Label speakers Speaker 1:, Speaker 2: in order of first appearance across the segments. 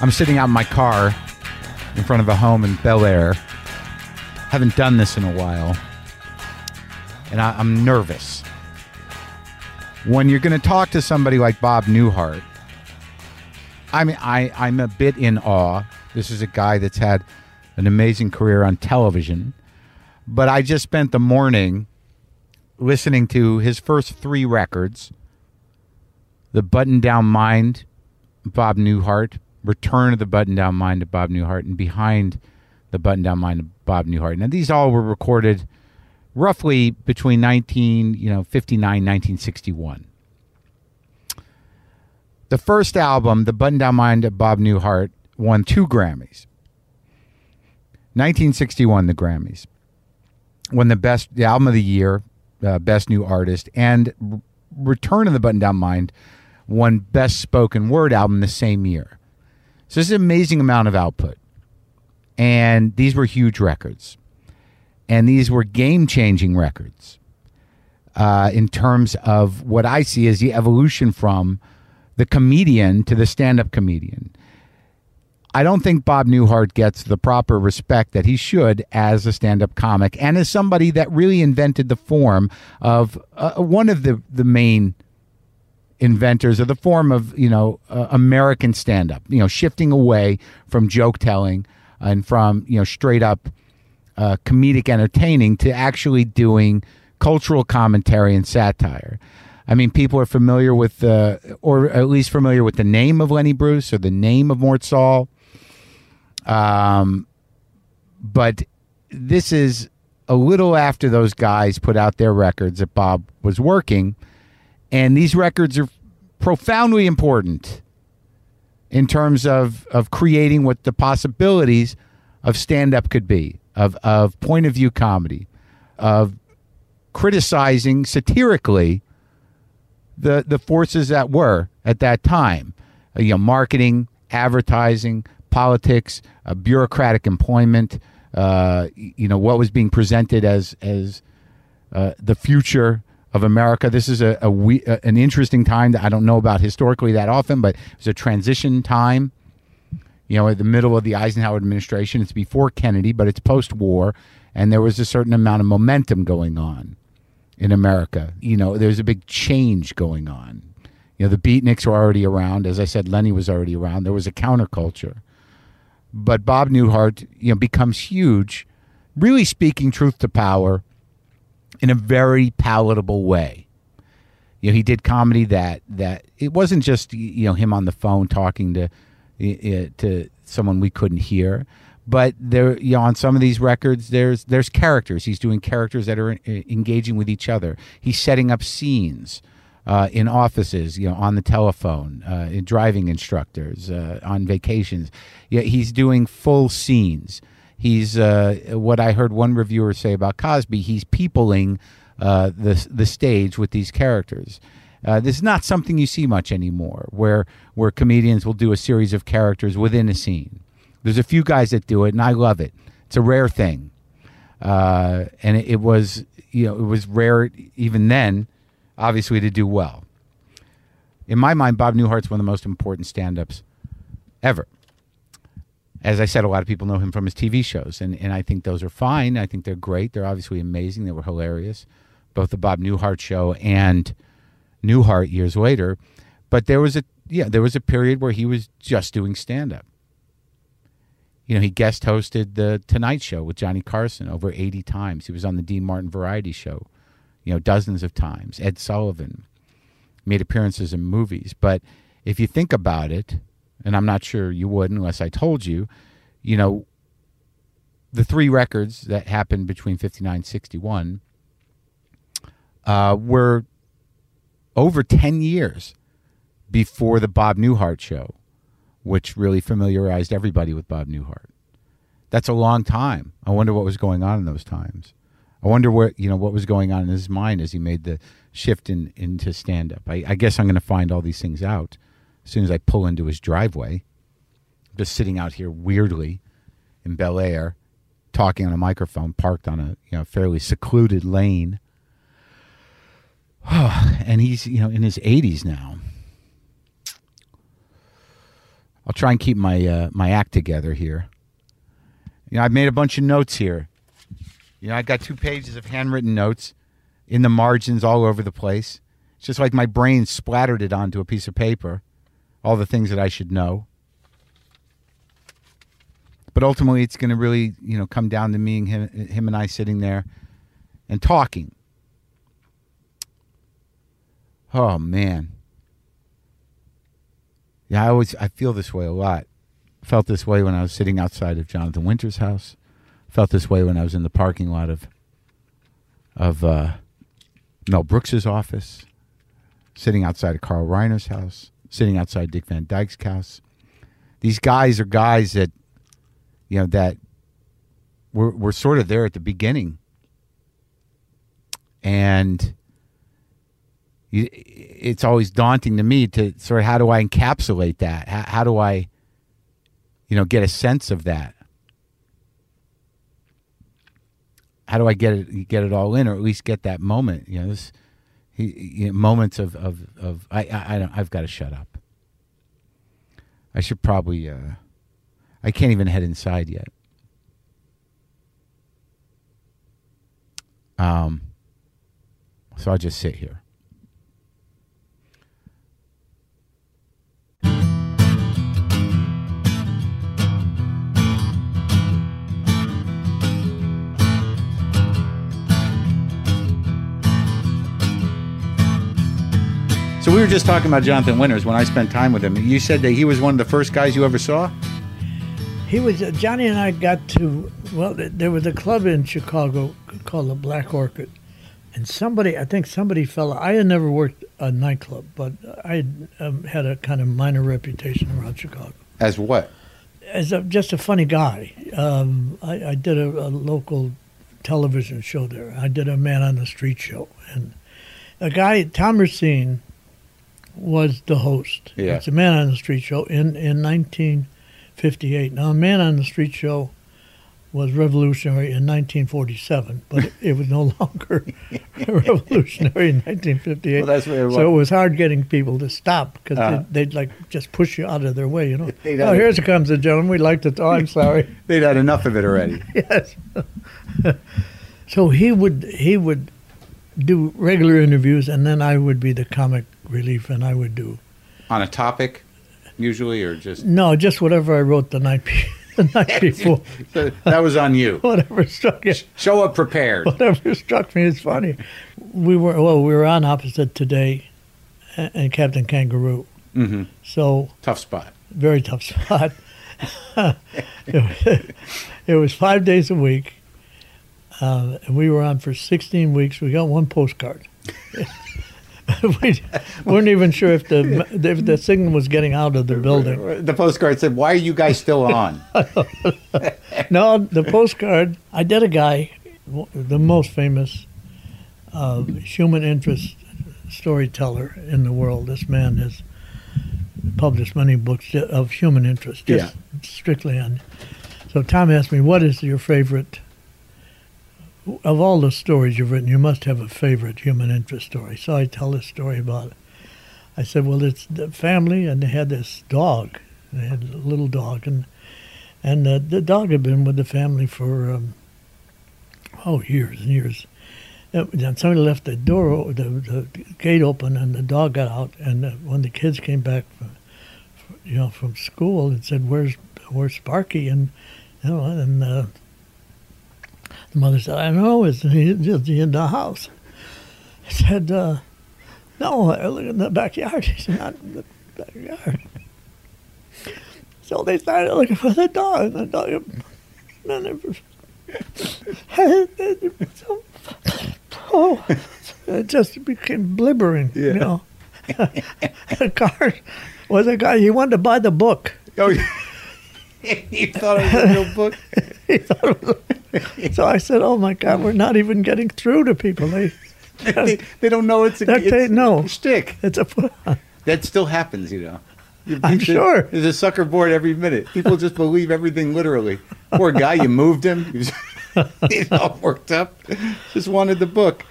Speaker 1: I'm sitting out in my car in front of a home in Bel Air. Haven't done this in a while. And I, I'm nervous. When you're going to talk to somebody like Bob Newhart, I mean, I, I'm a bit in awe. This is a guy that's had an amazing career on television. But I just spent the morning listening to his first three records The Button Down Mind, Bob Newhart, Return of the Button Down Mind of Bob Newhart, and Behind the Button Down Mind of Bob Newhart. Now, these all were recorded roughly between 19, you know, 59, 1961. The first album, The Button Down Mind of Bob Newhart, won two Grammys. 1961, the Grammys. Won the best, the album of the year, uh, best new artist, and R- Return of the Button Down Mind won best spoken word album the same year. So this is an amazing amount of output. And these were huge records. And these were game changing records uh, in terms of what I see as the evolution from the comedian to the stand up comedian. I don't think Bob Newhart gets the proper respect that he should as a stand up comic and as somebody that really invented the form of uh, one of the, the main inventors of the form of, you know, uh, American stand up, you know, shifting away from joke telling and from, you know, straight up uh, comedic entertaining to actually doing cultural commentary and satire. I mean, people are familiar with, uh, or at least familiar with the name of Lenny Bruce or the name of Mort Saul. Um, but this is a little after those guys put out their records that Bob was working. And these records are profoundly important in terms of, of creating what the possibilities of stand up could be, of, of point of view comedy, of criticizing satirically the, the forces that were at that time uh, you know, marketing, advertising, politics, uh, bureaucratic employment, uh, y- you know, what was being presented as, as uh, the future of America. This is a, a we, uh, an interesting time that I don't know about historically that often, but it was a transition time. You know, at the middle of the Eisenhower administration, it's before Kennedy, but it's post-war, and there was a certain amount of momentum going on in America. You know, there's a big change going on. You know, the beatniks were already around. As I said, Lenny was already around. There was a counterculture. But Bob Newhart, you know, becomes huge, really speaking truth to power in a very palatable way. You know, he did comedy that that it wasn't just you know him on the phone talking to uh, to someone we couldn't hear, but there you know on some of these records there's there's characters. He's doing characters that are uh, engaging with each other. He's setting up scenes. Uh, in offices, you know, on the telephone, uh, in driving instructors, uh, on vacations, yeah, he's doing full scenes he's uh, what I heard one reviewer say about Cosby. He's peopling uh, the the stage with these characters. Uh, this is not something you see much anymore, where where comedians will do a series of characters within a scene. There's a few guys that do it, and I love it. It's a rare thing, uh, and it, it was you know it was rare even then, obviously to do well. In my mind, Bob Newhart's one of the most important stand-ups ever as I said, a lot of people know him from his TV shows, and, and I think those are fine. I think they're great. They're obviously amazing. They were hilarious, both the Bob Newhart show and Newhart years later. But there was a yeah, there was a period where he was just doing stand up. You know, he guest hosted the Tonight Show with Johnny Carson over eighty times. He was on the Dean Martin Variety Show, you know, dozens of times. Ed Sullivan made appearances in movies. But if you think about it, and I'm not sure you would unless I told you, you know, the three records that happened between 59 and 61 uh, were over 10 years before the Bob Newhart show, which really familiarized everybody with Bob Newhart. That's a long time. I wonder what was going on in those times. I wonder where you know what was going on in his mind as he made the shift in, into stand up. I, I guess I'm going to find all these things out as soon as I pull into his driveway. I'm just sitting out here weirdly in Bel Air, talking on a microphone parked on a you know fairly secluded lane. and he's you know in his 80s now. I'll try and keep my uh, my act together here. You know, I've made a bunch of notes here. You know, I got two pages of handwritten notes in the margins all over the place. It's just like my brain splattered it onto a piece of paper, all the things that I should know. But ultimately, it's going to really, you know, come down to me and him, him and I sitting there and talking. Oh man. Yeah, I always I feel this way a lot. Felt this way when I was sitting outside of Jonathan Winter's house. Felt this way when I was in the parking lot of of uh, Mel Brooks's office. Sitting outside of Carl Reiner's house. Sitting outside Dick Van Dyke's house. These guys are guys that you know that were were sort of there at the beginning. And you- it's always daunting to me to sort of how do I encapsulate that? How, how do I, you know, get a sense of that? How do I get it get it all in, or at least get that moment? You know, this he, you know, moments of of of I I, I don't, I've got to shut up. I should probably. Uh, I can't even head inside yet. Um, so I'll just sit here. So we were just talking about Jonathan Winters when I spent time with him. You said that he was one of the first guys you ever saw.
Speaker 2: He was uh, Johnny and I got to well. th- There was a club in Chicago called the Black Orchid, and somebody I think somebody fell. I had never worked a nightclub, but I had, um, had a kind of minor reputation around Chicago
Speaker 1: As what?
Speaker 2: as a, just a funny guy. Um, I, I did a, a local television show there. I did a man on the street show, and a guy Tom Racine was the host.
Speaker 1: Yeah.
Speaker 2: It's a man on the street show in in 1958. Now, a man on the street show was revolutionary in 1947, but it was no longer revolutionary in 1958.
Speaker 1: Well, that's what it
Speaker 2: So it
Speaker 1: was.
Speaker 2: was hard getting people to stop because
Speaker 1: Uh-huh.
Speaker 2: they'd, they'd like just push you out of their way, you know.
Speaker 1: They'd
Speaker 2: oh,
Speaker 1: have-
Speaker 2: here's comes the gentleman. We like to talk. I'm sorry.
Speaker 1: They'd had enough of it already.
Speaker 2: yes. so he would he would do regular interviews, and then I would be the comic relief, and I would do
Speaker 1: On a topic, usually, or just
Speaker 2: no, just whatever I wrote the night be- the night before,
Speaker 1: So that was on you.
Speaker 2: whatever struck you.
Speaker 1: Show up prepared.
Speaker 2: whatever struck me as funny. We were well, we were on opposite today, a- and Captain Kangaroo.
Speaker 1: Mhm.
Speaker 2: So
Speaker 1: Tough spot.
Speaker 2: very tough spot. it, was five days a week, uh, and we were on for 16 weeks. We got one postcard. we weren't even sure if the if the signal was getting out of the building.
Speaker 1: The postcard said, "Why are you guys still on?"
Speaker 2: No, the postcard. I did a guy, w- the most famous uh, human interest storyteller in the world. This man has published many books of human interest, just strictly on. So Tom asked me, "What is your favorite?" Of all the stories you've written, you must have a favorite human interest story. So I tell this story about it. I said, "Well, it's the family, and they had this dog. They had a little dog, and and uh, the dog had been with the family for um, oh years and years. Uh, Then somebody left the door, o- the, the gate open, and the dog got out. And uh, when the kids came back, from, you know, from school, and said, "Where's where's Sparky?" and you know, and uh, the mother said, "I know, it's he's just in the house." I said, uh, "No, I look in the backyard. He's not in the backyard." So they started looking for the dog. The dog, man, it was- it was so- oh, it just became blibbering.
Speaker 1: Yeah.
Speaker 2: You know, the car was a guy. He wanted to buy the book.
Speaker 1: Oh, you thought it was a real book?
Speaker 2: So I said, "Oh my God, we're not even getting through to people. They,
Speaker 1: They, they don't know it's a
Speaker 2: That
Speaker 1: it's
Speaker 2: they- no.
Speaker 1: a shtick.
Speaker 2: it's a put on."
Speaker 1: That still happens, you know. You-
Speaker 2: I'm
Speaker 1: there's-
Speaker 2: sure.
Speaker 1: There's a sucker board every minute. People just believe everything literally. Poor guy, you moved him. He was- He's all worked up. Just wanted the book.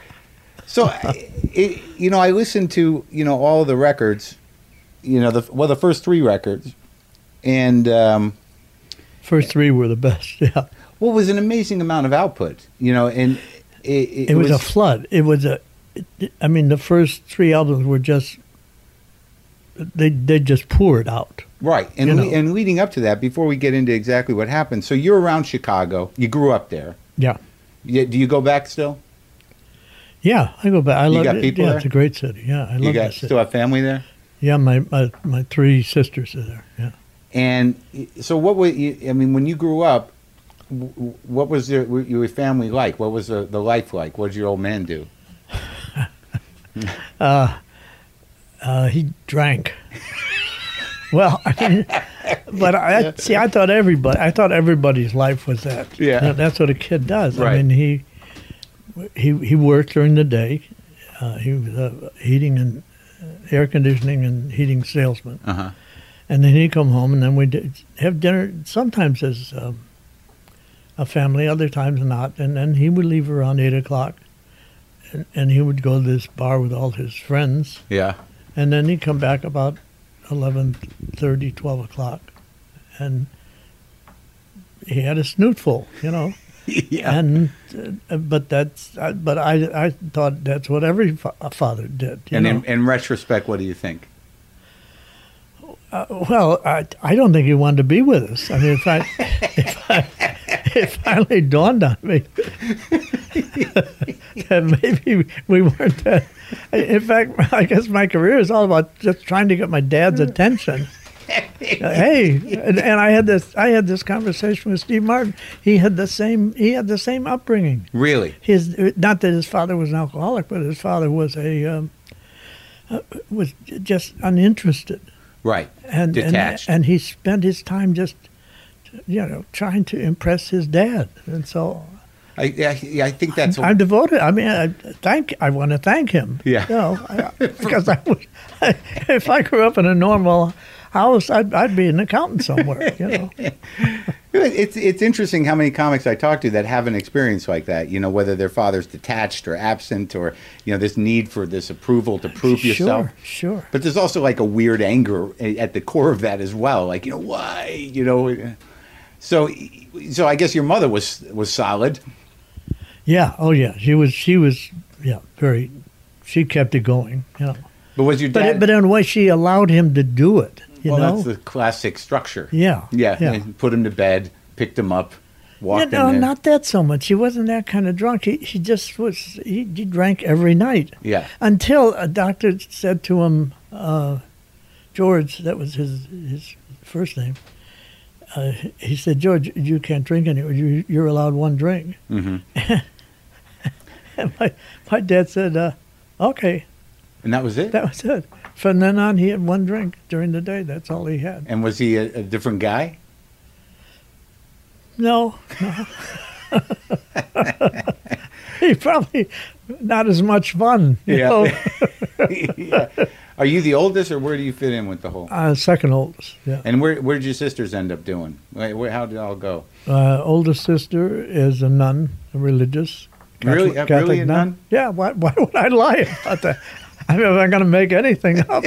Speaker 1: So, I- it, you know, I listened to, you know, all the records, you know, the well, the first three records.
Speaker 3: and um,
Speaker 2: First three were the best. Yeah,
Speaker 3: what was an amazing amount of output. You know, and it, it,
Speaker 2: it, was, a flood. It was a. it- I mean, the first three albums were just. They they just poured out.
Speaker 3: Right, and
Speaker 2: You
Speaker 3: le-
Speaker 2: know.
Speaker 3: and leading up to that, before we get into exactly what happened, so you're around Chicago. You grew up there.
Speaker 2: Yeah,
Speaker 3: Yeah, do you go back still?
Speaker 2: yeah. I go back. I
Speaker 3: You
Speaker 2: love
Speaker 3: got
Speaker 2: it.
Speaker 3: people
Speaker 2: yeah,
Speaker 3: there?
Speaker 2: it's a great city. Yeah, I
Speaker 3: You
Speaker 2: love
Speaker 3: got
Speaker 2: that
Speaker 3: still
Speaker 2: city.
Speaker 3: have family there?
Speaker 2: Yeah, my, my my three sisters are there. Yeah.
Speaker 3: And y- so, what were you? I mean, when you grew up, w- w- what was your, w- your family like? What was the, the life like? What did your old man do?
Speaker 2: Uh, he drank. well, I mean, but I see. I thought everybody. I thought everybody's life was that.
Speaker 3: Yeah.
Speaker 2: That- that's what a kid does.
Speaker 3: Right.
Speaker 2: I mean, he he he worked during the day. Uh, he was a heating and uh, air conditioning and heating salesman,
Speaker 3: Uh huh.
Speaker 2: and then he'd come home, and then we'd have dinner. Sometimes as um, a family, other times not. And then he would leave around eight o'clock, and, and he would go to this bar with all his friends
Speaker 3: Yeah.
Speaker 2: and then he'd come back about 11.30 12 o'clock and he had a snootful you know
Speaker 3: yeah.
Speaker 2: and uh, but that's uh, but i i thought that's what every fa- a father did you
Speaker 3: And
Speaker 2: know?
Speaker 3: in, in retrospect, what do you think?
Speaker 2: Uh, well i i don't think he wanted to be with us i mean if i if i it finally dawned on me that maybe we weren't that. In fact, I guess my career is all about just trying to get my dad's attention. Uh, hey, and, and I had this I had this conversation with Steve Martin. He had the same he had the same upbringing
Speaker 3: Really?
Speaker 2: his not that his father was an alcoholic, but his father was a um, uh, was j- just uninterested
Speaker 3: Right.
Speaker 2: and
Speaker 3: Detached.
Speaker 2: and and he spent his time just you know trying to impress his dad, and so
Speaker 3: I, I, I think that's.
Speaker 2: I'm devoted. I mean, I thank I want to thank him.
Speaker 3: Yeah.
Speaker 2: you know, I- because I would, if I grew up in a normal house, I'd, I'd be an accountant somewhere. You know,
Speaker 3: It's it's interesting how many comics I talk to that have an experience like that. You know, whether their father's detached or absent, or you know, this need for this approval to prove yourself.
Speaker 2: sure, sure.
Speaker 3: But there's also like a weird anger a- at the core of that as well. Like, you know, why? You know, uh, so so I guess your mother was was solid.
Speaker 2: Yeah. Oh, yeah. She was. She was. Yeah. Very. She kept it going. You know.
Speaker 3: But was your
Speaker 2: But
Speaker 3: dad?
Speaker 2: but in a way, she allowed him to do it. You
Speaker 3: well,
Speaker 2: know.
Speaker 3: that's the classic structure.
Speaker 2: Yeah,
Speaker 3: Yeah.
Speaker 2: yeah.
Speaker 3: and Put him to bed, picked him up,
Speaker 2: Yeah,
Speaker 3: walked
Speaker 2: no,
Speaker 3: him in.
Speaker 2: not that so much. He wasn't that kind of drunk. He, he just was. He, he drank every night.
Speaker 3: Yeah.
Speaker 2: Until a doctor said to him, uh, George, that was his his first name. Uh, he said, George, you can't drink anymore. You, you're allowed one drink.
Speaker 3: Mhm.
Speaker 2: and my my dad said, uh, okay,
Speaker 3: and that was it.
Speaker 2: that was it. From then on, he had one drink during the day. That's all he had.
Speaker 3: and was he a, a different guy?
Speaker 2: No, no. he probably not as much fun. You
Speaker 3: Yeah.
Speaker 2: Know?
Speaker 3: yeah. Are you the oldest, or where do you fit in with the whole?
Speaker 2: Uh, second oldest. Yeah.
Speaker 3: And where where did your sisters end up doing? Wait, where, how did it all go?
Speaker 2: Uh, oldest sister is a nun, a religious.
Speaker 3: Really? Uh, really a nun?
Speaker 2: Yeah. Why, why would I lie about that? I mean, am I going to make anything up?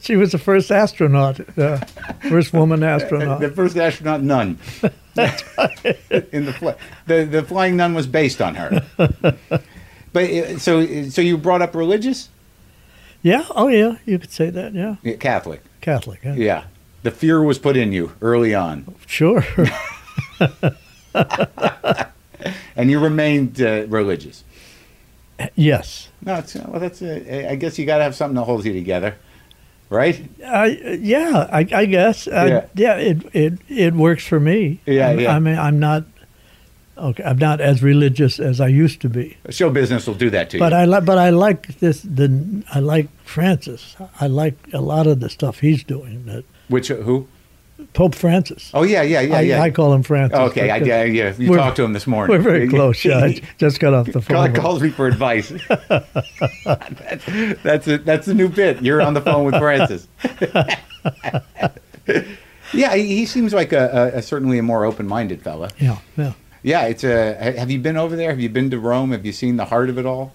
Speaker 2: she was the first astronaut, uh, first woman
Speaker 3: The
Speaker 2: astronaut.
Speaker 3: first astronaut nun. in the fl- the the flying nun was based on her. but uh, so so you brought up religious
Speaker 2: Yeah. Oh, yeah. You could say that. Yeah.
Speaker 3: Yeah, Catholic.
Speaker 2: Catholic. Yeah.
Speaker 3: Yeah. The fear was put in you early on,
Speaker 2: Sure.
Speaker 3: and you remained uh, religious.
Speaker 2: yes.
Speaker 3: No, it's, well, that's uh, I guess you got to have something to hold you together, right?
Speaker 2: I, yeah, I, I guess. I,
Speaker 3: Yeah.
Speaker 2: yeah, it, it it works for me.
Speaker 3: Yeah,
Speaker 2: I'm-
Speaker 3: yeah.
Speaker 2: I mean, I'm not okay. I'm not as religious as I used to be,
Speaker 3: Show business will do that to
Speaker 2: but
Speaker 3: you.
Speaker 2: I like but I like this. The I like Francis. I like a lot of the stuff he's doing. That
Speaker 3: Which who?
Speaker 2: Pope Francis.
Speaker 3: Oh yeah, yeah, yeah,
Speaker 2: I,
Speaker 3: yeah. Oh,
Speaker 2: I call him Francis.
Speaker 3: Okay, I,
Speaker 2: because
Speaker 3: yeah, yeah. You
Speaker 2: we're-
Speaker 3: talked to him this morning.
Speaker 2: We're very close. Yeah, I just got off the
Speaker 3: Call,
Speaker 2: phone.
Speaker 3: calls me for advice. That- that's a, that's a new bit. You're on the phone with Francis. yeah, he he seems like a, a, a certainly a more open-minded fella.
Speaker 2: Yeah, yeah.
Speaker 3: Yeah, it's a. ha- Have you been over there? Have you been to Rome? Have you seen the heart of it all?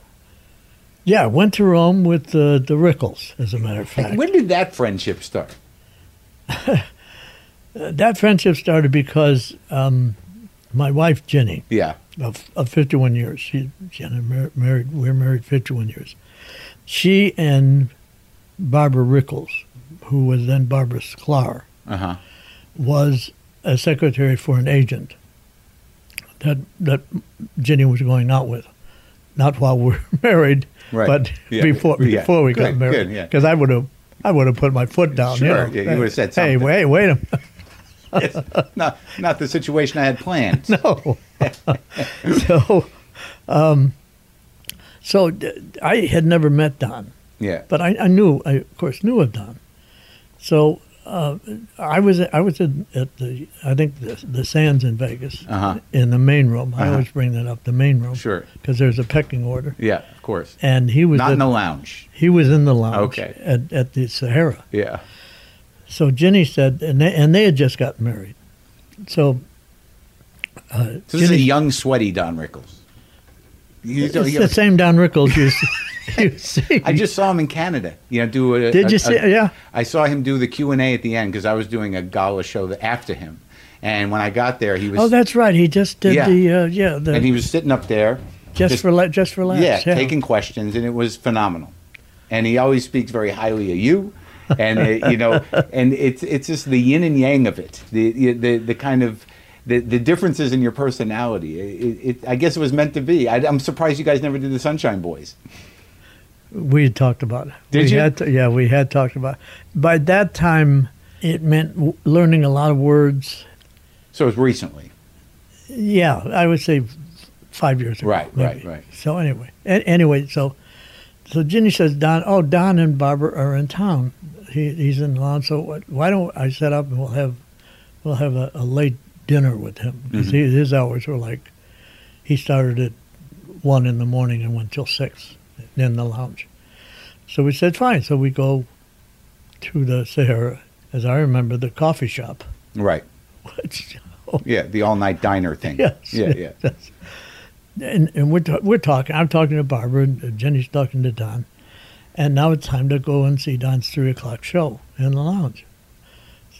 Speaker 2: Yeah, I went to Rome with uh, the Rickles, as a matter of fact.
Speaker 3: When did that friendship start?
Speaker 2: Uh, That friendship started because um, my wife Jenny
Speaker 3: Yeah.
Speaker 2: of, of 51 years. She Jenna mar- married. We're married 51 years. She and Barbara Rickles, who was then Barbara Sklar,
Speaker 3: Uh huh.
Speaker 2: was a secretary for an agent that that Jenny was going out with, not while we're married,
Speaker 3: Right.
Speaker 2: but
Speaker 3: Yeah.
Speaker 2: before
Speaker 3: Yeah.
Speaker 2: before we got
Speaker 3: Good,
Speaker 2: married.
Speaker 3: good, yeah.
Speaker 2: Because I would have I would have put my foot down. you
Speaker 3: Sure,
Speaker 2: know.
Speaker 3: yeah, you would've said
Speaker 2: Hey,
Speaker 3: something."
Speaker 2: wait, wait a minute.
Speaker 3: It's not not the situation I had planned.
Speaker 2: no. Oh, so, um, so d- I had never met Don,
Speaker 3: Yeah.
Speaker 2: but I, I knew, I of course knew of Don. So uh, I was I was in, at the I think the, the Sands in Vegas
Speaker 3: Uh-huh.
Speaker 2: in the main room. I
Speaker 3: Uh-huh.
Speaker 2: always bring that up, the main room,
Speaker 3: Sure.
Speaker 2: because there's a pecking order,
Speaker 3: Yeah. Of course.
Speaker 2: and he was
Speaker 3: Not
Speaker 2: at,
Speaker 3: in the lounge.
Speaker 2: he was in the lounge
Speaker 3: Okay.
Speaker 2: at, at the Sahara.
Speaker 3: Yeah.
Speaker 2: So Jenny said, and they, and they had just got married, so. Uh,
Speaker 3: So this is a
Speaker 2: Jenny-
Speaker 3: young, sweaty Don Rickles. You don't-
Speaker 2: It's
Speaker 3: you-
Speaker 2: the same Don Rickles you see. You see.
Speaker 3: I just saw him in Canada. You know, do a,
Speaker 2: Did
Speaker 3: a-
Speaker 2: you
Speaker 3: a-
Speaker 2: see? yeah.
Speaker 3: I saw him do the Q and A at the end because I was doing a gala show that- after him, and when I got there, he was
Speaker 2: Oh, that's right. He just did
Speaker 3: Yeah.
Speaker 2: the uh, yeah the
Speaker 3: and he was sitting up there,
Speaker 2: just, for la- just for laughs.
Speaker 3: yeah, taking questions, and it was phenomenal. And he always speaks very highly of you, and uh you know, and it's it's just the yin and yang of it, the the the kind of. The, the differences in your personality. It, it, I guess it was meant to be. I, I'm surprised you guys never did the Sunshine Boys.
Speaker 2: we had talked about it.
Speaker 3: Did
Speaker 2: we
Speaker 3: you?
Speaker 2: Had to- yeah, we had talked about. It. By that time, it meant w- learning a lot of words.
Speaker 3: So it was recently.
Speaker 2: Yeah, I would say f- five years ago.
Speaker 3: Right, right,
Speaker 2: maybe.
Speaker 3: right.
Speaker 2: So anyway, a- anyway, so so Ginny says Don. Oh, Don and Barbara are in town. He, he's in Lon. So what, why don't I set up and we'll have we'll have a, a late dinner with him
Speaker 3: Mm-hmm.
Speaker 2: because his hours were like he started at one in the morning and went till six in the lounge. So we said fine. So we go to the Sahara, as I remember, the coffee shop,
Speaker 3: Right.
Speaker 2: which
Speaker 3: Yeah, the all night diner thing.
Speaker 2: Yes.
Speaker 3: Yeah, yeah.
Speaker 2: Yes. And, and we're, ta- we're talking. I'm talking to Barbara, and Jenny's talking to Don. And now it's time to go and see Don's three o'clock show in the lounge.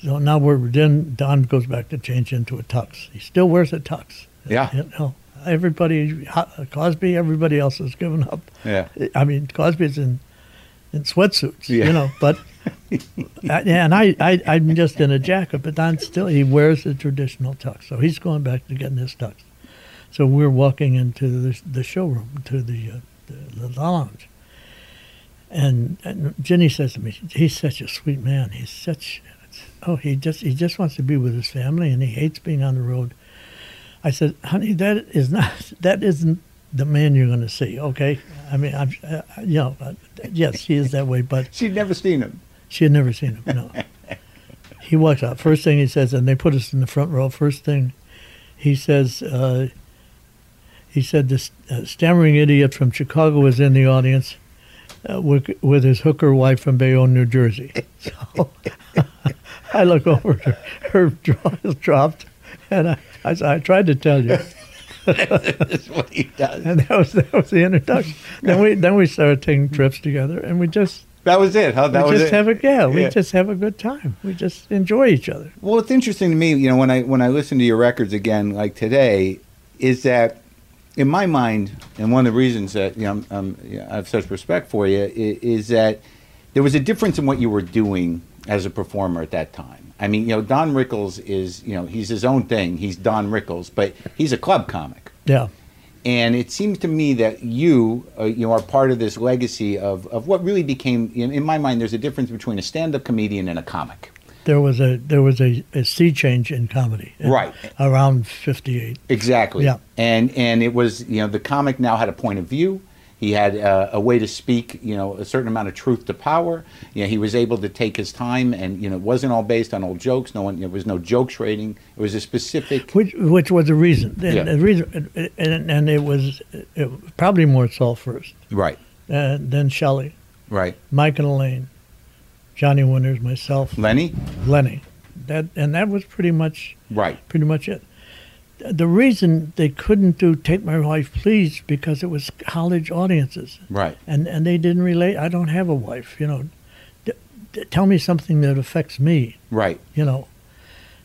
Speaker 2: So now we're then Don goes back to change into a tux. He still wears a tux.
Speaker 3: Yeah.
Speaker 2: You know, everybody, Ho- Cosby, everybody else has given up.
Speaker 3: Yeah.
Speaker 2: I mean, Cosby's in in sweatsuits,
Speaker 3: Yeah.
Speaker 2: you know, but. I- and I, I, I'm just in a jacket, but Don still, he wears the traditional tux. So he's going back to getting his tux. So we're walking into the, the showroom, to the, uh, the, the lounge. And, and Jenny says to me, he's such a sweet man. He's such, oh, he just, he just wants to be with his family and he hates being on the road. I said, honey, that is not, that isn't the man you're going to see, okay? I mean, I'm, uh, you know, uh, yes, he is that way, but
Speaker 3: She'd never seen him.
Speaker 2: she had never seen him. No. he walks out. First thing he says, and they put us in the front row. First thing he says, uh, he said, this uh, stammering idiot from Chicago was in the audience uh, with, with his hooker wife from Bayonne, New Jersey. So I look over, her, her jaw is dropped, and I, I, said, I tried to tell you.
Speaker 3: That's what he does.
Speaker 2: And that was that was the introduction. Then we then we started taking trips together, and we just
Speaker 3: That was it, huh? That
Speaker 2: we
Speaker 3: was
Speaker 2: just
Speaker 3: it.
Speaker 2: have a yeah, we
Speaker 3: Yeah.
Speaker 2: just have a good time. We just enjoy each other.
Speaker 3: Well, it's interesting to me, you know, when I when I listen to your records again, like today, is that in my mind, and one of the reasons that you know I'm, I'm, you know, I have such respect for you i- is that there was a difference in what you were doing as a performer at that time. I mean, you know, Don Rickles is you know he's his own thing. He's Don Rickles, but he's a club comic.
Speaker 2: Yeah.
Speaker 3: And it seems to me that you, uh, you know, are part of this legacy of, of what really became, in, in my mind, there's a difference between a stand-up comedian and a comic.
Speaker 2: There was a there was a, a sea change in comedy. in-
Speaker 3: Right.
Speaker 2: Around fifty eight.
Speaker 3: Exactly.
Speaker 2: Yeah.
Speaker 3: And and it was, you know, the comic now had a point of view. He had uh, a way to speak, you know, a certain amount of truth to power. You know, he was able to take his time, and you know, it wasn't all based on old jokes. No one, there was no jokes rating. It was a specific.
Speaker 2: Which which was the reason. And
Speaker 3: Yeah.
Speaker 2: the reason and, and, and it was it, was probably more Saul first.
Speaker 3: Right.
Speaker 2: Uh, then Shelley,
Speaker 3: Right.
Speaker 2: Mike and Elaine, Johnny Winters, myself,
Speaker 3: Lenny.
Speaker 2: Lenny. That and that was pretty much
Speaker 3: Right.
Speaker 2: pretty much it. The reason they couldn't do Take My Wife Please because it was college audiences.
Speaker 3: Right.
Speaker 2: and and they didn't relate. I don't have a wife, you know. D- d- tell me something that affects me,
Speaker 3: Right.
Speaker 2: you know.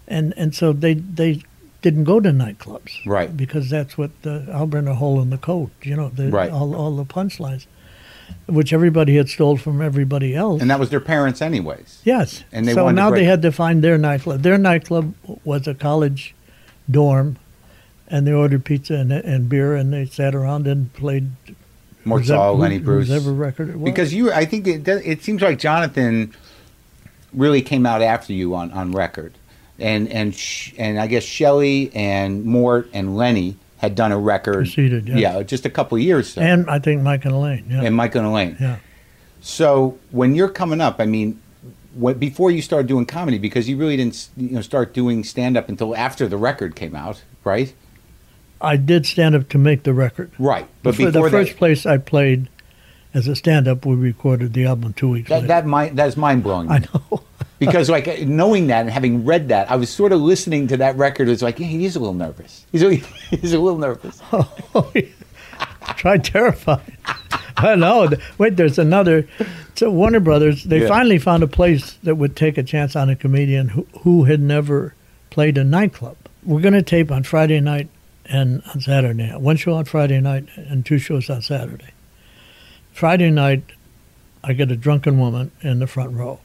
Speaker 2: and and so they they didn't go to nightclubs,
Speaker 1: Right.
Speaker 2: Because that's what the I'll burn a hole in the coat, you know, the,
Speaker 1: Right.
Speaker 2: all all the punchlines, which everybody had stole from everybody else.
Speaker 1: And that was their parents, anyways.
Speaker 2: Yes.
Speaker 1: And they
Speaker 2: so
Speaker 1: wanted to
Speaker 2: now
Speaker 1: break-
Speaker 2: they had to find their nightclub. Their nightclub was a college dorm, and they ordered pizza and, and beer, and they sat around and played
Speaker 1: Mort
Speaker 2: whosever-
Speaker 1: Saul, Lenny
Speaker 2: who-
Speaker 1: Bruce.
Speaker 2: whosever record it was.
Speaker 1: because you, I think it does, it seems like Jonathan really came out after you on on record, and and sh- and I guess Shelley and Mort and Lenny had done a record
Speaker 2: Preceded, yes.
Speaker 1: yeah, just a couple of years, so.
Speaker 2: and I think Mike and Elaine. Yeah.
Speaker 1: and Michael and Elaine.
Speaker 2: yeah.
Speaker 1: So when you're coming up, I mean, what, before you started doing comedy, because you really didn't, you know, start doing stand up until after the record came out, right?
Speaker 2: I did stand up to make the record.
Speaker 1: Right, but
Speaker 2: For
Speaker 1: before
Speaker 2: the first
Speaker 1: that,
Speaker 2: place I played as a stand up, we recorded the album two weeks
Speaker 1: that,
Speaker 2: later.
Speaker 1: that mind, that's mind blowing.
Speaker 2: I know.
Speaker 1: because like knowing that and having read that, I was sort of listening to that record. It's like yeah, he's a little nervous. He's a, he's a little nervous.
Speaker 2: Try terrified. I know. Wait, there's another. So Warner Brothers, they
Speaker 1: Yeah.
Speaker 2: finally found a place that would take a chance on a comedian who, who had never played a nightclub. We're going to tape on Friday night and on Saturday. night. One show on Friday night and two shows on Saturday. Friday night, I get a drunken woman in the front row.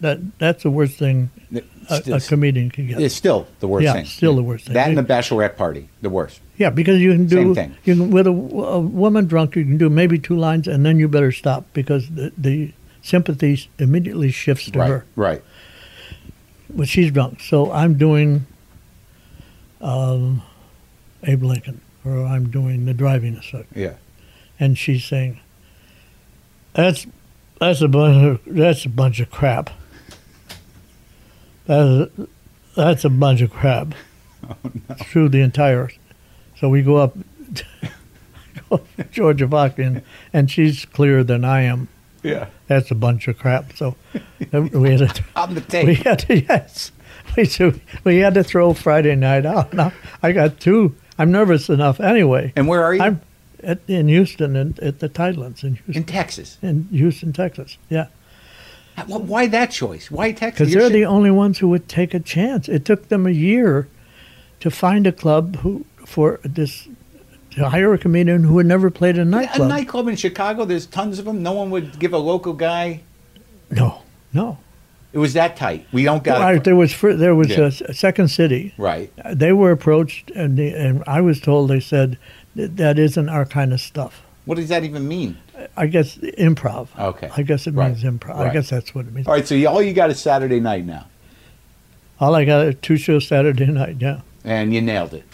Speaker 2: That that's the worst thing a, a
Speaker 1: It's-
Speaker 2: comedian can get.
Speaker 1: it's still the worst
Speaker 2: Yeah,
Speaker 1: thing.
Speaker 2: still the worst thing.
Speaker 1: That and the bachelorette party, the worst.
Speaker 2: Yeah, because you can
Speaker 1: Same
Speaker 2: do
Speaker 1: thing.
Speaker 2: You can, with a, a woman drunk, you can do maybe two lines, and then you better stop because the, the sympathy immediately shifts to
Speaker 1: right,
Speaker 2: her
Speaker 1: right.
Speaker 2: when she's drunk. So I'm doing um, Abe Lincoln, or I'm doing the driving effect,
Speaker 1: Yeah,
Speaker 2: and she's saying, "That's that's a bunch of that's a bunch of crap. That's a, that's a bunch of crap."
Speaker 1: Oh,
Speaker 2: Through the entire, so we go up. go up to Georgia Buck and, and she's clearer than I am.
Speaker 1: yeah.
Speaker 2: That's a bunch of crap. So we had a
Speaker 1: On the
Speaker 2: we
Speaker 1: tape.
Speaker 2: had to yes, we should, we had to throw Friday night out. Now I got two. I'm nervous enough anyway.
Speaker 1: and where are you?
Speaker 2: I'm at, in Houston and at the Tidelands in Houston,
Speaker 1: in Texas.
Speaker 2: in Houston, Texas. Yeah,
Speaker 1: Wh- Why that choice? Why Texas?
Speaker 2: because
Speaker 1: You're
Speaker 2: they're
Speaker 1: shit-
Speaker 2: the only ones who would take a chance. It took them a year to find a club who for this to hire a comedian who had never played a
Speaker 1: a
Speaker 2: nightclub.
Speaker 1: nightclub in Chicago. There's tons of them. No one would give a local guy.
Speaker 2: no, no.
Speaker 1: It was that tight. We don't got
Speaker 2: I,
Speaker 1: it.
Speaker 2: there was fir- there was
Speaker 1: Yeah.
Speaker 2: a s- a Second City.
Speaker 1: right.
Speaker 2: They were approached, and the, and I was told they said that, that isn't our kind of stuff.
Speaker 1: What does that even mean?
Speaker 2: I guess improv.
Speaker 1: Okay.
Speaker 2: I guess it
Speaker 1: Right.
Speaker 2: means improv.
Speaker 1: Right.
Speaker 2: I guess that's what it means.
Speaker 1: All right. So you, all you got is Saturday night now,
Speaker 2: All I got are two shows Saturday night. Yeah.
Speaker 1: and you nailed it.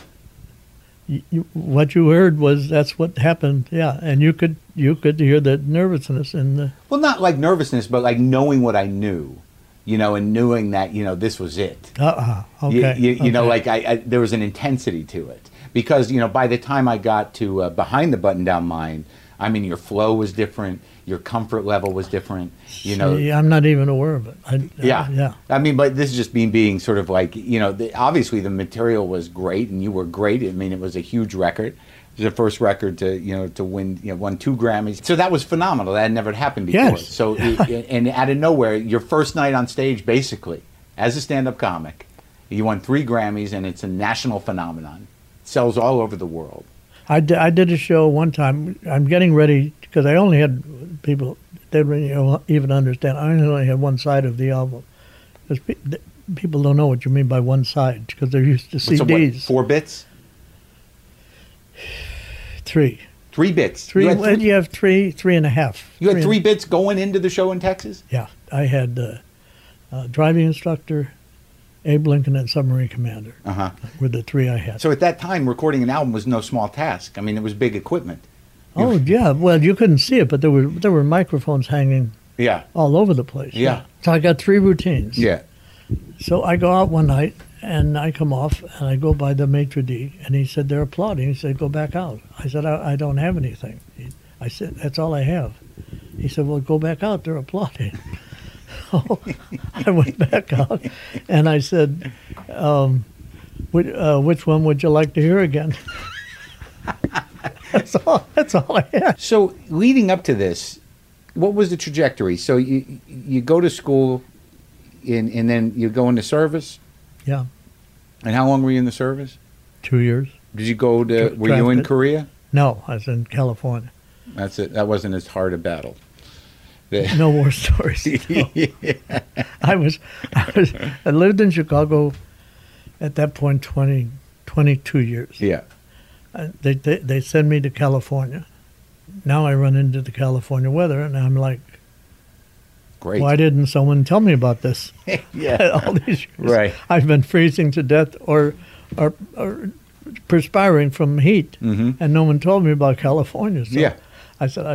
Speaker 2: You, you, what you heard was that's what happened. Yeah, and you could you could hear the nervousness in the
Speaker 1: Well, not like nervousness, but like knowing what I knew, you know, and knowing that you know this was it.
Speaker 2: uh uh
Speaker 1: You-
Speaker 2: okay.
Speaker 1: You, you know,
Speaker 2: okay.
Speaker 1: like I, I, there was an intensity to it because you know, by the time I got to uh, behind the button down mind, I mean, your flow was different, your comfort level was different. You know,
Speaker 2: See, I'm not even aware of it. I,
Speaker 1: yeah,
Speaker 2: yeah.
Speaker 1: I mean, but this is just being being sort of like you know, the, obviously the material was great, and you were great. I mean, it was a huge record. It was the first record to you know to win you know won two Grammys. So that was phenomenal. That had never happened before.
Speaker 2: Yes.
Speaker 1: So it, and out of nowhere, your first night on stage, basically as a stand-up comic, you won three Grammys, and it's a national phenomenon. It sells all over the world.
Speaker 2: I di- I did a show one time. I'm getting ready because I only had people they didn't even- even understand. I only had one side of the album because pe- th- people don't know what you mean by one side because they're used to
Speaker 1: So what,
Speaker 2: CDs.
Speaker 1: four bits,
Speaker 2: three,
Speaker 1: three bits,
Speaker 2: three.
Speaker 1: You
Speaker 2: You,
Speaker 1: had three,
Speaker 2: you have three, three and a half.
Speaker 1: you had three
Speaker 2: and-
Speaker 1: bits going into the show in Texas.
Speaker 2: yeah, I had uh, uh, driving instructor, Abe Lincoln, and submarine commander
Speaker 1: Uh huh.
Speaker 2: were the three I had.
Speaker 1: So at that time, recording an album was no small task. I mean, it was big equipment.
Speaker 2: oh yeah, well you couldn't see it, but there were there were microphones hanging
Speaker 1: Yeah.
Speaker 2: all over the place.
Speaker 1: Yeah.
Speaker 2: So I got three routines. So I go out one night and I come off and I go by the maitre d and he said they're applauding. He said go back out. I said I, I don't have anything. He, I said that's all I have. He said well go back out. They're applauding. so I went back out and I said, um, which, uh, which one would you like to hear again? that's all. That's all I had.
Speaker 1: So leading up to this, what was the trajectory? So you you go to school, and and then you go into service.
Speaker 2: Yeah,
Speaker 1: And how long were you in the service?
Speaker 2: two years.
Speaker 1: Did you go to?
Speaker 2: Tra-
Speaker 1: were you in
Speaker 2: drafted.
Speaker 1: Korea?
Speaker 2: No, I was in California.
Speaker 1: That's it. That wasn't as hard a battle. The-
Speaker 2: No war stories. no. I was, I was, I lived in Chicago at that point 20, 22 years.
Speaker 1: yeah.
Speaker 2: I, they, they they send me to California. Now I run into the California weather, and I'm like,
Speaker 1: Great.
Speaker 2: why didn't someone tell me about this?
Speaker 1: yeah.
Speaker 2: All these years,
Speaker 1: Right.
Speaker 2: I've been freezing to death or, or, or perspiring from heat,
Speaker 1: Mhm.
Speaker 2: and no one told me about California. So
Speaker 1: Yeah.
Speaker 2: I said, I,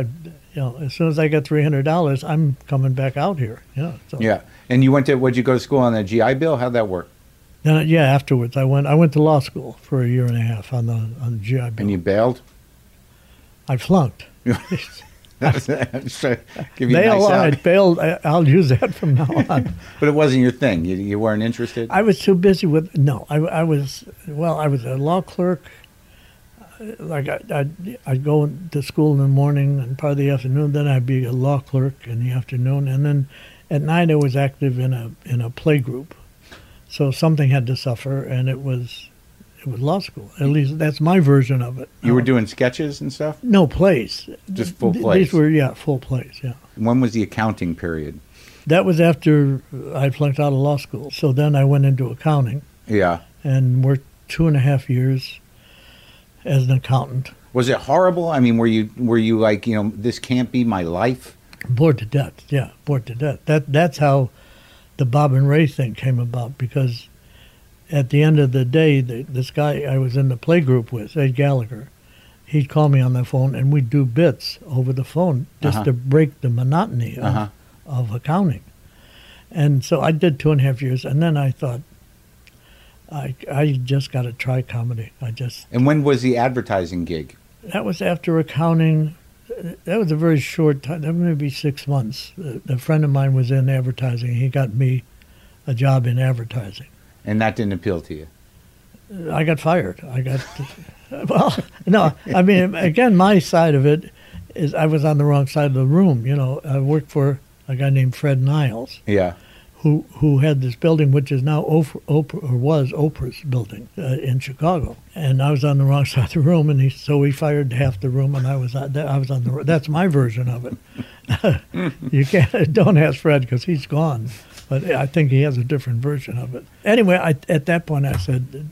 Speaker 2: you know, as soon as I get three hundred dollars, I'm coming back out here. Yeah. So
Speaker 1: Yeah. And you went to? Would you go to school on the GI Bill? How'd that work?
Speaker 2: Then, yeah, afterwards, I went. I went to law school for a year and a half on the on the GI Bill.
Speaker 1: And you bailed?
Speaker 2: I flunked.
Speaker 1: That's- that's- Give you a
Speaker 2: Bail,
Speaker 1: nice
Speaker 2: I
Speaker 1: out.
Speaker 2: failed. I, I'll use that from now on.
Speaker 1: But it wasn't your thing. You, you weren't interested.
Speaker 2: I was too busy with no. I, I was well. I was a law clerk. Like I, I'd, I'd go to school in the morning and part of the afternoon. Then I'd be a law clerk in the afternoon, and then at night I was active in a in a play group. So something had to suffer, and it was it was law school. At least that's my version of it.
Speaker 1: you were doing sketches and stuff.
Speaker 2: no plays.
Speaker 1: Just full
Speaker 2: Th-
Speaker 1: plays.
Speaker 2: These were yeah full plays. Yeah.
Speaker 1: When was the accounting period?
Speaker 2: That was after I flunked out of law school. So then I went into accounting.
Speaker 1: Yeah.
Speaker 2: and worked two and a half years as an accountant.
Speaker 1: Was it horrible? I mean, were you were you like you know this can't be my life?
Speaker 2: Bored to death, yeah, bored to death. That that's how the Bob and Ray thing came about because at the end of the day, the, this guy I was in the play group with, Ed Gallagher, he'd call me on the phone and we'd do bits over the phone just
Speaker 1: Uh-huh.
Speaker 2: to break the monotony of,
Speaker 1: Uh-huh.
Speaker 2: of accounting. And so I did two and a half years, and then I thought, I I just got to try comedy. I just
Speaker 1: And when was the advertising gig?
Speaker 2: That was after accounting. That was a very short time. That was maybe six months. A a friend of mine was in advertising. He got me a job in advertising.
Speaker 1: And that didn't appeal to you.
Speaker 2: I got fired. I got well. No, I mean, again, my side of it is I was on the wrong side of the room. You know, I worked for a guy named Fred Niles,
Speaker 1: Yeah.
Speaker 2: who who had this building, which is now Oprah, Oprah or was Oprah's building uh, in Chicago. And I was on the wrong side of the room, and he so he fired half the room, and I was on, I was on the that's my version of it. you can't don't ask Fred because he's gone, but I think he has a different version of it. Anyway, I, at that point I said.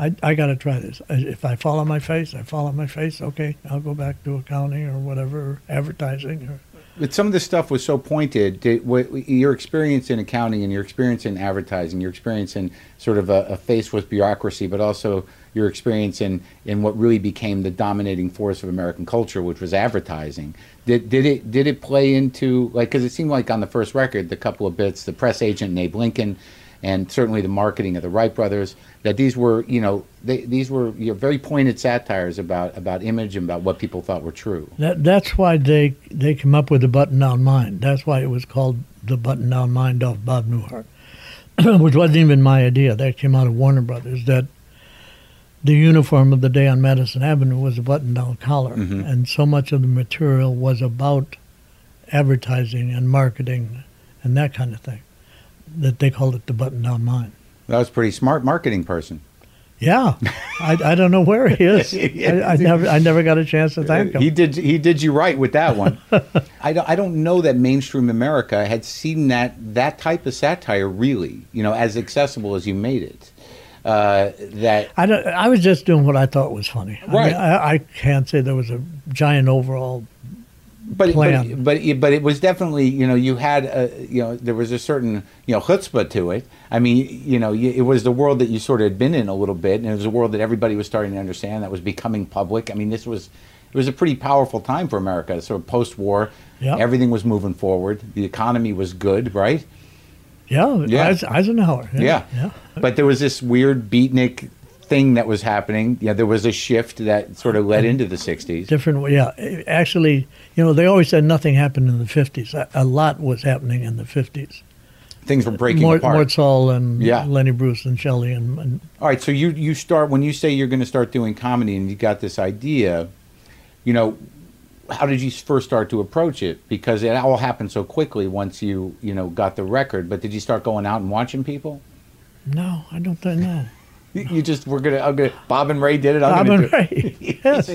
Speaker 2: I, I got to try this. I- If I fall on my face, I fall on my face. Okay, I'll go back to accounting or whatever, or advertising. Or,
Speaker 1: But some of this stuff was so pointed. Did, what, your experience in accounting and your experience in advertising, your experience in sort of a, a face with bureaucracy, but also your experience in, in what really became the dominating force of American culture, which was advertising. Did, did it did it play into like because it seemed like on the first record, the couple of bits, the press agent Abe Lincoln, and certainly the marketing of the Wright brothers, that these were you know they, these were you know, very pointed satires about about image and about what people thought were true.
Speaker 2: That that's why they they came up with the button down mind. That's why it was called the button down mind of Bob Newhart, which wasn't even my idea. That came out of Warner Brothers. That the uniform of the day on Madison Avenue was a button down collar, and so much of the material was about advertising and marketing and that kind of thing that they called it the button down mind.
Speaker 1: That was a pretty smart marketing person.
Speaker 2: Yeah, I, I don't know where he is. I, I never I never got a chance to thank him.
Speaker 1: He did. He did you right with that one. I don't. I don't know that mainstream America had seen that that type of satire really. You know, as accessible as you made it. Uh, that
Speaker 2: I, don't, I was just doing what I thought was funny. I,
Speaker 1: Right.
Speaker 2: mean, I, I can't say there was a giant overall.
Speaker 1: but
Speaker 2: plan.
Speaker 1: but but it, but it was definitely you know you had a you know there was a certain you know chutzpah to it. I mean you know you, it was the world that you sort of had been in a little bit, and it was a world that everybody was starting to understand that was becoming public. I mean this was it was a pretty powerful time for America. Sort of post-war,
Speaker 2: Yeah.
Speaker 1: everything was moving forward. The economy was good, right?
Speaker 2: Yeah,
Speaker 1: Yeah.
Speaker 2: Eis- Eisenhower.
Speaker 1: Yeah.
Speaker 2: yeah.
Speaker 1: But there was this weird beatnik thing that was happening. Yeah, there was a shift that sort of led into the 60s.
Speaker 2: Different. Yeah, actually, you know, they always said nothing happened in the fifties. A, a lot was happening in the fifties.
Speaker 1: Things were breaking
Speaker 2: Mort,
Speaker 1: apart.
Speaker 2: Mortzall and
Speaker 1: Yeah.
Speaker 2: Lenny Bruce and Shelley and, and
Speaker 1: All right, so you you start when you say you're going to start doing comedy and you got this idea, you know, how did you first start to approach it? Because it all happened so quickly once you, you know, got the record, but did you start going out and watching people?
Speaker 2: No, I don't think no.
Speaker 3: You, you just we're gonna, I'm gonna. Bob and Ray did it. I'm
Speaker 2: Bob
Speaker 3: gonna
Speaker 2: and
Speaker 3: do it.
Speaker 2: Ray. Yes.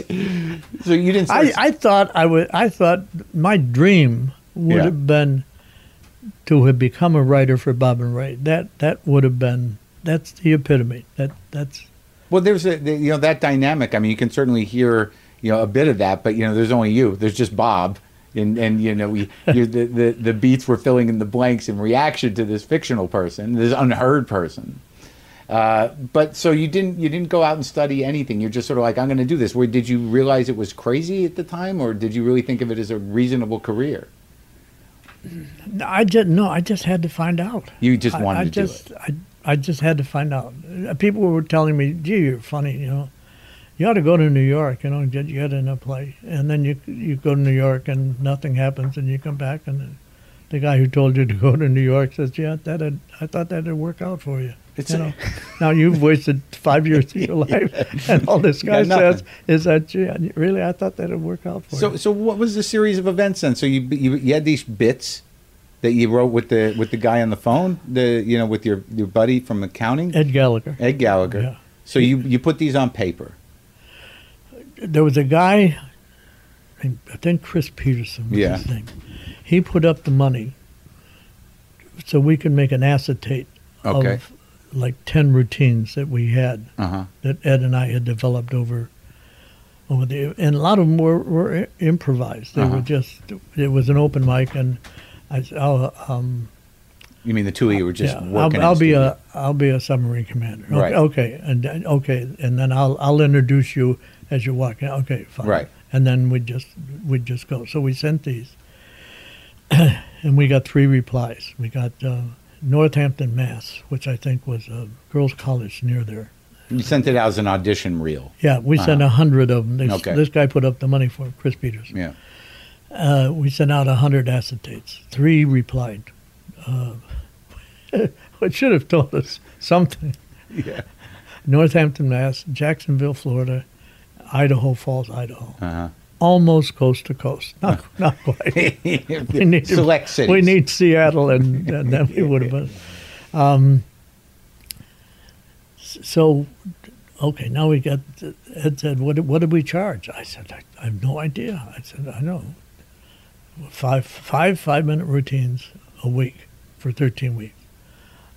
Speaker 3: So you didn't.
Speaker 2: I,
Speaker 3: Start,
Speaker 2: I thought I would. I thought my dream would
Speaker 3: Yeah.
Speaker 2: have been to have become a writer for Bob and Ray. That that would have been that's the epitome. That that's
Speaker 3: well, there's a the- you know that dynamic. I mean, you can certainly hear you know a bit of that, but you know, there's only you. There's just Bob, and and you know we you the, the the beats were filling in the blanks in reaction to this fictional person, this unheard person. Uh, but so you didn't you didn't go out and study anything. You're just sort of like I'm going to do this. Where did you realize it was crazy at the time, or did you really think of it as a reasonable career?
Speaker 2: I just no. I just had to find out.
Speaker 3: You just wanted
Speaker 2: I, I
Speaker 3: to do
Speaker 2: just, I I just had to find out. Uh, People were telling me, "Gee, you're funny. You know, you ought to go to New York. You know, get you get in a play." And then you you go to New York and nothing happens, and you come back and. The, the guy who told you to go to New York says, "Yeah, that would I thought that'd work out for you."
Speaker 3: It's
Speaker 2: you
Speaker 3: a-
Speaker 2: know, now you've wasted five years of your life, and all this guy
Speaker 3: got nothing.
Speaker 2: says is that, "Gee, I- really, I thought that'd work out for
Speaker 3: So,
Speaker 2: you."
Speaker 3: so what was the series of events then? So you, you you had these bits that you wrote with the with the guy on the phone, the you know with your your buddy from accounting, Ed,
Speaker 2: Ed Gallagher.
Speaker 3: Gallagher.
Speaker 2: Yeah.
Speaker 3: So you you put these on paper.
Speaker 2: there was a guy, named- I think Chris Peterson was
Speaker 3: Yeah.
Speaker 2: his name. He put up the money so we could make an acetate
Speaker 3: Okay.
Speaker 2: of like 10 routines that we had
Speaker 3: Uh huh.
Speaker 2: that Ed and I had developed over over the and a lot of them were, were i- improvised. They
Speaker 3: Uh-huh.
Speaker 2: were just it was an open mic and I said, I'll, um,
Speaker 3: You mean the two of you were just
Speaker 2: yeah,
Speaker 3: working?
Speaker 2: I'll,
Speaker 3: in
Speaker 2: I'll be
Speaker 3: studio.
Speaker 2: a I'll be a submarine commander. Okay,
Speaker 3: Right.
Speaker 2: okay, and then- okay, and then I'll I'll introduce you as you're walking. Okay, fine.
Speaker 3: Right.
Speaker 2: And then we just we just go. So we sent these, and we got three replies. We got uh, Northampton, Mass, which I think was a girls' college near there.
Speaker 3: You sent it out as an audition reel.
Speaker 2: Yeah, we sent a hundred of them. This,
Speaker 3: Uh-huh. Okay.
Speaker 2: this guy put up the money for 'em, Chris Peters.
Speaker 3: Yeah.
Speaker 2: Uh, we sent out a hundred acetates. Three replied. Uh, it should have told us something.
Speaker 3: Yeah.
Speaker 2: Northampton, Mass, Jacksonville, Florida, Idaho Falls, Idaho.
Speaker 3: Uh
Speaker 2: Almost coast to coast.
Speaker 3: Uh-huh.
Speaker 2: Not, not quite. We
Speaker 3: huh.
Speaker 2: need
Speaker 3: Select cities.
Speaker 2: We need Seattle, and, and then we would have been. Um, s- so, okay, now we got. Ed said, "What? What did we charge?" I said, "I, I have no idea." I said, "I know. Five, five, five minute routines a week for thirteen weeks."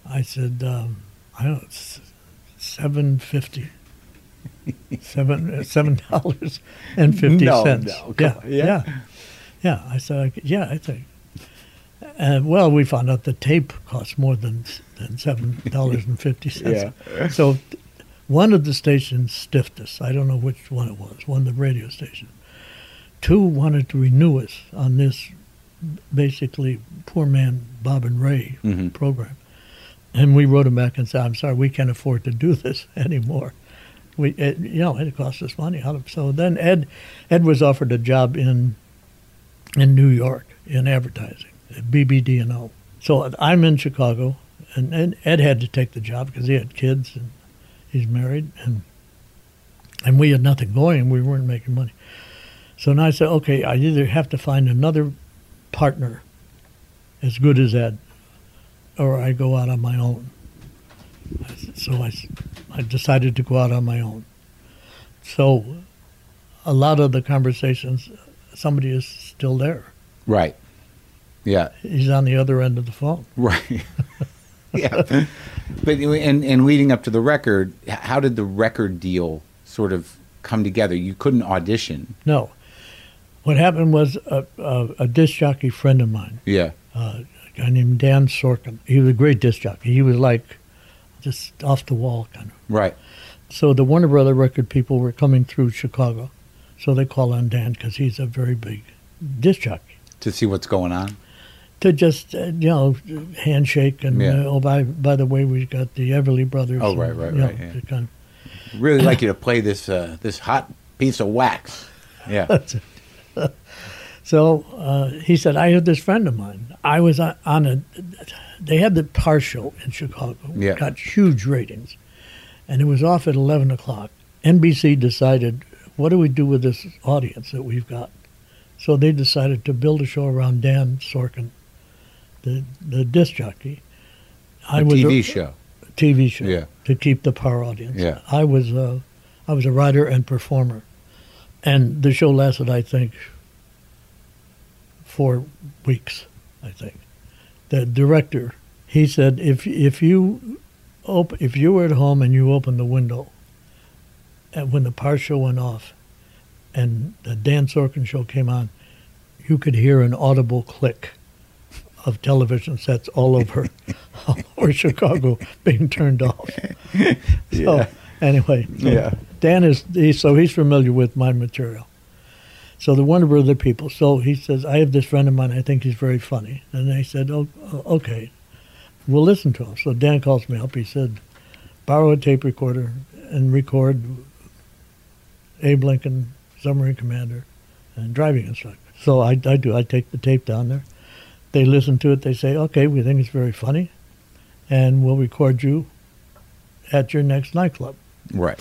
Speaker 2: I said, um, "I don't know, it's seven fifty. Seven uh, seven dollars and fifty
Speaker 3: No,
Speaker 2: cents.
Speaker 3: no, come
Speaker 2: yeah,
Speaker 3: on, yeah.
Speaker 2: yeah, yeah, I said, I could- "Yeah, I think." Uh, well, we found out the tape costs more than than seven dollars and fifty cents. So, one of the stations stiffed us. I don't know which one it was. One of the radio stations. Two wanted to renew us on this basically poor man Bob and Ray
Speaker 3: Mm-hmm.
Speaker 2: program, and we wrote them back and said, "I'm sorry, we can't afford to do this anymore." We, it, you know, it cost us money. How to- So then Ed, Ed was offered a job in in New York in advertising, at BBD&O. So I'm in Chicago, and, and Ed had to take the job because he had kids and he's married, and and we had nothing going. We weren't making money. So now I said, okay, I either have to find another partner as good as Ed, or I go out on my own. I s- So I, s- I decided to go out on my own. So a lot of the conversations, somebody is still there.
Speaker 3: Right. Yeah.
Speaker 2: He's on the other end of the phone.
Speaker 3: Right. yeah. But and and leading up to the record, h- how did the record deal sort of come together? You couldn't audition.
Speaker 2: No. What happened was a, a, a disc jockey friend of mine,
Speaker 3: Yeah.
Speaker 2: uh, a guy named Dan Sorkin, he was a great disc jockey. He was like just off the wall kind of.
Speaker 3: Right.
Speaker 2: So the Warner Brother record people were coming through Chicago, so they call on Dan because he's a very big disc jockey
Speaker 3: To see what's going on.
Speaker 2: to just uh, you know handshake and
Speaker 3: Yeah.
Speaker 2: uh, oh by by the way we got the Everly Brothers.
Speaker 3: Oh,
Speaker 2: and,
Speaker 3: right, right,
Speaker 2: you know,
Speaker 3: right, yeah.
Speaker 2: the kind
Speaker 3: Really like you to play this uh, this hot piece of wax. Yeah.
Speaker 2: of- so uh, he said, I had this friend of mine. I was on, on a. They had the car show in Chicago.
Speaker 3: Yeah.
Speaker 2: Got huge ratings, and it was off at eleven o'clock. NBC decided, what do we do with this audience that we've got? So they decided to build a show around Dan Sorkin, the the disc jockey.
Speaker 3: A
Speaker 2: was
Speaker 3: TV
Speaker 2: a-
Speaker 3: show.
Speaker 2: TV show
Speaker 3: Yeah.
Speaker 2: to keep the power audience.
Speaker 3: Yeah.
Speaker 2: I was a, I was a writer and performer, and the show lasted, I think, four weeks. I think the director he said if if you op- if you were at home and you opened the window, and when the power show went off, and the Dan Sorkin show came on, you could hear an audible click of television sets all over, all over Chicago being turned off. So anyway,
Speaker 3: Yeah.
Speaker 2: Dan is he, so he's familiar with my material. So the one of the people. So he says, I have this friend of mine. I think he's very funny. And I said, oh, oh, okay, we'll listen to him. So Dan calls me up. He said, borrow a tape recorder and record Abe Lincoln, submarine commander, and driving instructor. So I, I do. I take the tape down there. They listen to it. They say, okay, we think it's very funny, and we'll record you at your next nightclub.
Speaker 3: Right.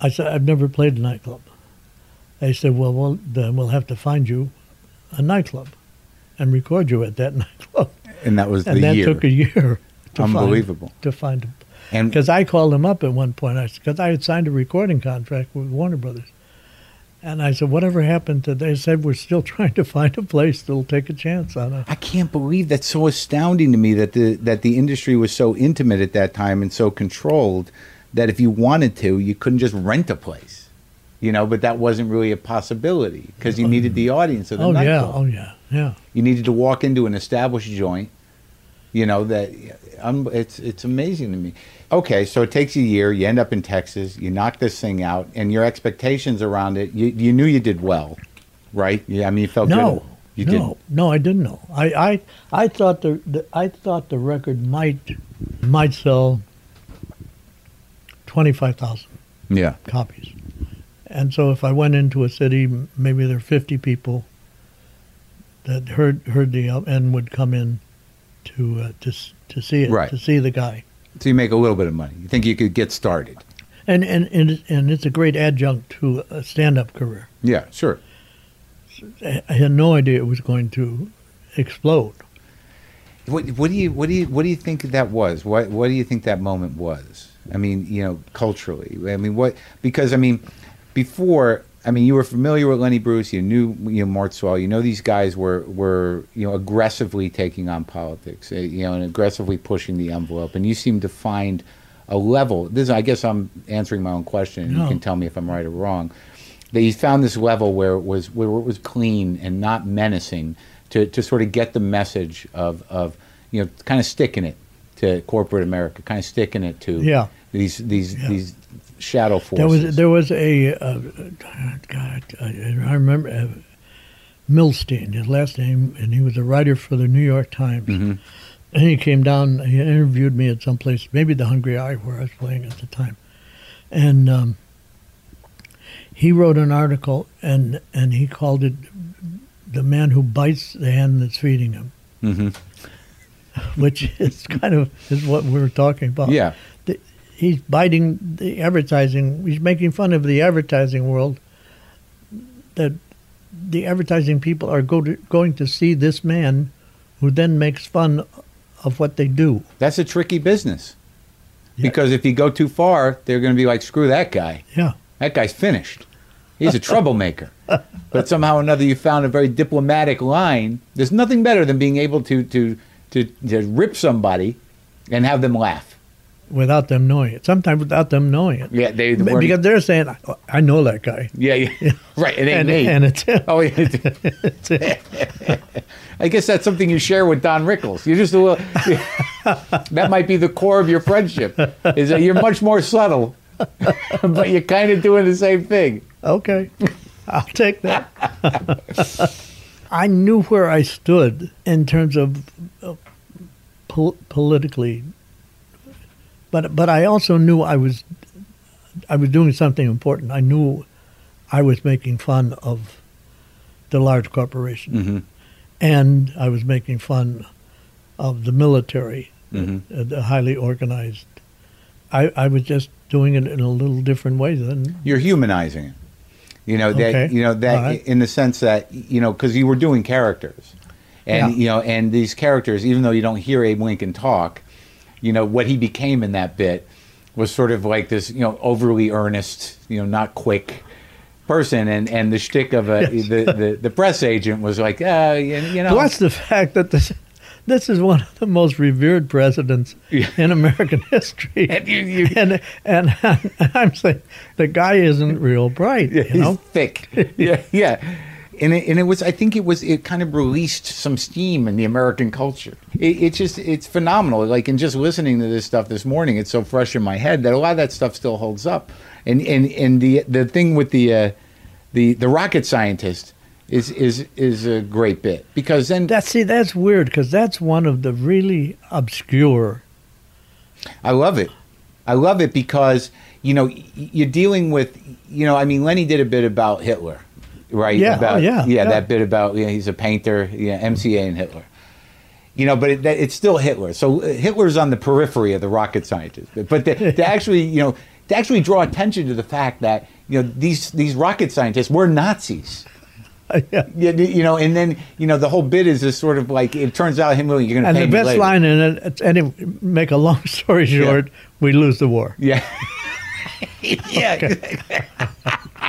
Speaker 2: I said, I've never played a nightclub. They said, well, well, then we'll have to find you a nightclub and record you at that nightclub.
Speaker 3: And that was
Speaker 2: And
Speaker 3: the
Speaker 2: that
Speaker 3: year.
Speaker 2: took a year. To
Speaker 3: Unbelievable.
Speaker 2: Find, to find
Speaker 3: and
Speaker 2: because I called him up at one point. I because I had signed a recording contract with Warner Brothers, and I said, "Whatever happened to?" They said, "We're still trying to find a place that'll take a chance on us."
Speaker 3: I can't believe that's so astounding to me that the that the industry was so intimate at that time and so controlled that if you wanted to, you couldn't just rent a place, you know. But that wasn't really a possibility because you needed the audience of the
Speaker 2: Oh yeah,
Speaker 3: nightclub.
Speaker 2: oh yeah, yeah.
Speaker 3: You needed to walk into an established joint, you know. That um, it's it's amazing to me. Okay, so it takes a year. You end up in Texas. You knock this thing out, and your expectations around it. You you knew you did well, right? Yeah, I mean, you felt
Speaker 2: No,
Speaker 3: good. You
Speaker 2: no,
Speaker 3: didn't.
Speaker 2: no. I didn't know. I, I, I thought the, the I thought the record might might sell twenty five thousand
Speaker 3: Yeah.
Speaker 2: copies, and so if I went into a city, m- maybe there are fifty people that heard heard the al- and would come in to uh, to s- to see it
Speaker 3: Right.
Speaker 2: to see the guy,
Speaker 3: So you make a little bit of money. You think you could get started?
Speaker 2: and and and, it- and it's a great adjunct to a stand up career.
Speaker 3: Yeah, sure.
Speaker 2: I I had no idea it was going to explode.
Speaker 3: What, what do you what do you what do you think that was? What what do you think that moment was? I mean, you know, culturally. I mean, what because I mean, before I mean, you were familiar with Lenny Bruce. You knew you know Martzwell. You know these guys were were you know aggressively taking on politics. uh, You know, and aggressively pushing the envelope. And you seem to find a level. This I guess I'm answering my own question. and You
Speaker 2: No.
Speaker 3: can tell me if I'm right or wrong. that he found this level where it was where it was clean and not menacing to, to sort of get the message of, of you know kind of sticking it to corporate America, kind of sticking it to
Speaker 2: Yeah.
Speaker 3: these these
Speaker 2: Yeah.
Speaker 3: these shadow forces.
Speaker 2: There was there was a uh, God I, I remember uh, Milstein his last name and he was a writer for the New York Times and he came down he interviewed me at some place maybe the Hungry Eye where I was playing at the time and um, he wrote an article and and he called it the man who bites the hand that's feeding him which is kind of is what we were talking about
Speaker 3: yeah,
Speaker 2: the, he's biting the advertising. He's making fun of the advertising world. That the advertising people are go to, going to see this man, who then makes fun of what they do.
Speaker 3: that's a tricky business
Speaker 2: Yeah.
Speaker 3: because if you go too far, they're going to be like, screw that guy.
Speaker 2: Yeah,
Speaker 3: That guy's finished. He's a troublemaker. But somehow or another, you found a very diplomatic line. There's nothing better than being able to, to, to, to rip somebody and have them laugh.
Speaker 2: without them knowing it. Sometimes without them knowing it.
Speaker 3: Yeah, they
Speaker 2: Be-
Speaker 3: weren't-
Speaker 2: because they're saying, "I- "I know that guy,"
Speaker 3: Yeah, yeah. right. It ain't
Speaker 2: and
Speaker 3: me.
Speaker 2: and it's him.
Speaker 3: oh, yeah.
Speaker 2: It's him.
Speaker 3: I guess that's something you share with Don Rickles. You're just a little. that might be the core of your friendship. Is that you're much more subtle, but you're kind of doing the same thing.
Speaker 2: Okay, I'll take that. I knew where I stood in terms of uh, pol- politically, but but I also knew I was I was doing something important. I knew I was making fun of the large corporation, and I was making fun of the military, uh, the highly organized. I, I was just doing it in a little different way than
Speaker 3: You're humanizing it. You know that.
Speaker 2: Okay.
Speaker 3: You know that
Speaker 2: All right.
Speaker 3: in the sense that you know because you were doing characters, and
Speaker 2: Yeah.
Speaker 3: you know, and these characters, even though you don't hear Abe Lincoln talk, you know what he became in that bit was sort of like this you know overly earnest you know not quick person and and the shtick of a
Speaker 2: Yes.
Speaker 3: the, the the press agent was like uh you, you know
Speaker 2: Plus the fact that this this is one of the most revered presidents in American history,
Speaker 3: And you- you-
Speaker 2: and, and I'm saying the guy isn't real bright,
Speaker 3: Yeah,
Speaker 2: you
Speaker 3: he's
Speaker 2: know.
Speaker 3: thick. yeah, yeah. And it, and it was I think it was it kind of released some steam in the American culture. It, it just it's phenomenal. Like in just listening to this stuff this morning, it's so fresh in my head that a lot of that stuff still holds up. And and and the the thing with the uh, the the rocket scientist is is is a great bit because then
Speaker 2: That see, that's weird because that's one of the really obscure.
Speaker 3: I love it. I love it because you know y- you're dealing with you know I mean Lenny did a bit about Hitler, right?
Speaker 2: Yeah, oh,
Speaker 3: About,
Speaker 2: yeah, yeah.
Speaker 3: That bit about yeah, he's a painter. Yeah. MCA and Hitler. You know, but it, that, it's still Hitler. So uh, Hitler's on the periphery of the rocket scientist. But, but to, to actually you know to actually draw attention to the fact that you know these these rocket scientists were Nazis.
Speaker 2: yeah.
Speaker 3: Yeah, you know, and then you know the whole bit is this sort of like it turns out him really you're going to
Speaker 2: And
Speaker 3: pay me
Speaker 2: the best
Speaker 3: later.
Speaker 2: line in it, it's- and it, make a long story short, we lose the war.
Speaker 3: Yeah. yeah.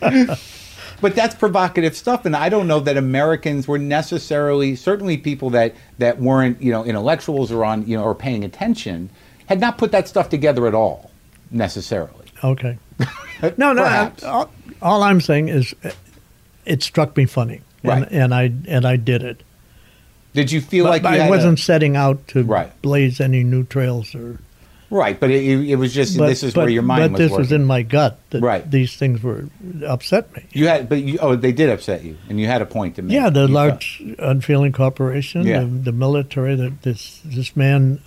Speaker 3: but that's provocative stuff and I don't know that Americans were necessarily certainly people that that weren't, you know, intellectuals or on, you know, or paying attention had not put that stuff together at all necessarily.
Speaker 2: Okay. No, no. I,
Speaker 3: Perhaps.
Speaker 2: all, all I'm saying is, uh, it struck me funny,
Speaker 3: Right.
Speaker 2: and, and I and I did it.
Speaker 3: Did you feel
Speaker 2: But
Speaker 3: like you
Speaker 2: I
Speaker 3: had a-
Speaker 2: wasn't setting out to
Speaker 3: Right.
Speaker 2: blaze any new trails or.
Speaker 3: right, but it, it was just
Speaker 2: But,
Speaker 3: this is
Speaker 2: but,
Speaker 3: where your
Speaker 2: but
Speaker 3: mind was
Speaker 2: this
Speaker 3: working.
Speaker 2: was in my gut that
Speaker 3: Right.
Speaker 2: these things were upset me.
Speaker 3: you had but you, oh they did upset you and you had a point to make.
Speaker 2: Yeah, the
Speaker 3: You felt-
Speaker 2: large unfeeling corporation,
Speaker 3: Yeah.
Speaker 2: the, the military, that this this man,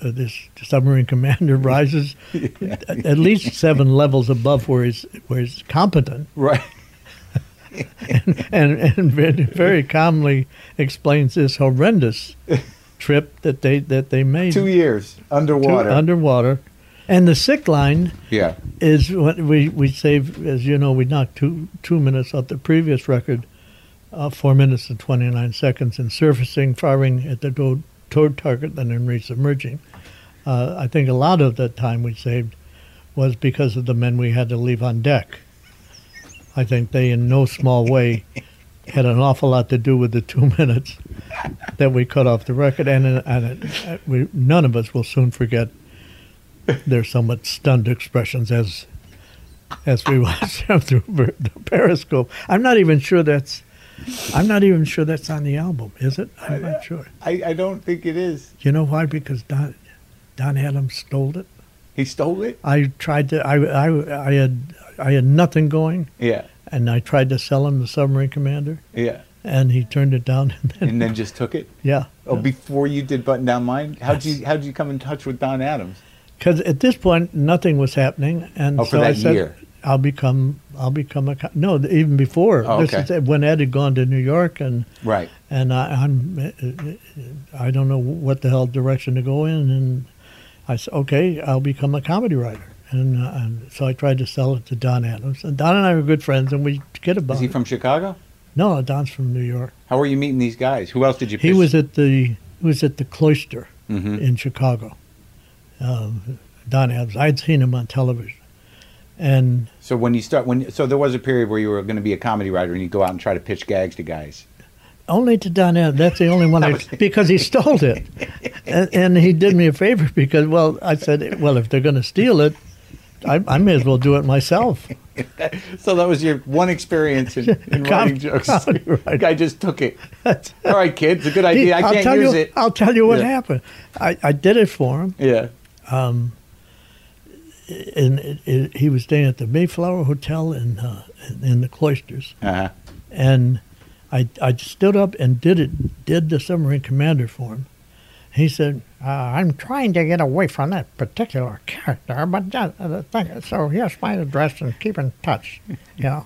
Speaker 2: uh, this submarine commander rises at, at least seven levels above where he's where he's competent,
Speaker 3: Right.
Speaker 2: and and very, very calmly explains this horrendous trip that they that they made
Speaker 3: 2
Speaker 2: to
Speaker 3: years underwater.
Speaker 2: underwater, and the sick line.
Speaker 3: yeah.
Speaker 2: is what we we save as you know we knocked two two minutes off the previous record, uh, four minutes and twenty nine seconds in surfacing, firing at the tow- towed target, and then resubmerging. Uh, I think a lot of the time we saved was because of the men we had to leave on deck. I think they, in no small way, had an awful lot to do with the two minutes that we cut off the record, and, and uh, we, none of us will soon forget their somewhat stunned expressions as as we watch them through per- the periscope. I'm not even sure that's I'm not even sure that's on the album, is it? I'm not sure.
Speaker 3: I, I don't think it is.
Speaker 2: You know why? Because Don Don Adams stole it.
Speaker 3: He stole it?
Speaker 2: I tried to I I, I had I had nothing going
Speaker 3: Yeah.
Speaker 2: and I tried to sell him the submarine commander
Speaker 3: Yeah.
Speaker 2: and he turned it down and then
Speaker 3: and then just took it.
Speaker 2: yeah.
Speaker 3: Oh, before you did button down mine, how'd you how'd you come in touch with Don Adams?
Speaker 2: Because at this point, nothing was happening, and
Speaker 3: Oh,
Speaker 2: so
Speaker 3: for
Speaker 2: I
Speaker 3: that
Speaker 2: said,
Speaker 3: year.
Speaker 2: "I'll become, I'll become a co- no." th- Even before
Speaker 3: Oh,
Speaker 2: this
Speaker 3: okay.
Speaker 2: is when Ed had gone to New York, and
Speaker 3: Right.
Speaker 2: and I, I'm, I don't know what the hell direction to go in, and I said, "Okay, I'll become a comedy writer." And, uh, and so I tried to sell it to Don Adams, and Don and I were good friends, and we kid about
Speaker 3: Is he
Speaker 2: it.
Speaker 3: from Chicago?
Speaker 2: no, Don's from New York.
Speaker 3: How were you meeting these guys? Who else did you?
Speaker 2: He was at the he was at the cloister
Speaker 3: Mhm.
Speaker 2: in Chicago. Um, Don Adams. I'd seen him on television, and
Speaker 3: So when you start when so there was a period where you were going to be a comedy writer and you go out and try to pitch gags to guys.
Speaker 2: only to Don Adams. That's the only one I because he stole it, and, and he did me a favor because well, I said, well, if they're going to steal it, I, I may as well do it myself.
Speaker 3: So that was your one experience in, in writing
Speaker 2: Comedy-
Speaker 3: jokes.
Speaker 2: comedy writer.
Speaker 3: Guy just took it. All right, kids, a good idea. I
Speaker 2: I'll
Speaker 3: can't
Speaker 2: tell
Speaker 3: use
Speaker 2: you,
Speaker 3: it.
Speaker 2: I'll tell you what
Speaker 3: Yeah.
Speaker 2: happened. I, I did it for him,
Speaker 3: yeah.
Speaker 2: and it, it, he was staying at the Mayflower Hotel in uh, in- in the cloisters.
Speaker 3: Uh-huh.
Speaker 2: and I, I stood up and did it did the submarine commander for him. He said, uh, "I'm trying to get away from that particular character, but that, uh, the thing, so here's my address and keep in touch." You know,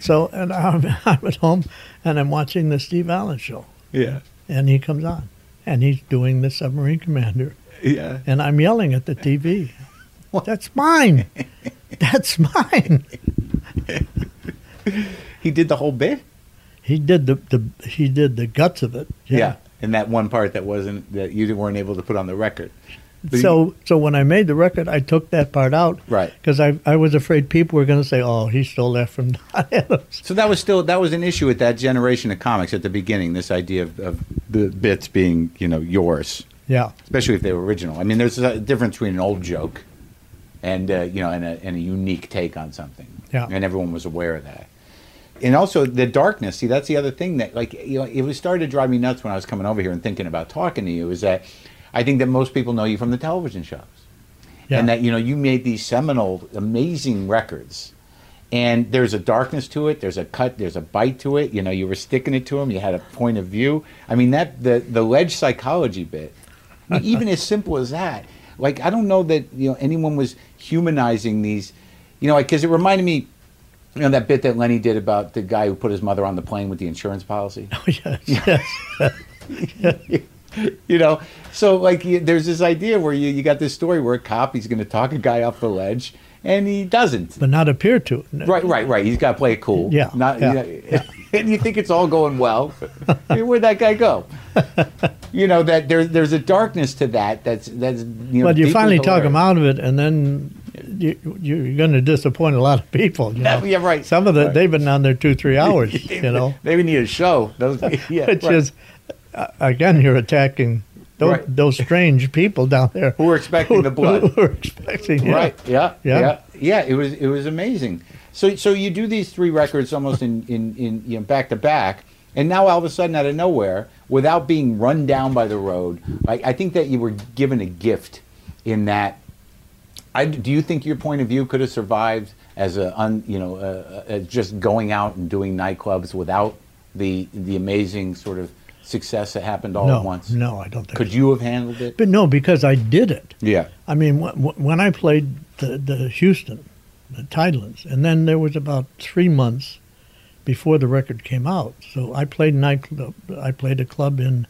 Speaker 2: so and I'm, I'm at home and I'm watching the Steve Allen show,
Speaker 3: Yeah.
Speaker 2: and he comes on, and he's doing the submarine commander,
Speaker 3: Yeah.
Speaker 2: and I'm yelling at the TV, "That's mine! That's mine!"
Speaker 3: He did the whole bit.
Speaker 2: He did the, the he did the guts of it.
Speaker 3: Yeah. in that one part that wasn't that you weren't able to put on the record. But you-
Speaker 2: So so when I made the record, I took that part out,
Speaker 3: Right.
Speaker 2: Because I I was afraid people were going to say, "Oh, he stole that from Don Adams."
Speaker 3: So that was still that was an issue with that generation of comics at the beginning. This idea of, of the bits being you know yours,
Speaker 2: Yeah,
Speaker 3: especially if they were original. I mean, there's a difference between an old joke and uh, you know and a, and a unique take on something.
Speaker 2: Yeah.
Speaker 3: And everyone was aware of that. And also the darkness. See, that's the other thing that like you know it was started to drive me nuts when I was coming over here and thinking about talking to you. Is that I think that most people know you from the television shows
Speaker 2: yeah.
Speaker 3: and that you know you made these seminal amazing records and there's a darkness to it there's a cut there's a bite to it you know you were sticking it to them you had a point of view i mean that the the ledge psychology bit I mean, even as simple as that like i don't know that you know anyone was humanizing these you know like because it reminded me you know that bit that lenny did about the guy who put his mother on the plane with the insurance policy
Speaker 2: yes, yes.
Speaker 3: you know so like you, there's this idea where you, you got this story where a cop he's going to talk a guy off the ledge and he doesn't
Speaker 2: but not appear to.
Speaker 3: right right right he's got to play it cool
Speaker 2: Yeah,
Speaker 3: not
Speaker 2: yeah,
Speaker 3: you know, and you think it's all going well I mean, where'd that guy go you know that there's there's a darkness to that that's that's you know
Speaker 2: But you
Speaker 3: deeply
Speaker 2: finally
Speaker 3: hilarious.
Speaker 2: talk them out of it, and then you, you're going to disappoint a lot of people. You know?
Speaker 3: Yeah, right.
Speaker 2: Some of the
Speaker 3: Right.
Speaker 2: they've been on there two, three hours. you know,
Speaker 3: they would need a show those yeah
Speaker 2: which
Speaker 3: right.
Speaker 2: is uh, again you're attacking those,
Speaker 3: Right.
Speaker 2: those strange people down there
Speaker 3: Who were expecting the blood.
Speaker 2: Who were expecting yeah.
Speaker 3: Right. Yeah.
Speaker 2: Yeah.
Speaker 3: Yeah. Yeah. It was it was amazing. So so you do these three records almost in in in you know, back to back, and now all of a sudden out of nowhere, without being run down by the road, like I think that you were given a gift in that. I do you think your point of view could have survived as a un, you know uh, uh, just going out and doing nightclubs without the the amazing sort of success that happened all
Speaker 2: No,
Speaker 3: at once?
Speaker 2: no, I don't think.
Speaker 3: Could
Speaker 2: Could you?
Speaker 3: you have handled it?
Speaker 2: But no, because I did it.
Speaker 3: Yeah.
Speaker 2: I mean, wh- wh- when I played the, the Houston, the Tidelands, and then there was about three months before the record came out. So I played nightclub. I played a club in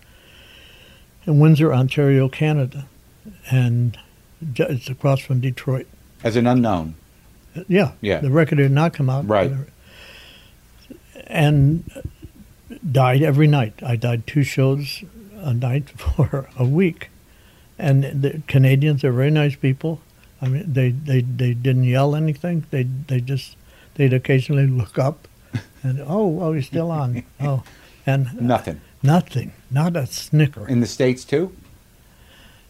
Speaker 2: in Windsor, Ontario, Canada, and ju- it's across from Detroit.
Speaker 3: As an unknown.
Speaker 2: Yeah,
Speaker 3: Yeah.
Speaker 2: The record did not come out.
Speaker 3: Right.
Speaker 2: And died every night. I died two shows a night for a week. And the Canadians are very nice people. I mean, they, they, they didn't yell anything. They they just they'd occasionally look up, and oh, oh, he's still on. Oh, and
Speaker 3: Nothing.
Speaker 2: nothing, not a snicker.
Speaker 3: In the states too.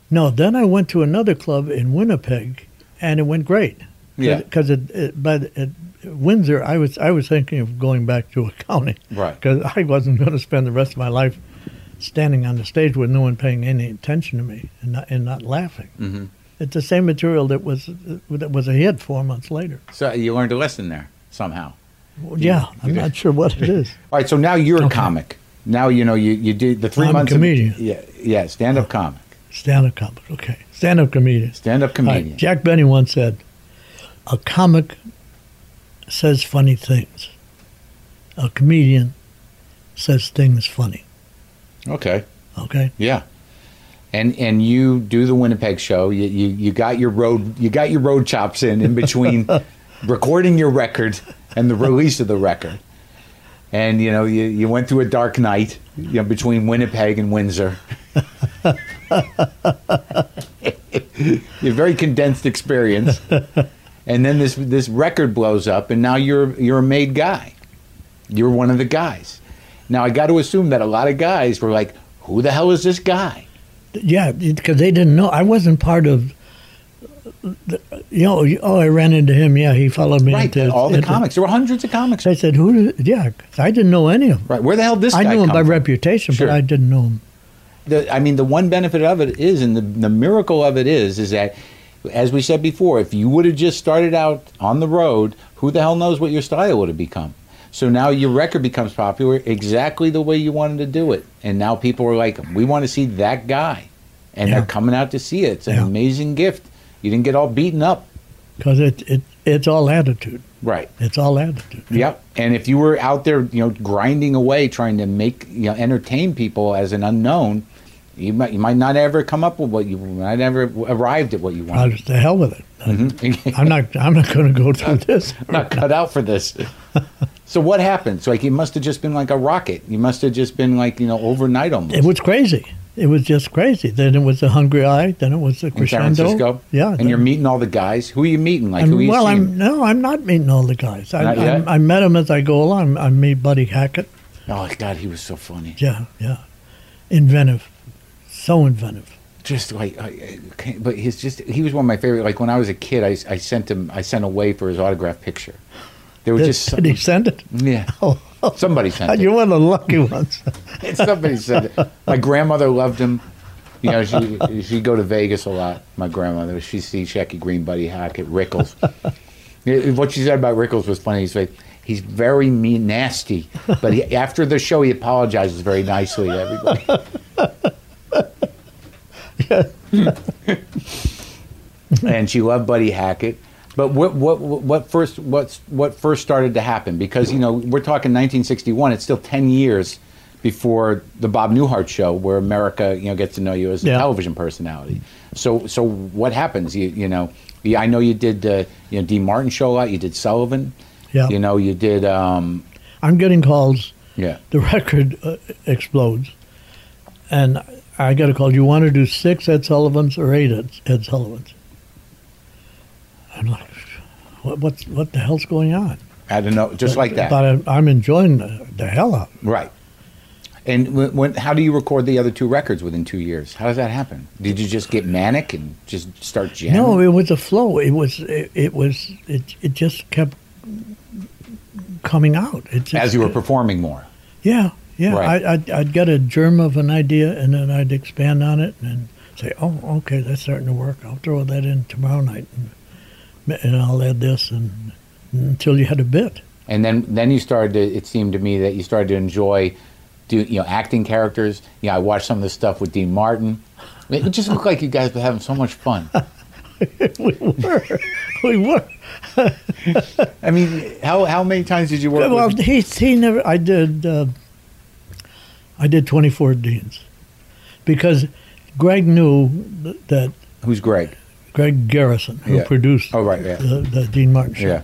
Speaker 2: No, then I went to another club in Winnipeg, and it went great.
Speaker 3: Yeah.
Speaker 2: Because it, it, but at Windsor, I was I was thinking of going back to accounting.
Speaker 3: Right.
Speaker 2: Because I wasn't going to spend the rest of my life standing on the stage with no one paying any attention to me and not, and not laughing. Mm-hmm. It's the same material that was that was a hit four months later.
Speaker 3: So you learned a lesson there somehow.
Speaker 2: Well, yeah, I'm not sure what it is.
Speaker 3: All right, so now you're a comic. Now you know you you did the 3
Speaker 2: I'm a
Speaker 3: months.
Speaker 2: comedian.
Speaker 3: Of, yeah, yeah, stand up comic,
Speaker 2: Stand up comic, okay. Stand up comedian.
Speaker 3: stand up
Speaker 2: All right,
Speaker 3: comedian.
Speaker 2: Jack Benny once said, "A comic says funny things. A comedian says things funny."
Speaker 3: Okay,
Speaker 2: Okay.
Speaker 3: yeah. And and you do the Winnipeg show. You, you you got your road you got your road chops in in between recording your record and the release of the record. And you know you, you went through a dark night you know, between Winnipeg and Windsor. a very condensed experience. and then this this record blows up, and now you're you're a made guy. You're one of the guys. Now I got to assume that a lot of guys were like, "Who the hell is this guy?"
Speaker 2: Yeah, because they didn't know I wasn't part of. The, you know, you- oh, I ran into him. Yeah, he followed me.
Speaker 3: Right,
Speaker 2: into
Speaker 3: all the
Speaker 2: into-
Speaker 3: comics. There were hundreds of comics.
Speaker 2: I said, "Who?" Did, yeah, 'cause I didn't know any of them.
Speaker 3: Right, where the hell did this
Speaker 2: I
Speaker 3: guy
Speaker 2: knew him
Speaker 3: come
Speaker 2: by
Speaker 3: from?
Speaker 2: reputation,
Speaker 3: Sure.
Speaker 2: but I didn't know him.
Speaker 3: the, I mean, the one benefit of it is, and the, the miracle of it is, is that, as we said before, if you would have just started out on the road, who the hell knows what your style would have become? So now your record becomes popular exactly the way you wanted to do it, and now people are like, we want to see that guy, and
Speaker 2: Yeah.
Speaker 3: they're coming out to see it. It's an
Speaker 2: Yeah.
Speaker 3: amazing gift. You didn't get all beaten up,
Speaker 2: because it, it it's all attitude.
Speaker 3: right?
Speaker 2: It's all attitude.
Speaker 3: Yep. And if you were out there, you know, grinding away trying to make, you know, entertain people as an unknown, you might you might not ever come up with what you might never arrived at what you
Speaker 2: I
Speaker 3: wanted.
Speaker 2: just to hell with it.
Speaker 3: Mhm.
Speaker 2: I'm not. I'm not going to go through this.
Speaker 3: not cut out for this. So what happened? So like it must have just been like a rocket. You must have just been like you know overnight almost.
Speaker 2: It was crazy. It was just crazy. Then it was the Hungry Eye. Then it was the
Speaker 3: in San
Speaker 2: Crescendo.
Speaker 3: Francisco.
Speaker 2: Yeah.
Speaker 3: And
Speaker 2: then-
Speaker 3: you're meeting all the guys. Who are you meeting? Like
Speaker 2: I'm-
Speaker 3: who are you
Speaker 2: well,
Speaker 3: seeing?
Speaker 2: I'm no, I'm not meeting all the guys. I,
Speaker 3: Not
Speaker 2: I'm-
Speaker 3: yet?
Speaker 2: I met them as I go along. I meet Buddy Hackett.
Speaker 3: Oh God, he was so funny.
Speaker 2: Yeah, yeah. Inventive, so inventive.
Speaker 3: Just like, I- I can't- but he's just—he was one of my favorite. Like when I was a kid, I, I sent him, I sent away for his autograph picture. There was
Speaker 2: Did,
Speaker 3: just
Speaker 2: did he
Speaker 3: something,
Speaker 2: send it?
Speaker 3: yeah.
Speaker 2: Oh,
Speaker 3: Somebody sent it.
Speaker 2: you're one of the lucky ones.
Speaker 3: Somebody said it. My grandmother loved him. You know, she she'd go to Vegas a lot. My grandmother, she'd see Shecky Green, Buddy Hackett, Rickles. Yeah, what she said about Rickles was funny. He's like, he's very mean, nasty, but he, after the show, he apologizes very nicely to everybody. and she loved Buddy Hackett. But what what what first what's what first started to happen? Because you know we're talking 1961. It's still 10 years before the Bob Newhart show, where America you know gets to know you as a
Speaker 2: Yeah.
Speaker 3: television personality. So so what happens? You you know yeah, I know you did uh, you know D Martin show a lot. You did Sullivan.
Speaker 2: Yeah.
Speaker 3: You know you did um
Speaker 2: I'm getting calls.
Speaker 3: yeah
Speaker 2: The record uh, explodes, and I got a call. Do you want to do six Ed Sullivan's or eight Ed, Ed Sullivan's? I'm like, what, what's what the hell's going on?
Speaker 3: I don't know just like that
Speaker 2: But I'm, I'm enjoying the, the hell out. of it.
Speaker 3: right. And when, when how do you record the other two records within two years? How does that happen? Did you just get manic and just start jamming?
Speaker 2: No, it was a flow. It was it, it was it it just kept coming out. It just,
Speaker 3: as you were performing more.
Speaker 2: Yeah, yeah.
Speaker 3: Right.
Speaker 2: I, I'd, I'd get a germ of an idea, and then I'd expand on it, and say, "Oh, okay, that's starting to work. I'll throw that in tomorrow night, and, and I'll add this, and until you had a bit."
Speaker 3: And then then you started to it seemed to me that you started to enjoy do you know acting characters. You know, I watched some of the stuff with Dean Martin. It just looked like you guys were having so much fun.
Speaker 2: we were, we were.
Speaker 3: I mean, how how many times did you work
Speaker 2: well,
Speaker 3: with
Speaker 2: he he never. I did. Uh, I did twenty four deans, because Greg knew th- that
Speaker 3: Who's Greg?
Speaker 2: Greg Garrison, who
Speaker 3: Yeah.
Speaker 2: produced
Speaker 3: Oh, right, yeah.
Speaker 2: the, the Dean Martin show.
Speaker 3: Yeah.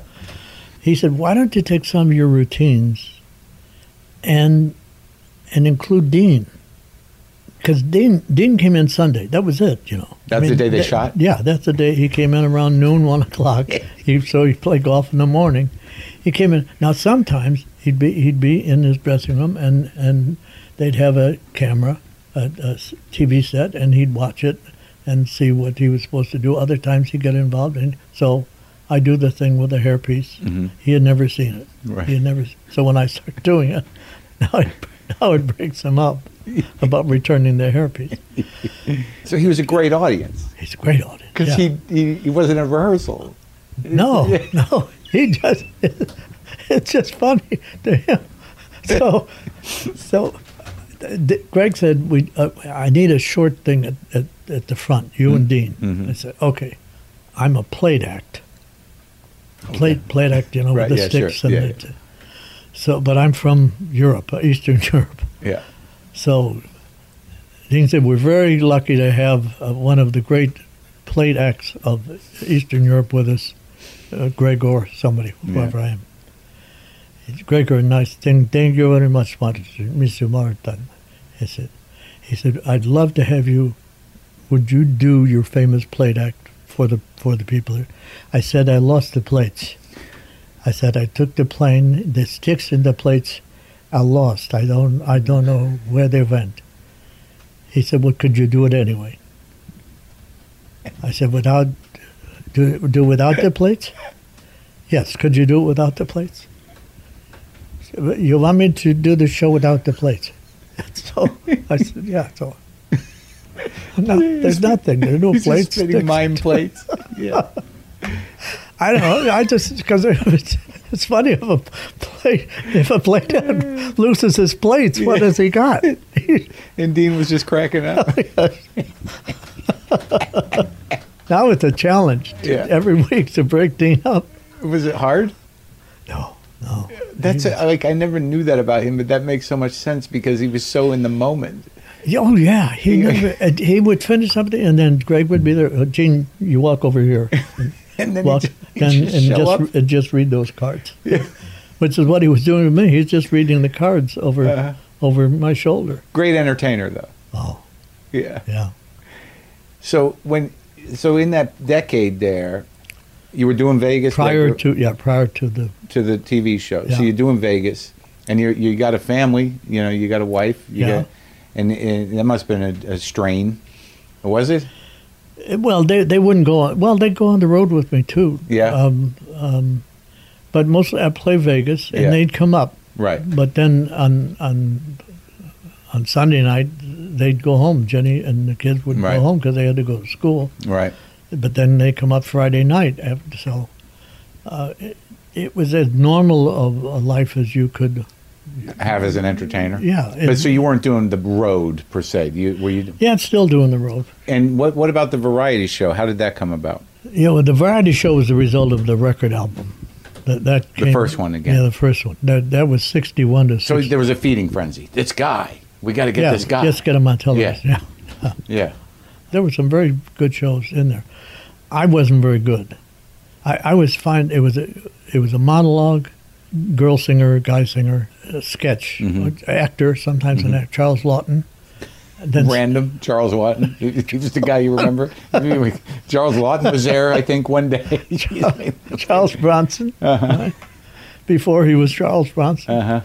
Speaker 2: He said, "Why don't you take some of your routines and and include Dean?" Because Dean Dean came in Sunday. That was it, you know.
Speaker 3: That's the day they
Speaker 2: that-
Speaker 3: shot?
Speaker 2: Yeah, that's the day he came in around noon, one o'clock. he, so he played golf in the morning. He came in. Now sometimes he'd be he'd be in his dressing room and and they'd have a camera, a, a s- TV set, and he'd watch it and see what he was supposed to do. Other times he'd get involved, and so I do the thing with the hairpiece. He had never seen it.
Speaker 3: Right.
Speaker 2: He had never. So when I start doing it, now it, now it breaks him up about returning the hairpiece.
Speaker 3: So he was a great audience
Speaker 2: He's a great audience.
Speaker 3: because
Speaker 2: yeah.
Speaker 3: he, he he wasn't a rehearsal.
Speaker 2: No, no. He just it's just funny to him. So, so th- Greg said, "We, uh, I need a short thing at, at, at the front. You
Speaker 3: Mm-hmm.
Speaker 2: and Dean." I said, "Okay, I'm a plate act. Plate plate act, you know,
Speaker 3: Right,
Speaker 2: with the
Speaker 3: yeah, sure.
Speaker 2: sticks and
Speaker 3: Yeah,
Speaker 2: the, so. But I'm from Europe, uh, Eastern Europe.
Speaker 3: Yeah.
Speaker 2: So Dean said, We're very lucky to have uh, one of the great plate acts of Eastern Europe with us, uh, Greg or somebody, whoever I am. It's Gregor, nice thing. Thank you very much, Martin, Mr. Martin. He said, he said, I'd love to have you. Would you do your famous plate act for the for the people here? I said, I lost the plates. I said, I took the plane, the sticks in the plates are lost. I don't, I don't know where they went. He said, well, could you do it anyway? I said, without, do, do without the plates? Yes, could you do it without the plates? He said, "Well, You want me to do the show without the plates? So I said, yeah, so. No, there's nothing. There are no
Speaker 3: He's just
Speaker 2: plates.
Speaker 3: spinning
Speaker 2: sticks.
Speaker 3: mime plates. Yeah.
Speaker 2: I don't know. I just because it's, it's funny if a plate if a plate loses his plates, what has he got?
Speaker 3: And Dean was just cracking up.
Speaker 2: now it's a challenge to-
Speaker 3: Yeah.
Speaker 2: every week to break Dean up.
Speaker 3: was it hard?
Speaker 2: No, no.
Speaker 3: That's a, like I never knew that about him, but that makes so much sense because he was so in the moment.
Speaker 2: Yeah, Oh yeah, he never, and he would finish something, and then Greg would be there. "Oh, Gene, you walk over here,
Speaker 3: And then
Speaker 2: walk,
Speaker 3: he just,
Speaker 2: then,
Speaker 3: he just
Speaker 2: and
Speaker 3: show
Speaker 2: just
Speaker 3: up.
Speaker 2: and just read those cards. which is what he was doing to me. He's just reading the cards over
Speaker 3: Uh-huh.
Speaker 2: over my shoulder.
Speaker 3: Great entertainer though.
Speaker 2: Oh,
Speaker 3: Yeah.
Speaker 2: yeah.
Speaker 3: So when so in that decade there, you were doing Vegas
Speaker 2: Prior
Speaker 3: like,
Speaker 2: to yeah, prior to the
Speaker 3: to the TV show.
Speaker 2: Yeah.
Speaker 3: So you're doing Vegas, and you you got a family. You know, you got a wife. You
Speaker 2: Yeah.
Speaker 3: got, and, and that must have been a, a strain. Was it?
Speaker 2: well, they they wouldn't go on. Well, they'd go on the road with me too.
Speaker 3: Yeah.
Speaker 2: Um, um, but mostly I play Vegas, and
Speaker 3: Yeah.
Speaker 2: they'd come up.
Speaker 3: Right.
Speaker 2: But then on on on Sunday night, they'd go home. Jenny and the kids would
Speaker 3: Right.
Speaker 2: go home because they had to go to school.
Speaker 3: Right.
Speaker 2: But then they come up Friday night. After, so uh, it, it was as normal of a life as you could.
Speaker 3: Have as an entertainer.
Speaker 2: Yeah.
Speaker 3: But
Speaker 2: it-
Speaker 3: so you weren't doing the road per se. You were you.
Speaker 2: yeah, it's still doing the road.
Speaker 3: And what what about the variety show? How did that come about?
Speaker 2: You know, the variety show was the result of the record album. That, that
Speaker 3: The
Speaker 2: came-
Speaker 3: first one again.
Speaker 2: Yeah, the first one. That that was sixty one to.
Speaker 3: So
Speaker 2: 60
Speaker 3: there was a feeding frenzy. This guy. We got to get
Speaker 2: yeah,
Speaker 3: this guy.
Speaker 2: Just get him on television. Yeah.
Speaker 3: yeah.
Speaker 2: there were some very good shows in there. I wasn't very good. I, I was fine. It was a, it was a monologue, girl singer, guy singer, a sketch, actor sometimes an actor, Charles Lawton. Then
Speaker 3: Random Charles Lawton. he was the guy you remember. Anyway, Charles Lawton was there, I think, one day.
Speaker 2: Charles Bronson. right? Before he was Charles Bronson.
Speaker 3: Uh-huh.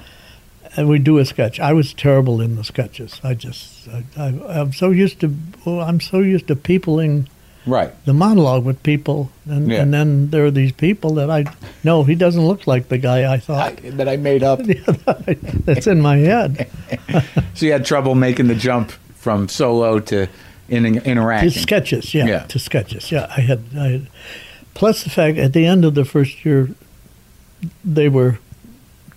Speaker 2: And we do a sketch. I was terrible in the sketches. I just, I, I, I'm so used to, oh, I'm so used to peopling
Speaker 3: Right.
Speaker 2: the monologue with people, and,
Speaker 3: Yeah.
Speaker 2: and then there are these people that I no, he doesn't look like the guy I
Speaker 3: I,
Speaker 2: thought
Speaker 3: that I made up.
Speaker 2: that's in my head.
Speaker 3: So you had trouble making the jump from solo to in,
Speaker 2: To
Speaker 3: interacting.
Speaker 2: sketches, yeah,
Speaker 3: Yeah.
Speaker 2: to sketches, yeah. I had, I had, plus the fact at the end of the first year, they were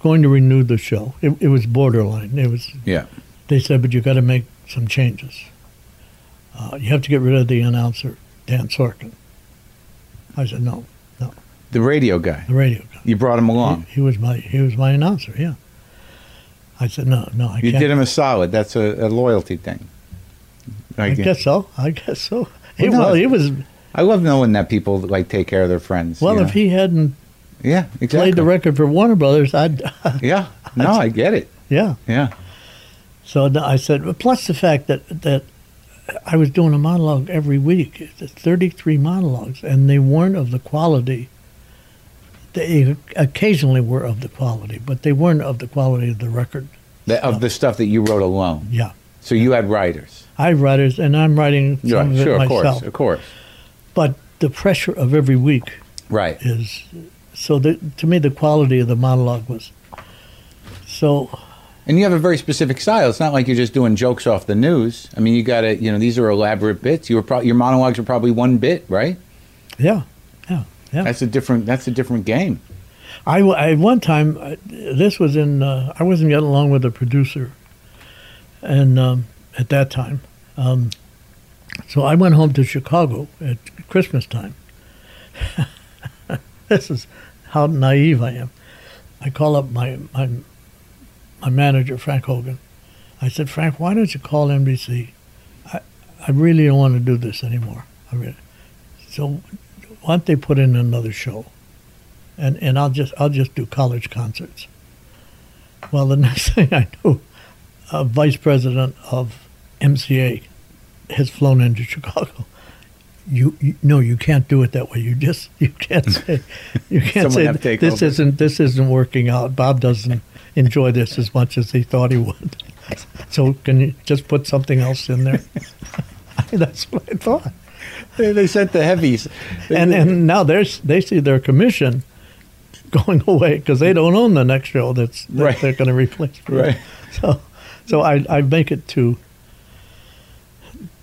Speaker 2: going to renew the show. It, it was borderline. It was
Speaker 3: yeah.
Speaker 2: they said, but you got to make some changes. Uh, you have to get rid of the announcer, Dan Sorkin. I said no, no,
Speaker 3: The radio guy.
Speaker 2: the radio guy.
Speaker 3: You brought him along.
Speaker 2: He, he was my he was my announcer. Yeah. I said no, no, I
Speaker 3: You
Speaker 2: can't.
Speaker 3: did him a solid. That's a, a loyalty thing.
Speaker 2: I
Speaker 3: Like,
Speaker 2: guess so. I guess so. He,
Speaker 3: Well, no,
Speaker 2: well, he was.
Speaker 3: I love knowing that people like take care of their friends.
Speaker 2: Well,
Speaker 3: you
Speaker 2: if
Speaker 3: know?
Speaker 2: he hadn't
Speaker 3: yeah, exactly.
Speaker 2: played the record for Warner Brothers, I'd
Speaker 3: yeah, no, I get it.
Speaker 2: yeah.
Speaker 3: Yeah,
Speaker 2: So no, I said. well, Plus the fact that that I was doing a monologue every week, thirty three monologues, and they weren't of the quality. They occasionally were of the quality, but they weren't of the quality of the record.
Speaker 3: the, of the stuff that you wrote alone.
Speaker 2: Yeah,
Speaker 3: So you had writers.
Speaker 2: I have writers, and I'm writing some
Speaker 3: Yeah,
Speaker 2: of it
Speaker 3: sure, of
Speaker 2: myself.
Speaker 3: course, of course.
Speaker 2: but the pressure of every week
Speaker 3: Right.
Speaker 2: is so the, to me the quality of the monologue was so
Speaker 3: And you have a very specific style. It's not like you're just doing jokes off the news. I mean, you got to, you know, these are elaborate bits. You were pro- your monologues are probably one bit, right?
Speaker 2: yeah yeah yeah
Speaker 3: That's a different. That's a different game.
Speaker 2: I, w- I- one time uh, this was in uh, I wasn't getting along with the producer, and um, at that time, um, so I went home to Chicago at Christmas time. this is how naive I am. I call up my my my manager Frank Hogan. I said, Frank, why don't you call NBC? I I really don't want to do this anymore. I really. So why don't they put in another show? and and I'll just I'll just do college concerts. Well, the next thing I knew, a vice president of MCA has flown into Chicago. You, you no, you can't do it that way. You just you can't say you
Speaker 3: Someone
Speaker 2: can't say
Speaker 3: have to take
Speaker 2: this
Speaker 3: over."
Speaker 2: isn't this isn't working out. Bob doesn't enjoy this as much as he thought he would. So can you just put something else in there? That's what I thought
Speaker 3: They, they sent the heavies.
Speaker 2: and and now they they see their commission going away because they don't own the next show that's that
Speaker 3: Right.
Speaker 2: they're going to replace.
Speaker 3: Right.
Speaker 2: So so I I make it to.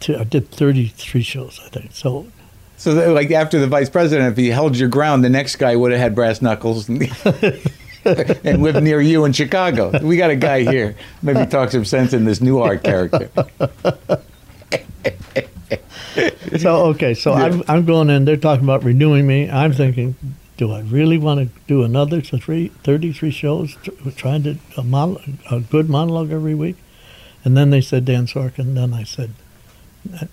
Speaker 2: To, I did 33 shows, I think. So,
Speaker 3: So, that, like after the vice president, if he held your ground, the next guy would have had brass knuckles and, and lived near you in Chicago. We got a guy here. Maybe talk some sense in this new art character.
Speaker 2: so okay. So I'm, I'm going in. They're talking about renewing me. I'm thinking, do I really want to do another to three, 33 shows, tr- trying to a, mon- a good monologue every week? And then they said Dan Sorkin. Then I said,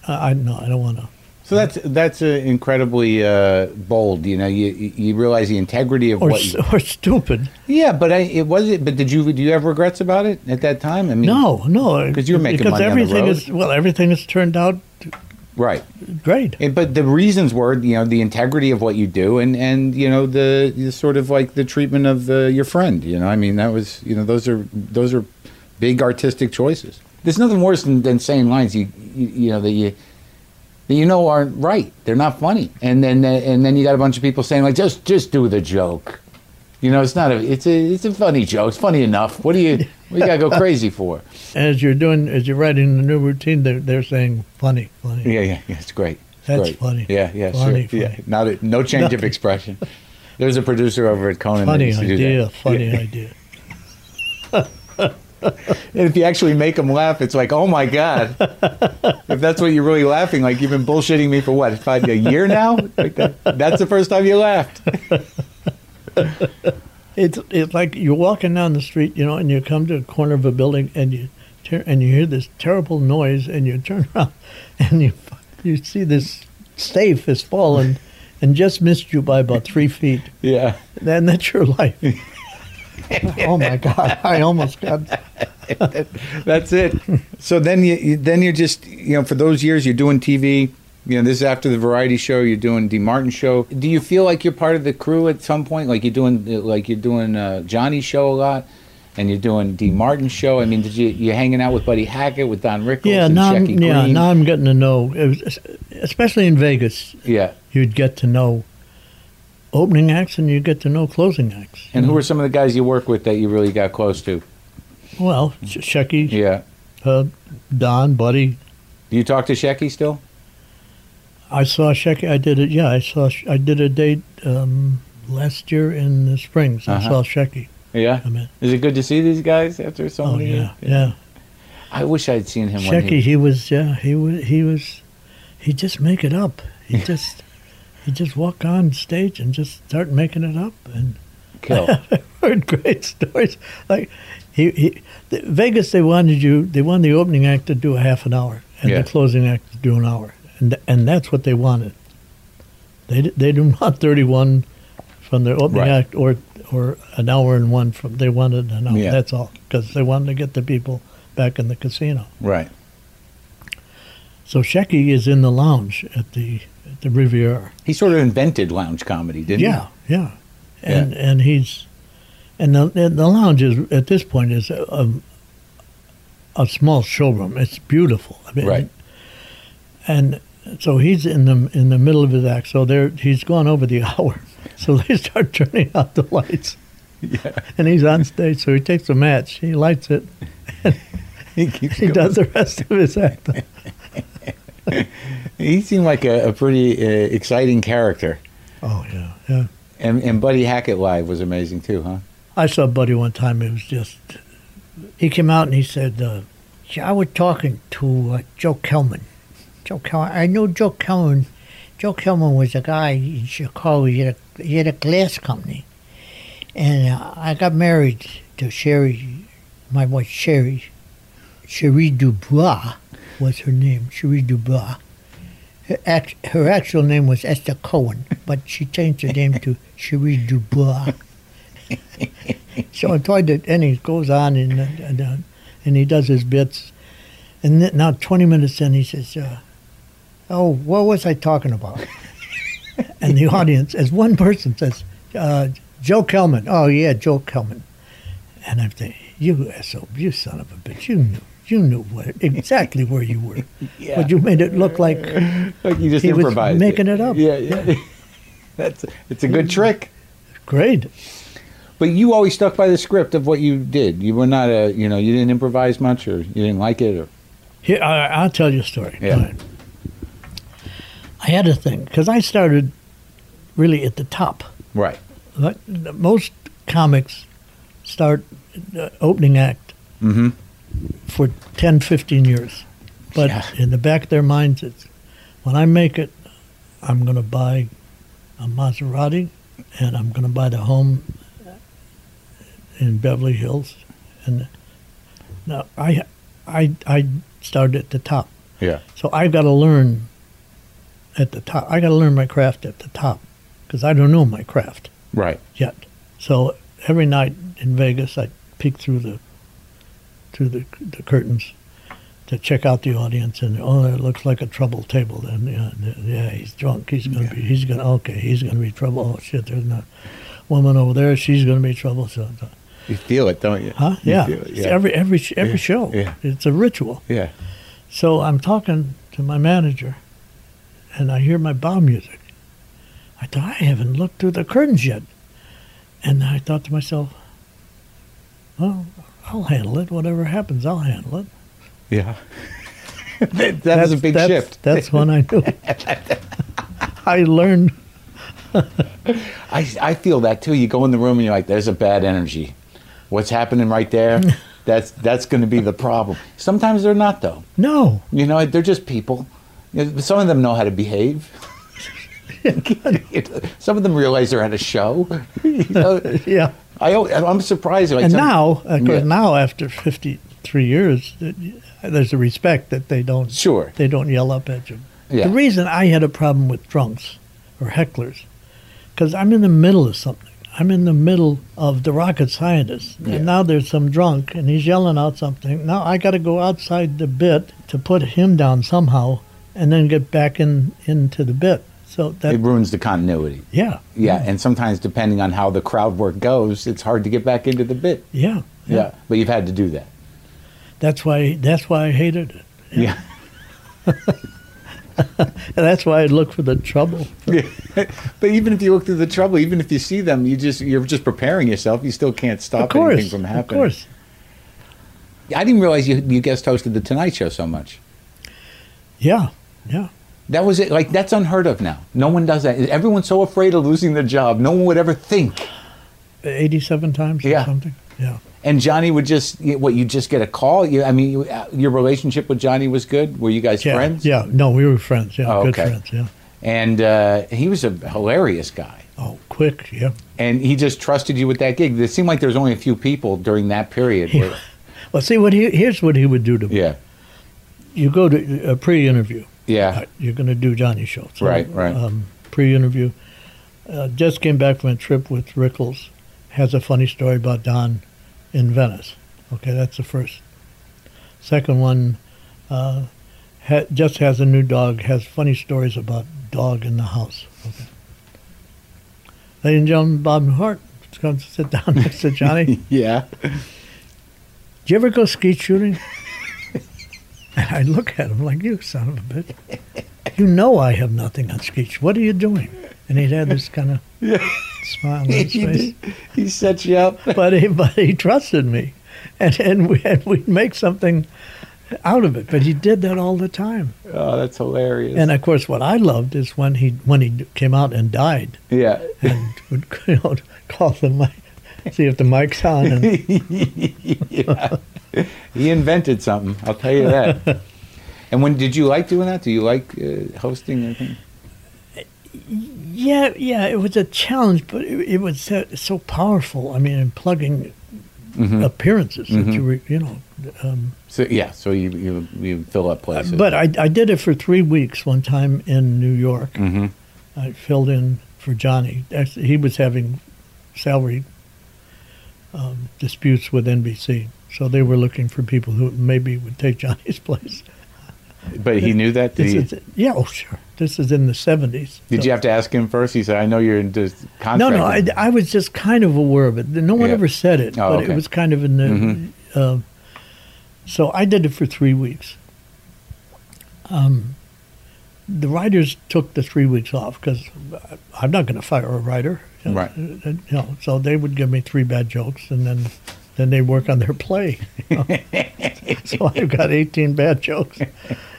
Speaker 2: I, I no, I don't want to.
Speaker 3: So that's that's uh, incredibly uh, bold. You know, you you realize the integrity of
Speaker 2: or,
Speaker 3: what.
Speaker 2: s-
Speaker 3: You,
Speaker 2: or stupid.
Speaker 3: yeah, but I, it was it. But did you do you have regrets about it at that time? I mean,
Speaker 2: No, no,
Speaker 3: 'Cause you were making
Speaker 2: because
Speaker 3: money on the
Speaker 2: everything
Speaker 3: road.
Speaker 2: is well, everything has turned out
Speaker 3: right.
Speaker 2: great.
Speaker 3: And, but the reasons were, you know, the integrity of what you do, and and you know the, the sort of like the treatment of uh, your friend. You know, I mean, that was you know those are those are big artistic choices. There's nothing worse than, than saying lines you, you you know that you that you know aren't right. They're not funny, and then and then you got a bunch of people saying like just just do the joke. You know, it's not a it's a it's a funny joke. It's funny enough. What do you what you gotta go crazy for?
Speaker 2: As you're doing, as you're writing the new routine, they're they're saying funny, funny.
Speaker 3: Yeah, yeah, yeah. It's great. It's
Speaker 2: That's
Speaker 3: great.
Speaker 2: funny.
Speaker 3: Yeah, yeah,
Speaker 2: Funny,
Speaker 3: sure. Yeah,
Speaker 2: funny.
Speaker 3: not a, no change of expression. There's a producer over at Conan. that
Speaker 2: Funny
Speaker 3: used to do
Speaker 2: idea,
Speaker 3: that.
Speaker 2: funny idea.
Speaker 3: And if you actually make them laugh, it's like, oh my god. if that's what you're really laughing, like you've been bullshitting me for what five a year now? Like that, that's the first time you laughed.
Speaker 2: It's it's like you're walking down the street, you know, and you come to a corner of a building, and you turn and you hear this terrible noise, and you turn around, and you you see this safe has fallen, and just missed you by about three feet.
Speaker 3: Yeah.
Speaker 2: Then that's your life. oh my God! I almost got.
Speaker 3: That's it. So then you, you then you're just you know for those years you're doing TV. You know this is after the variety show. You're doing D Martin show. Do you feel like you're part of the crew at some point? Like you're doing like you're doing uh, Johnny's show a lot, and you're doing D Martin show. I mean, did you you hanging out with Buddy Hackett with Don Rickles?
Speaker 2: Yeah,
Speaker 3: and
Speaker 2: now I'm,
Speaker 3: Shecky
Speaker 2: yeah,
Speaker 3: Green?
Speaker 2: now I'm getting to know, it was- especially in Vegas,
Speaker 3: yeah.
Speaker 2: you'd get to know opening acts and you get to know closing acts.
Speaker 3: And who are some of the guys you work with that you really got close to?
Speaker 2: Well, Sh- Shecky,
Speaker 3: Yeah.
Speaker 2: uh, Don, Buddy.
Speaker 3: Do you talk to Shecky still?
Speaker 2: I saw Shecky. I did it. Yeah, I saw. Sh- I did a date um, last year in the Springs. I
Speaker 3: Uh-huh.
Speaker 2: saw Shecky.
Speaker 3: Yeah.
Speaker 2: I mean,
Speaker 3: Is it good to see these guys after so
Speaker 2: oh
Speaker 3: many years?
Speaker 2: yeah, yeah.
Speaker 3: I wish I'd seen him. when
Speaker 2: Shecky,
Speaker 3: he,
Speaker 2: he was. Yeah, he was. He was. He just make it up. He just. He just walk on stage and just start making it up and.
Speaker 3: kill.
Speaker 2: heard great stories. Like he, he the, Vegas, they wanted you. They wanted the opening act to do a half an hour, and
Speaker 3: Yeah.
Speaker 2: the closing act to do an hour, and th- and that's what they wanted. They d- they do not thirty one from their opening
Speaker 3: Right.
Speaker 2: act or or an hour and one from. They wanted an hour.
Speaker 3: Yeah.
Speaker 2: That's all because they wanted to get the people back in the casino.
Speaker 3: right.
Speaker 2: So Shecky is in the lounge at the at the Riviera.
Speaker 3: He sort of invented lounge comedy, didn't he?
Speaker 2: yeah, yeah, and and he's and the and the lounge is at this point is a, a, a small showroom. It's beautiful, I mean,
Speaker 3: Right.
Speaker 2: And so he's in the in the middle of his act. So there he's gone over the hour. So they start turning out the lights. And he's on stage, so he takes a match, he lights it,
Speaker 3: He keeps
Speaker 2: he
Speaker 3: going.
Speaker 2: does the rest of his act.
Speaker 3: He seemed like a, a pretty uh, exciting character.
Speaker 2: Oh yeah, yeah.
Speaker 3: And, and Buddy Hackett live was amazing too, huh?
Speaker 2: I saw Buddy one time. It was just, he came out and he said, uh, "Gee, I was talking to uh, Joe Kelman. Joe Kelman. I knew Joe Kelman. Joe Kelman was a guy in Chicago. He had a, he had a glass company, and uh, I got married to Sherry, my wife Sherry. Cherie Dubois was her name. Cherie Dubois. Her, act, her actual name was Esther Cohen, but she changed her name to Cherie Dubois. So I tried to, and he goes on and and, uh, and he does his bits. And then, now 20 minutes in, he says, uh, "Oh, what was I talking about?" and the audience, as one person says, uh, "Joe Kelman." Oh yeah, Joe Kelman. And I'm thinking, "You sob, you son of a bitch, you knew." You knew what, exactly where you were, but you made it look like
Speaker 3: Like you just
Speaker 2: He was
Speaker 3: improvised.
Speaker 2: making it up.
Speaker 3: Yeah, yeah. That's it's a good trick.
Speaker 2: great.
Speaker 3: But you always stuck by the script of what you did. You were not a you know you didn't improvise much or you didn't like it or
Speaker 2: Here, I, I'll tell you a story.
Speaker 3: Yeah.
Speaker 2: All right. I had a thing because I started really at the top.
Speaker 3: right.
Speaker 2: Like, the- Most comics start uh, opening act for 10, 15 years. But
Speaker 3: Yeah.
Speaker 2: in the back of their minds, it's when I make it, I'm going to buy a Maserati and I'm going to buy the home in Beverly Hills. And now I, I, I started at the top.
Speaker 3: Yeah.
Speaker 2: So I've got to learn at the top. I got to learn my craft at the top because I don't know my craft
Speaker 3: Right.
Speaker 2: yet. So every night in Vegas, I peek through the through the, the curtains to check out the audience, and oh, that looks like a trouble table. And yeah, th- yeah he's drunk. He's gonna be. He's gonna. Okay, he's gonna be trouble. Oh shit, there's a woman over there. She's gonna be trouble. So, so-
Speaker 3: You feel it, don't you?
Speaker 2: huh?
Speaker 3: You
Speaker 2: Yeah.
Speaker 3: feel it,
Speaker 2: It's
Speaker 3: yeah.
Speaker 2: Every every sh- every
Speaker 3: Yeah,
Speaker 2: show.
Speaker 3: yeah.
Speaker 2: It's a ritual.
Speaker 3: yeah.
Speaker 2: So I'm talking to my manager, and I hear my bow music. I thought, I haven't looked through the curtains yet. And I thought to myself, well, I'll handle it. Whatever happens, I'll handle it.
Speaker 3: Yeah. that, that was a big
Speaker 2: that's,
Speaker 3: shift.
Speaker 2: That's when I knew. I learned.
Speaker 3: I, I feel that too. You go in the room and you're like, there's a bad energy. What's happening right there? That's that's going to be the problem. Sometimes they're not though.
Speaker 2: No.
Speaker 3: You know, they're just people. You know, some of them know how to behave. some of them realize they're at a show. You know,
Speaker 2: Yeah.
Speaker 3: I, al- I'm surprised. Like
Speaker 2: and
Speaker 3: some-
Speaker 2: now, of course,
Speaker 3: Yeah.
Speaker 2: now after 53 years, th- there's a respect that they don't
Speaker 3: Sure.
Speaker 2: they don't yell up at you.
Speaker 3: Yeah.
Speaker 2: The reason I had a problem with drunks or hecklers, because I'm in the middle of something. I'm in the middle of the rocket scientist,
Speaker 3: Yeah.
Speaker 2: and now there's some drunk, and he's yelling out something. Now I got to go outside the bit to put him down somehow, and then get back in into the bit. So that
Speaker 3: it ruins the continuity.
Speaker 2: yeah
Speaker 3: Yeah, and sometimes depending on how the crowd work goes, it's hard to get back into the bit.
Speaker 2: yeah
Speaker 3: Yeah, but you've had to do that.
Speaker 2: that's why that's why I hated it.
Speaker 3: Yeah.
Speaker 2: And that's why I look for the trouble.
Speaker 3: But even if you look through the trouble, even if you see them, you just you're just preparing yourself. You still can't stop
Speaker 2: Of course,
Speaker 3: anything from
Speaker 2: of
Speaker 3: happening.
Speaker 2: course.
Speaker 3: I didn't realize you you guest hosted the Tonight Show so much.
Speaker 2: Yeah, yeah.
Speaker 3: That was it. Like that's unheard of now. No one does that. Everyone's so afraid of losing their job. No one would ever think.
Speaker 2: 87 times
Speaker 3: Yeah.
Speaker 2: or something. Yeah.
Speaker 3: And Johnny would just you- what you just get a call. You, I mean, you, uh, your relationship with Johnny was good. Were you guys
Speaker 2: yeah.
Speaker 3: friends?
Speaker 2: Yeah. No, we were friends. Yeah.
Speaker 3: Oh,
Speaker 2: Good
Speaker 3: okay.
Speaker 2: friends. Yeah.
Speaker 3: And uh, he was a hilarious guy.
Speaker 2: Oh, quick. Yeah.
Speaker 3: And he just trusted you with that gig. It seemed like there was only a few people during that period. Where,
Speaker 2: Well, see, what he, here's what he would do to me.
Speaker 3: yeah.
Speaker 2: You go to a pre interview.
Speaker 3: Yeah.
Speaker 2: You're going to do Johnny Show. So,
Speaker 3: Right, right.
Speaker 2: Um, pre interview. Uh, just came back from a trip with Rickles. Has a funny story about Don in Venice. Okay, that's the first. Second one, uh, ha- just has a new dog. Has funny stories about dog in the house. Okay. Ladies and gentlemen, Bob Hart come sit down next to Johnny.
Speaker 3: Yeah.
Speaker 2: Did you ever go skeet shooting? and I look at him like, you son of a bitch. You know I have nothing on skeet. sh- What are you doing? And he'd had this kind of smile on his
Speaker 3: he,
Speaker 2: face.
Speaker 3: did. he set you up.
Speaker 2: But he, but he trusted me. And, and, we, and we'd make something out of it. But he did that all the time.
Speaker 3: Oh, that's hilarious.
Speaker 2: And of course, what I loved is when he, when he came out and died
Speaker 3: yeah.
Speaker 2: and would you know, call the mic, see if the mic's on. And,
Speaker 3: Yeah. he invented something. I'll tell you that. and when did you like doing that? Do you like uh, hosting anything?
Speaker 2: Yeah, yeah, it was a challenge, but it, it was so, so powerful. I mean, in plugging
Speaker 3: Mm-hmm.
Speaker 2: appearances that you were, you know. Um,
Speaker 3: So yeah, so you you, you fill up places.
Speaker 2: Uh, but I, I did it for three weeks one time in New York.
Speaker 3: Mhm.
Speaker 2: I filled in for Johnny. Actually, he was having salary um, disputes with NBC, so they were looking for people who maybe would take Johnny's place.
Speaker 3: but he knew that. Did,
Speaker 2: This
Speaker 3: he,
Speaker 2: is yeah, oh sure. This is in the seventies.
Speaker 3: did you have to ask him first? He said, "I know you're in this contract."
Speaker 2: No, no, I, I was just kind of aware of it. No one
Speaker 3: Yeah.
Speaker 2: ever said it,
Speaker 3: Oh,
Speaker 2: but
Speaker 3: okay. Mm-hmm.
Speaker 2: it was kind of in the. Uh, so I did it for three weeks. Um, the writers took the three weeks off because I'm not going to fire a writer.
Speaker 3: Right.
Speaker 2: Uh, You know, so they would give me three bad jokes, and then then they work on their play. so I've got 18 bad jokes.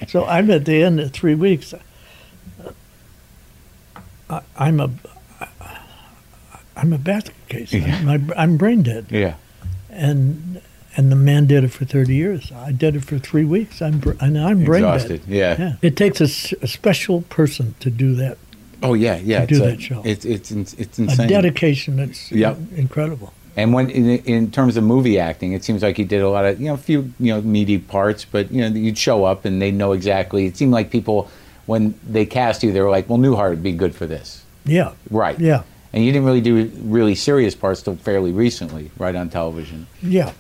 Speaker 2: So I'm at the end of three weeks. I, I'm a I'm a basket case. I'm, my, I'm brain dead,
Speaker 3: yeah.
Speaker 2: and and the man did it for 30 years. I did it for three weeks. I'm br- and I'm brain
Speaker 3: Exhausted.
Speaker 2: dead.
Speaker 3: Yeah.
Speaker 2: Yeah, it takes a, s- a special person to do that.
Speaker 3: Oh yeah, yeah.
Speaker 2: do
Speaker 3: it's
Speaker 2: that show.
Speaker 3: It's it's ins- it's
Speaker 2: A
Speaker 3: insane.
Speaker 2: dedication that's
Speaker 3: Yep.
Speaker 2: incredible.
Speaker 3: And when in, in terms of movie acting, it seems like he did a lot of you know a few you know meaty parts, but you know you'd show up and they'd know exactly. It seemed like people when they cast you, they were like, "Well, Newhart would be good for this,"
Speaker 2: Yeah.
Speaker 3: right?
Speaker 2: Yeah.
Speaker 3: And you didn't really do really serious parts till fairly recently, right on television.
Speaker 2: Yeah.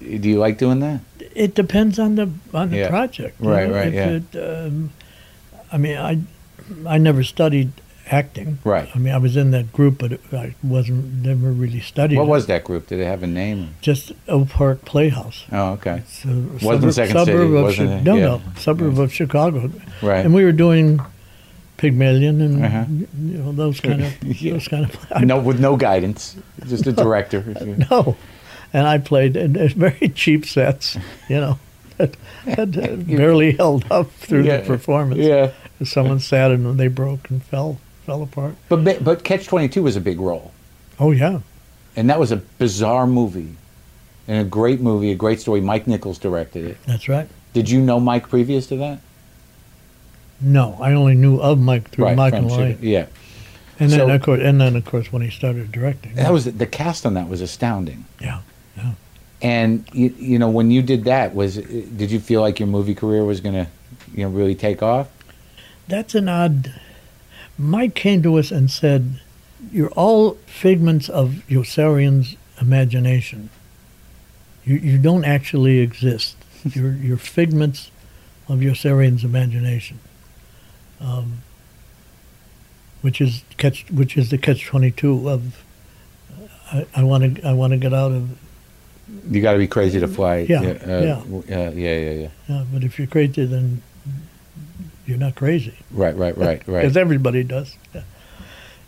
Speaker 3: Do you like doing that?
Speaker 2: It depends on the on the
Speaker 3: Yeah.
Speaker 2: project. you
Speaker 3: Right,
Speaker 2: know,
Speaker 3: right,
Speaker 2: if
Speaker 3: yeah.
Speaker 2: it, um, I mean, I I never studied acting.
Speaker 3: Right.
Speaker 2: I mean, I was in that group, but it- I wasn't never really studied.
Speaker 3: What
Speaker 2: it.
Speaker 3: was that group? Did it have a name?
Speaker 2: just Oak Park Playhouse?
Speaker 3: Oh, okay.
Speaker 2: So, wasn't
Speaker 3: Second City,
Speaker 2: suburb of
Speaker 3: wasn't
Speaker 2: Chi-
Speaker 3: it?
Speaker 2: no,
Speaker 3: Yeah.
Speaker 2: no, suburb of Chicago,
Speaker 3: Right.
Speaker 2: and we were doing Pygmalion and
Speaker 3: Uh-huh.
Speaker 2: you know those kind of
Speaker 3: Yeah.
Speaker 2: those kind of.
Speaker 3: no, with no guidance, just a director.
Speaker 2: No, and I played in, in very cheap sets, you know, that, that uh, barely held up through
Speaker 3: Yeah.
Speaker 2: the performance.
Speaker 3: Yeah.
Speaker 2: Someone sat in and they broke and fell fell apart.
Speaker 3: But ba- but Catch Twenty Two was a big role,
Speaker 2: Oh yeah,
Speaker 3: and that was a bizarre movie, and a great movie, a great story. Mike Nichols directed it.
Speaker 2: that's right.
Speaker 3: Did you know Mike previous to that?
Speaker 2: No, I only knew of Mike through Mike
Speaker 3: from
Speaker 2: and Lloyd,
Speaker 3: Chica- Yeah,
Speaker 2: and then
Speaker 3: So-
Speaker 2: of course, and then of course when he started directing.
Speaker 3: that was the cast on that was astounding.
Speaker 2: yeah.
Speaker 3: And you, you know when you did that, was uh, did you feel like your movie career was gonna, you know, really take off?
Speaker 2: That's an odd. Mike came to us and said, "You're all figments of Yossarian's imagination. You you don't actually exist. You're you're figments of Yossarian's imagination." Um, which is catch, which is the catch twenty two of, I I want to I want to get out of
Speaker 3: You got to be crazy to fly.
Speaker 2: Yeah,
Speaker 3: uh,
Speaker 2: yeah.
Speaker 3: w- uh, yeah, yeah, yeah.
Speaker 2: yeah, but if you're crazy then you're not crazy.
Speaker 3: Right, right, right, right.
Speaker 2: because everybody does. Yeah.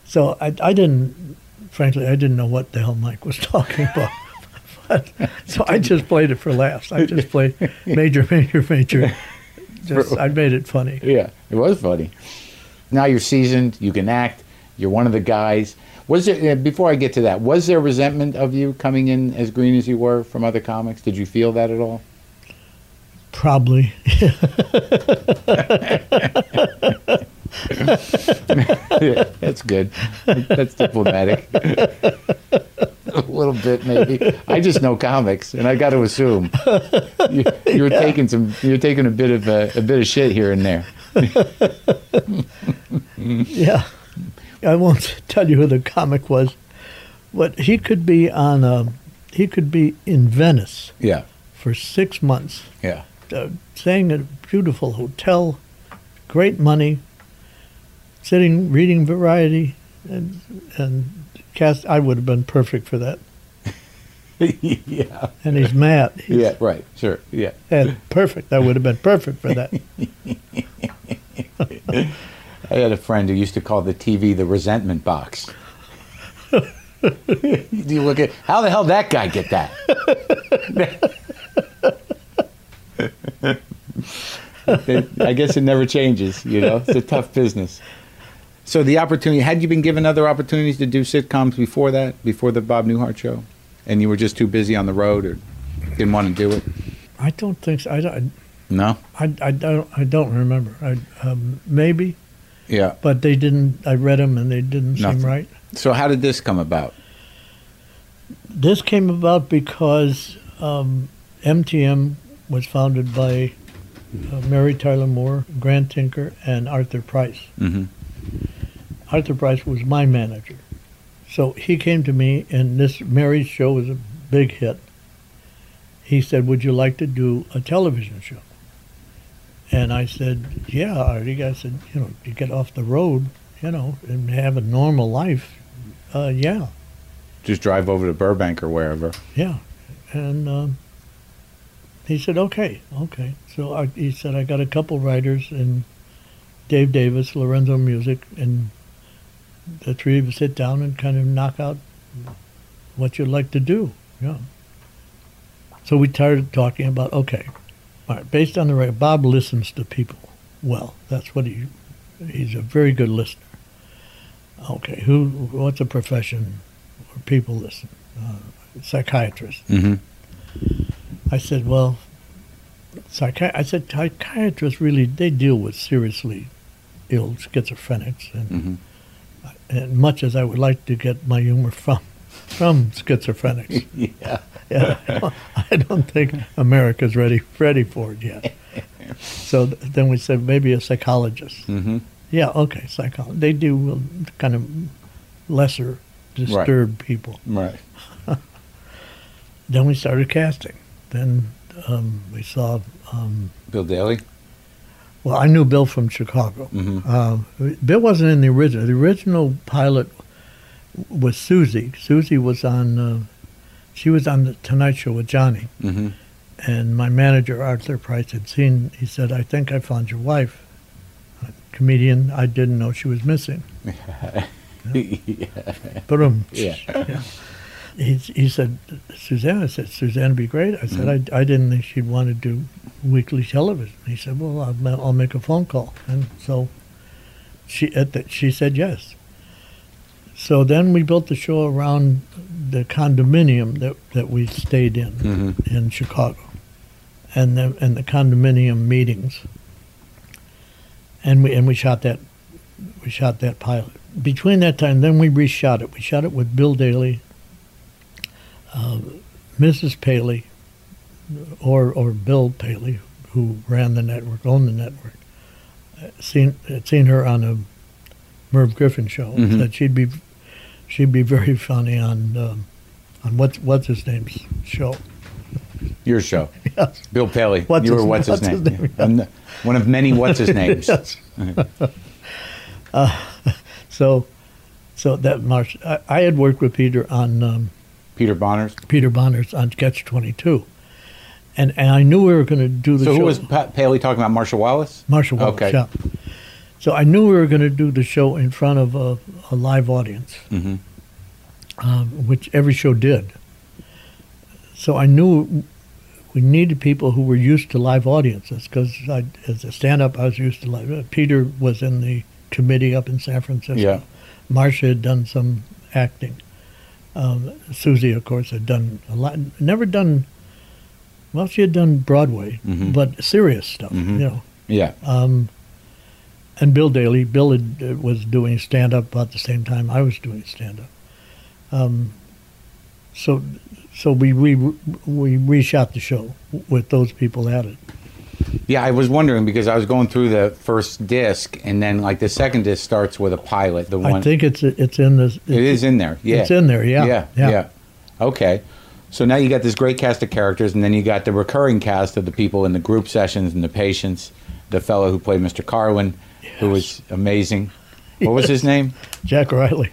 Speaker 2: So I, I didn't, frankly, I didn't know what the hell Mike was talking about. but, so I just played it for laughs. I just played major, major, major. Just I made it funny.
Speaker 3: yeah, it was funny. Now you're seasoned. You can act. You're one of the guys. Was there uh, before I get to that? Was there resentment of you coming in as green as you were from other comics? Did you feel that at all?
Speaker 2: Probably.
Speaker 3: That's good. That's diplomatic. a little bit, maybe. I just know comics, and I got to assume you, you're taking some. You're taking a bit of uh, a bit of shit here and there.
Speaker 2: Yeah. I won't tell you who the comic was, but he could be on a, he could be in Venice
Speaker 3: Yeah,
Speaker 2: for six months.
Speaker 3: yeah,
Speaker 2: uh, staying at a beautiful hotel, great money, sitting reading Variety, and and cast. I would have been perfect for that.
Speaker 3: yeah,
Speaker 2: And he's mad. He's
Speaker 3: yeah. Right, sure, yeah.
Speaker 2: mad. perfect. I would have been perfect for that.
Speaker 3: I had a friend who used to call the TV the resentment box. you look at how the hell that guy get that? I guess it never changes. You know, it's a tough business. So the opportunity had you been given other opportunities to do sitcoms before that, before the Bob Newhart show, and you were just too busy on the road or didn't want to do it.
Speaker 2: I don't think so. I don't.
Speaker 3: No.
Speaker 2: I, I don't. I don't remember. I, um, maybe,
Speaker 3: Yeah.
Speaker 2: but they didn't. I read them and they didn't
Speaker 3: Nothing.
Speaker 2: seem right.
Speaker 3: So how did this come about?
Speaker 2: This came about because um, MTM was founded by uh, Mary Tyler Moore, Grant Tinker, and Arthur Price.
Speaker 3: Mm-hmm.
Speaker 2: Arthur Price was my manager. So he came to me, and this Mary's show was a big hit. He said, Would you like to do a television show? And I said, Yeah, Artie. I said, You know, to get off the road, you know, and have a normal life, uh, yeah.
Speaker 3: Just drive over to Burbank or wherever.
Speaker 2: Yeah, and um, he said, "Okay, okay." So I, he said, "I got a couple writers and Dave Davis, Lorenzo Music, and the three of us sit down and kind of knock out what you'd like to do." Yeah. So we started talking about okay, all right. Based on the record, Bob listens to people well. That's what he he's a very good listener. Okay, who? What's a profession where people listen? Uh, psychiatrist.
Speaker 3: Mm-hmm.
Speaker 2: I said, well, psychi- I said, psychiatrists really, they deal with seriously ill schizophrenics. And,
Speaker 3: Mhm.
Speaker 2: and much as I would like to get my humor from, from schizophrenics,
Speaker 3: Yeah.
Speaker 2: yeah, I don't think America's ready, ready for it yet. So th- then we said maybe a psychologist.
Speaker 3: Mm-hmm.
Speaker 2: Yeah, okay, psychology. They do um, kind of lesser disturbed people.
Speaker 3: Right.
Speaker 2: Then we started casting. Then um, we saw. Um,
Speaker 3: Bill Daly.
Speaker 2: well, I knew Bill from Chicago.
Speaker 3: Mhm.
Speaker 2: Uh, Bill wasn't in the original. The original pilot was Susie. Susie was on. Uh, she was on the Tonight Show with Johnny.
Speaker 3: Mm-hmm.
Speaker 2: And my manager, Arthur Price, had seen, he said, I think I found your wife. A comedian, I didn't know she was missing. Boom.
Speaker 3: Yeah.
Speaker 2: He, he said, Suzanne, I said, Suzanne would be great. I said,
Speaker 3: Mm-hmm.
Speaker 2: I, I didn't think she'd want to do weekly television. He said, well, I'll, ma- I'll make a phone call. And so she, at the, she said yes. So then we built the show around the condominium that, that we stayed in
Speaker 3: Mm-hmm.
Speaker 2: in Chicago, and the and the condominium meetings. And we and we shot that, we shot that pilot. Between that time, then we reshot it. We shot it with Bill Daly, uh, Mrs. Paley, or or Bill Paley, who ran the network, owned the network. I'd Seen I'd seen her on a Merv Griffin show.
Speaker 3: Mhm.
Speaker 2: Said she'd be she'd be very funny on um, on what's what's his name's show.
Speaker 3: Your show.
Speaker 2: Yes.
Speaker 3: Bill Paley.
Speaker 2: What's
Speaker 3: you
Speaker 2: his-
Speaker 3: were what's his
Speaker 2: what's
Speaker 3: name?
Speaker 2: his name?
Speaker 3: Yeah. One- One of many what's his names.
Speaker 2: Yes. Uh, so, so that Marsh, I, I had worked with Peter on um,
Speaker 3: Peter Bonners.
Speaker 2: Peter Bonner's on Sketch Twenty Two, and and I knew we were going to do the
Speaker 3: So
Speaker 2: show.
Speaker 3: who was pa- Paley talking about? Marshall Wallace.
Speaker 2: Marshall Wallace?
Speaker 3: Okay.
Speaker 2: yeah. So I knew we were going to do the show in front of a, a live audience,
Speaker 3: Mhm.
Speaker 2: um, which every show did. So I knew we needed people who were used to live audiences because as a stand-up, I was used to live. uh, Peter was in the committee up in San Francisco.
Speaker 3: Yeah.
Speaker 2: Marcia had done some acting. Um, Susie, of course, had done a lot. Never done. Well, she had done Broadway,
Speaker 3: Mhm.
Speaker 2: but serious stuff,
Speaker 3: Mm-hmm.
Speaker 2: you know.
Speaker 3: Yeah.
Speaker 2: Uh, And Bill Daly, Bill had, uh, was doing stand up about the same time I was doing stand up. Um, so, so we we we reshot the show with those people added.
Speaker 3: Yeah, I was wondering because I was going through the first disc, and then like the second disc starts with a pilot. The one
Speaker 2: I think it's it's in this.
Speaker 3: it is in there. Yeah,
Speaker 2: It's in there. Yeah.
Speaker 3: yeah, yeah. Okay, so now you got this great cast of characters, and then you got the recurring cast of the people in the group sessions and the patients. The fellow who played Mr. Carlin, who was amazing. What was his name?
Speaker 2: Jack Riley.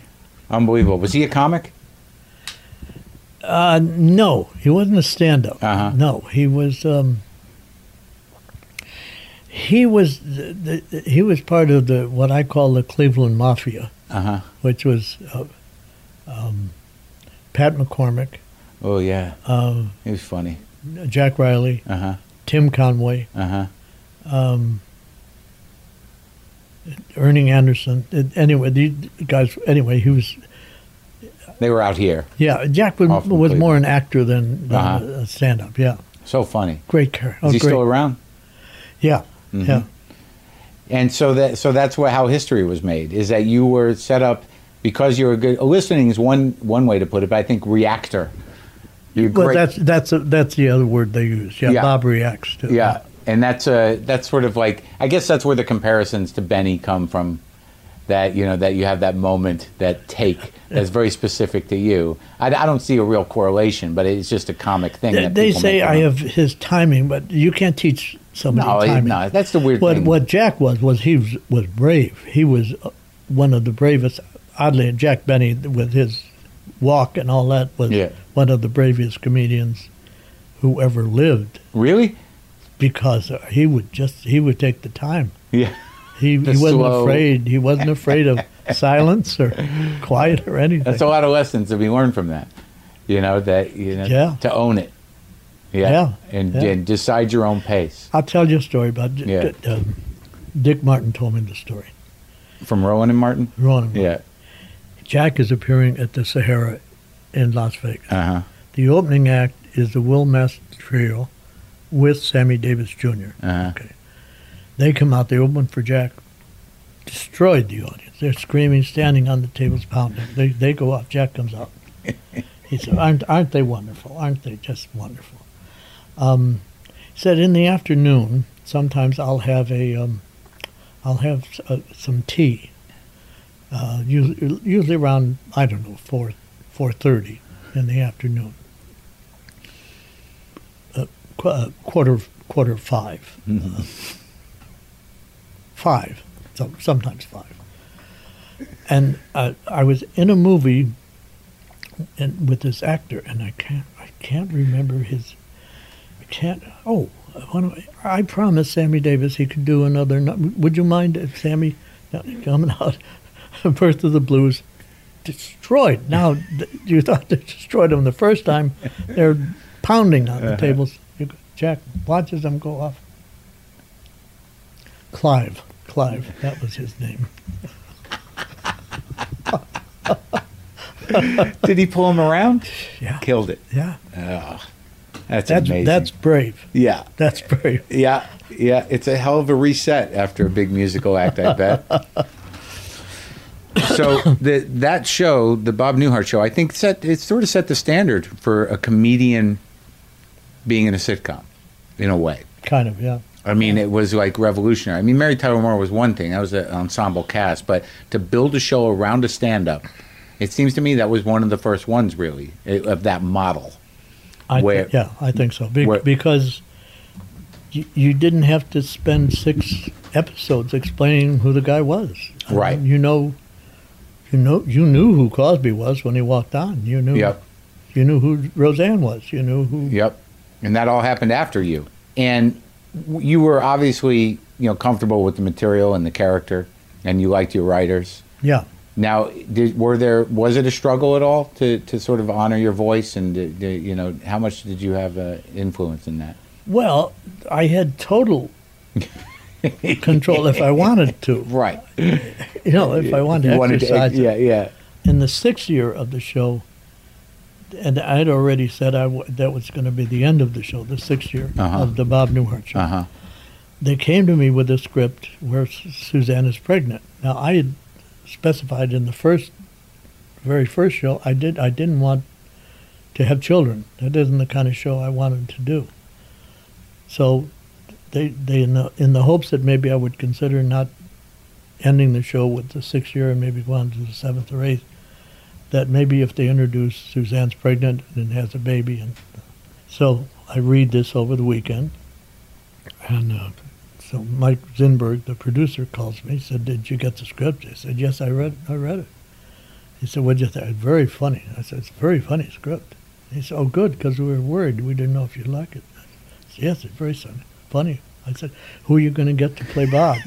Speaker 3: Unbelievable. Was he a comic?
Speaker 2: Uh, no, he wasn't a stand-up.
Speaker 3: Uh-huh.
Speaker 2: No, he was. Um, he was the, the, he was part of the what I call the Cleveland Mafia,
Speaker 3: Uh huh.
Speaker 2: which was uh, um, Pat McCormick,
Speaker 3: Oh yeah,
Speaker 2: uh,
Speaker 3: he was funny.
Speaker 2: Jack Riley,
Speaker 3: Uh huh.
Speaker 2: Tim Conway,
Speaker 3: Uh huh.
Speaker 2: um, Ernie Anderson. And Anyway, these guys. Anyway, he was.
Speaker 3: They were out here.
Speaker 2: Yeah, Jack was,
Speaker 3: All from
Speaker 2: was more an actor than, than
Speaker 3: Uh-huh.
Speaker 2: a stand-up. Yeah,
Speaker 3: So funny.
Speaker 2: great character.
Speaker 3: Is
Speaker 2: Oh,
Speaker 3: he
Speaker 2: great.
Speaker 3: still around?
Speaker 2: Yeah,
Speaker 3: Mm-hmm.
Speaker 2: yeah.
Speaker 3: And so that so that's what, how history was made is that you were set up because you were good. Listening is one one way to put it, but I think reactor. You're
Speaker 2: Well,
Speaker 3: great-
Speaker 2: that's that's a, that's the other word they use. Yeah,
Speaker 3: Yeah.
Speaker 2: Bob reacts to.
Speaker 3: yeah, and that's uh that's sort of like I guess that's where the comparisons to Benny come from. That you know that you have that moment that take that's very specific to you. I, I don't see a real correlation, but it's just a comic thing.
Speaker 2: They,
Speaker 3: that
Speaker 2: they
Speaker 3: people
Speaker 2: say
Speaker 3: make
Speaker 2: I
Speaker 3: up.
Speaker 2: have his timing, but you can't teach somebody
Speaker 3: No, Mm-hmm. it-
Speaker 2: timing.
Speaker 3: no, that's the weird
Speaker 2: what,
Speaker 3: thing.
Speaker 2: What Jack was was he was, was brave. He was uh, one of the bravest. Oddly, Jack Benny with his walk and all that was
Speaker 3: Yeah.
Speaker 2: one of the bravest comedians who ever lived
Speaker 3: really
Speaker 2: because uh, he would just he would take the time.
Speaker 3: yeah.
Speaker 2: He, he
Speaker 3: The
Speaker 2: wasn't
Speaker 3: slow-
Speaker 2: afraid. He wasn't afraid of silence or quiet or anything.
Speaker 3: That's a lot of lessons to be learned from that. You know that you know
Speaker 2: Yeah.
Speaker 3: to own it.
Speaker 2: Yeah,
Speaker 3: and,
Speaker 2: yeah.
Speaker 3: and decide your own pace
Speaker 2: I'll tell you a story about Dick.
Speaker 3: Yeah.
Speaker 2: Um, Dick Martin told me the story.
Speaker 3: from Rowan and Martin.
Speaker 2: Ron,
Speaker 3: Yeah.
Speaker 2: Jack is appearing at the Sahara in Las Vegas.
Speaker 3: Uh huh.
Speaker 2: The opening act is the Will Master Trio with Sammy Davis Jr.
Speaker 3: Uh-huh.
Speaker 2: Okay. They come out, they open for Jack, destroyed the audience. They're screaming, standing on the tables, pounding. They, they go out, Jack comes out. He said, aren't, aren't they wonderful? Aren't they just wonderful? Um, he said, In the afternoon, sometimes I'll have a, um, I'll have s- uh, some tea. Uh, usually, usually around I don't know four, four thirty in the afternoon. Uh, qu- uh, quarter quarter 5 Uh, five, so, sometimes five. And I, I was in a movie, and with this actor, and I can't I can't remember his. I can't. Oh, why don't I, I promised Sammy Davis he could do another. nu- Would you mind if Sammy uh, coming out? Birth of the Blues, destroyed. Now th- you thought they destroyed them the first time. They're pounding on the tables. You, go- Jack watches them go off. Clive, Clive, that was his name.
Speaker 3: Did he pull him around?
Speaker 2: Yeah,
Speaker 3: Killed it.
Speaker 2: yeah.
Speaker 3: That's,
Speaker 2: That's
Speaker 3: amazing.
Speaker 2: that's brave.
Speaker 3: yeah,
Speaker 2: That's brave.
Speaker 3: yeah, yeah. It's a hell of a reset after a big musical act. I bet. so the, that show, the Bob Newhart show, I think set it sort of set the standard for a comedian being in a sitcom, in a way.
Speaker 2: Kind of, yeah.
Speaker 3: I mean, it was like revolutionary. I mean, Mary Tyler Moore was one thing; that was an ensemble cast. But to build a show around a stand-up, it seems to me that was one of the first ones, really, eh, of that model.
Speaker 2: I thi-
Speaker 3: Where-
Speaker 2: yeah, I think so. Be-
Speaker 3: where-
Speaker 2: because you, you didn't have to spend six episodes explaining who the guy was. I mean,
Speaker 3: Right.
Speaker 2: you know, you know, you knew who Cosby was when he walked on. You knew.
Speaker 3: Yep.
Speaker 2: You knew who Roseanne was. You knew who.
Speaker 3: Yep. And that all happened after you. And w- you were obviously, you know, comfortable with the material and the character, and you liked your writers.
Speaker 2: Yeah.
Speaker 3: Now, did, were there was it a struggle at all to, to sort of honor your voice and to, to, you know how much did you have uh, influence in that?
Speaker 2: Well, I had total control if I wanted to.
Speaker 3: Right.
Speaker 2: You know, if I wanted to
Speaker 3: You
Speaker 2: exercise. it.
Speaker 3: yeah, yeah.
Speaker 2: in the sixth year of the show, and I had already said I w- that was going to be the end of the show, the sixth year
Speaker 3: Uh-huh.
Speaker 2: of the Bob Newhart show.
Speaker 3: Uh huh.
Speaker 2: They came to me with a script where Su- Suzanne is pregnant. Now I had specified in the first, very first show, I did I didn't want to have children. That isn't the kind of show I wanted to do. So, they they in the, in the hopes that maybe I would consider not ending the show with the sixth year and maybe going to the seventh or eighth, that maybe if they introduce Suzanne's pregnant and has a baby, and so I read this over the weekend, and uh, so Mike Zinberg, the producer, calls me. Said, "Did you get the script?" I said, "Yes, I read. I read it." He said, "What'd you think?" Very funny. I said, "It's a very funny script." He said, "Oh, good, because we were worried. We didn't know if you'd like it." I said, yes, it's very funny. Funny. I said, "Who are you going to get to play Bob?"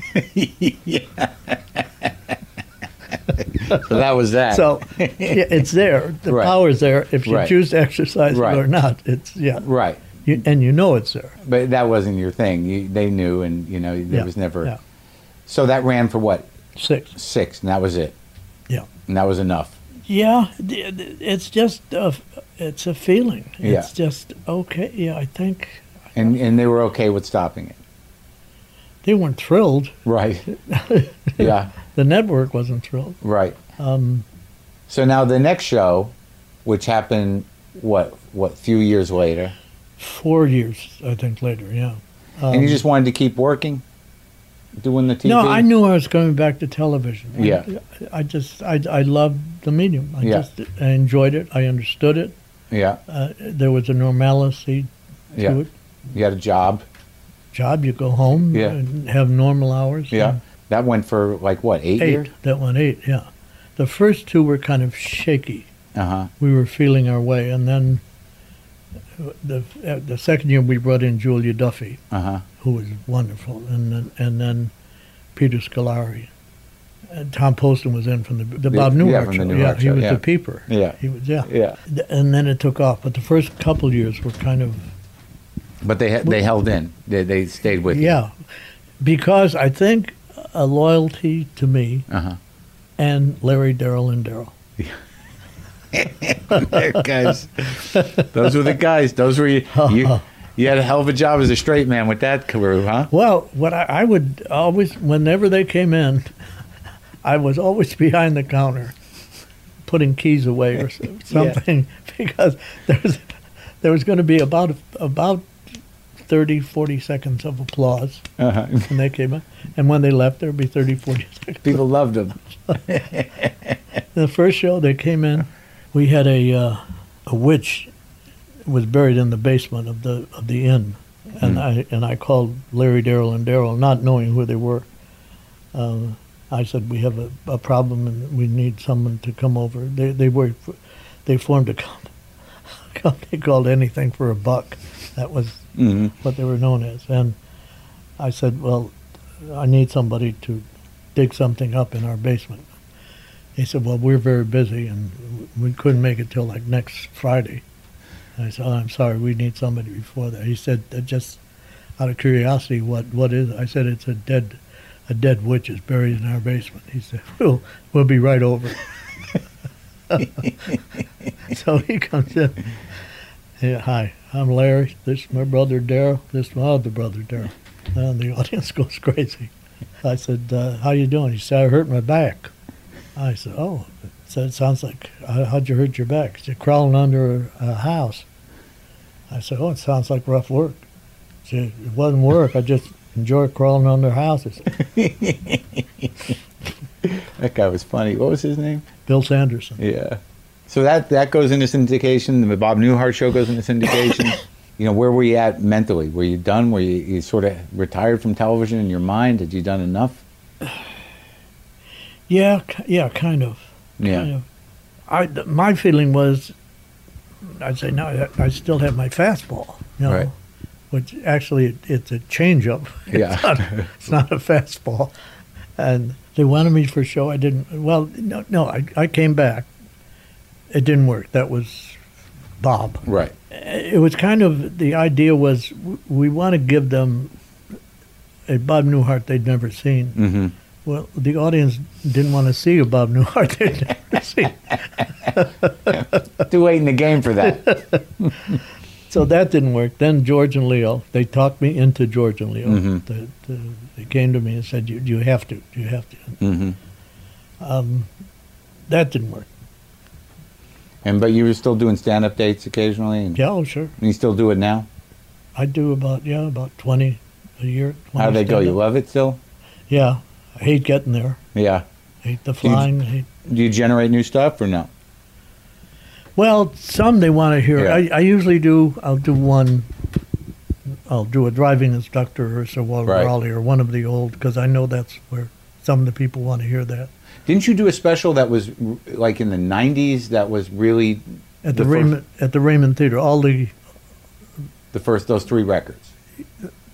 Speaker 3: So that was that.
Speaker 2: So yeah, it's there. The
Speaker 3: Right.
Speaker 2: power's there. If you
Speaker 3: Right.
Speaker 2: choose to exercise
Speaker 3: Right.
Speaker 2: it or not, it's yeah.
Speaker 3: right.
Speaker 2: You, and you know it's there.
Speaker 3: But that wasn't your thing. You, they knew, and you know there
Speaker 2: yeah.
Speaker 3: was never.
Speaker 2: yeah.
Speaker 3: So that ran for what
Speaker 2: six.
Speaker 3: six, and that was it,
Speaker 2: Yeah.
Speaker 3: and that was enough.
Speaker 2: Yeah, th- th- it's just a, it's a feeling. It's just okay. Yeah, I think
Speaker 3: And and they were okay with stopping it.
Speaker 2: they weren't thrilled.
Speaker 3: Right. yeah.
Speaker 2: The network wasn't thrilled.
Speaker 3: Right.
Speaker 2: Um,
Speaker 3: So now the next show, which happened what what few years later,
Speaker 2: four years, I think, later. Yeah. Um,
Speaker 3: and you just wanted to keep working, doing the TV.
Speaker 2: No, I knew I was coming back to television. I-
Speaker 3: Yeah.
Speaker 2: I, just I I loved the medium. I
Speaker 3: Yeah.
Speaker 2: just I enjoyed it. I understood it.
Speaker 3: Yeah.
Speaker 2: Uh, there was a normalcy to
Speaker 3: Yeah.
Speaker 2: it.
Speaker 3: You had a job.
Speaker 2: Job, you go home
Speaker 3: Yeah.
Speaker 2: and have normal hours.
Speaker 3: Yeah. That went for like what eight, years.
Speaker 2: Eight. That one eight. Yeah. The first two were kind of shaky.
Speaker 3: Uh huh.
Speaker 2: we were feeling our way, and then the uh, the second year we brought in Julia Duffy,
Speaker 3: Uh huh.
Speaker 2: who was wonderful, and then and then Peter Scolari. And Tom Poston was in from the the
Speaker 3: Yeah,
Speaker 2: Bob
Speaker 3: yeah,
Speaker 2: Newhart
Speaker 3: from
Speaker 2: show.
Speaker 3: the
Speaker 2: yeah,
Speaker 3: Newhart
Speaker 2: he
Speaker 3: show,
Speaker 2: was
Speaker 3: yeah.
Speaker 2: the peeper.
Speaker 3: Yeah.
Speaker 2: he was yeah.
Speaker 3: Yeah.
Speaker 2: Th- And then it took off, but the first couple years were kind of
Speaker 3: But they ha- they held in. They they stayed with you.
Speaker 2: yeah, because I think a loyalty to me
Speaker 3: Yeah. Uh huh.
Speaker 2: and Larry Darrell and Darrell.
Speaker 3: guys. Those were the guys. Those were you, you. You had a hell of a job as a straight man with that crew, huh?
Speaker 2: Well, what I, I would always, whenever they came in, I was always behind the counter, putting keys away or so- something, because there was there was going to be about about 30, 40 seconds of applause
Speaker 3: Uh-huh.
Speaker 2: when they came up. And when they left, there'd be 30, 40 seconds.
Speaker 3: People loved him.
Speaker 2: The first show they came in, we had a uh, a witch was buried in the basement of the of the inn, and I and I called Larry Darrell and Darrell, not knowing who they were. Uh, I said we have a, a problem and we need someone to come over. They they were they formed a comp- company called Anything for a Buck. That was
Speaker 3: Mm-hmm.
Speaker 2: what they were known as, and I said, well, I need somebody to dig something up in our basement. He said, "Well, we're very busy and we couldn't make it till like next Friday." And I said, oh, "I'm sorry, we need somebody before that." He said, "Uh, "Just out of curiosity, what what is?" It? I said, "It's a dead, a dead witch is buried in our basement." He said, "We'll we'll be right over." so he comes in. Yeah, hi, I'm Larry. This is my brother Daryl. This is my other brother Daryl. And the audience goes crazy. I said, uh, "How you doing?" He said, "I hurt my back." I said, "Oh," so it sounds like uh, how'd you hurt your back? She said, "Crawling under a, a house." I said, "Oh, it sounds like rough work." She said, "It wasn't work. I just enjoy crawling under houses."
Speaker 3: That guy was funny. What was his name?
Speaker 2: Bill Sanderson.
Speaker 3: Yeah. So that that goes into syndication. The Bob Newhart show goes into syndication. you know, where were you at mentally? Were you done? Were you, you sort of retired from television in your mind? Had you done enough?
Speaker 2: Yeah, ki- yeah, kind of.
Speaker 3: Yeah.
Speaker 2: Kind of. I th- my feeling was, I'd say no, I, I still have my fastball. You know,
Speaker 3: Right.
Speaker 2: Which actually it, it's a changeup.
Speaker 3: Yeah.
Speaker 2: It's not, it's not a fastball. And they wanted me for a show. I didn't. Well, no, no. I I came back. It didn't work. That was Bob
Speaker 3: Right.
Speaker 2: it was kind of the idea was w- we want to give them a Bob Newhart they'd never seen. Mm-hmm. Well, the audience didn't want to see a Bob Newhart they'd never seen,
Speaker 3: Too late in the game for that.
Speaker 2: so that didn't work. Then George and Leo, they talked me into George and Leo.
Speaker 3: Mm-hmm.
Speaker 2: The- the- they came to me and said, "You you have to, you have to."
Speaker 3: Mhm.
Speaker 2: Um, that didn't work.
Speaker 3: and but you were still doing stand-up dates occasionally, and
Speaker 2: Yeah, oh, sure.
Speaker 3: you still do it now.
Speaker 2: I do about yeah about twenty a year. 20
Speaker 3: How do they go? You
Speaker 2: stand-up.
Speaker 3: love it still?
Speaker 2: Yeah, I hate getting there.
Speaker 3: Yeah.
Speaker 2: Hate the flying. Hate
Speaker 3: Do you generate new stuff or no?
Speaker 2: Well, some they want to hear.
Speaker 3: Yeah.
Speaker 2: I, I usually do. I'll do one. I'll do a driving instructor or Sir Walter
Speaker 3: Right.
Speaker 2: Raleigh or one of the old because I know that's where some of the people want to hear that.
Speaker 3: Didn't you do a special that was r- like in the '90s? That was really
Speaker 2: At the,
Speaker 3: first-
Speaker 2: Raymond at the Raymond Theater, all the
Speaker 3: the first those three records.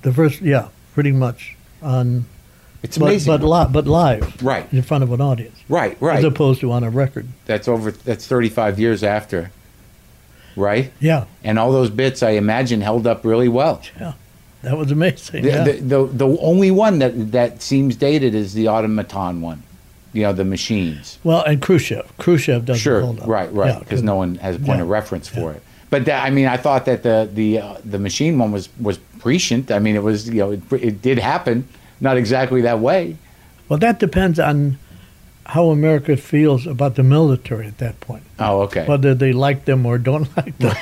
Speaker 2: the first yeah, pretty much on
Speaker 3: It's
Speaker 2: but
Speaker 3: amazing.
Speaker 2: but, li- but live
Speaker 3: Right.
Speaker 2: in front of an audience
Speaker 3: right,
Speaker 2: as
Speaker 3: right.
Speaker 2: opposed to on a record.
Speaker 3: that's over. That's 35 years after. Right.
Speaker 2: Yeah,
Speaker 3: And all those bits, I imagine, held up really well.
Speaker 2: yeah, that was amazing.
Speaker 3: The,
Speaker 2: yeah.
Speaker 3: the, the, the only one that, that seems dated is the automaton one, you know, the machines.
Speaker 2: well, and Khrushchev, Khrushchev doesn't
Speaker 3: Sure,
Speaker 2: hold up.
Speaker 3: right, right,
Speaker 2: Yeah,
Speaker 3: because no one has a point
Speaker 2: yeah,
Speaker 3: of reference for it. But that, I mean, I thought that the the uh, the machine one was was prescient. I mean, it was you know it, it did happen, not exactly that way.
Speaker 2: Well, that depends on how America feels about the military at that point,
Speaker 3: Oh, okay.
Speaker 2: whether they like them or don't like them.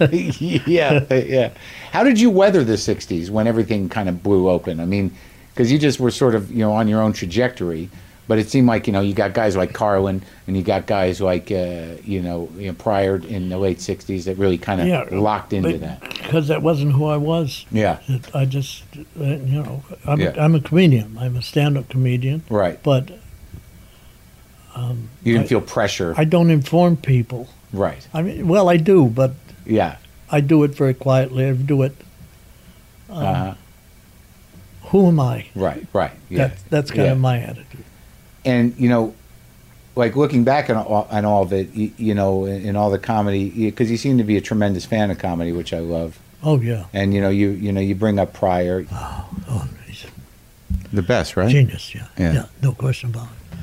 Speaker 3: yeah, yeah. How did you weather the '60s when everything kind of blew open? I mean, because you just were sort of you know on your own trajectory, but it seemed like you know you got guys like Carlin and you got guys like uh, you know you know, Pryor in the late '60s that really kind of
Speaker 2: Yeah,
Speaker 3: locked into that.
Speaker 2: Because that wasn't who I was.
Speaker 3: Yeah,
Speaker 2: It- I just, uh, you know, I'm,
Speaker 3: Yeah.
Speaker 2: a, I'm a comedian. I'm a stand-up comedian.
Speaker 3: right.
Speaker 2: But
Speaker 3: You didn't
Speaker 2: I-
Speaker 3: feel pressure,
Speaker 2: I don't inform people.
Speaker 3: right?
Speaker 2: I mean, well, I do, but
Speaker 3: Yeah,
Speaker 2: I do it very quietly. I do it. um,
Speaker 3: uh,
Speaker 2: Who am I?
Speaker 3: right, right. Yeah,
Speaker 2: That's that's kind
Speaker 3: yeah.
Speaker 2: of my attitude.
Speaker 3: and you know like looking back on all, on all of it you, you know in, in all the comedy because you seem to be a tremendous fan of comedy which i love
Speaker 2: Oh yeah.
Speaker 3: and you know you you know you bring up prior
Speaker 2: Oh, he's
Speaker 3: the best right
Speaker 2: Genius, yeah.
Speaker 3: Yeah.
Speaker 2: yeah. no question about it.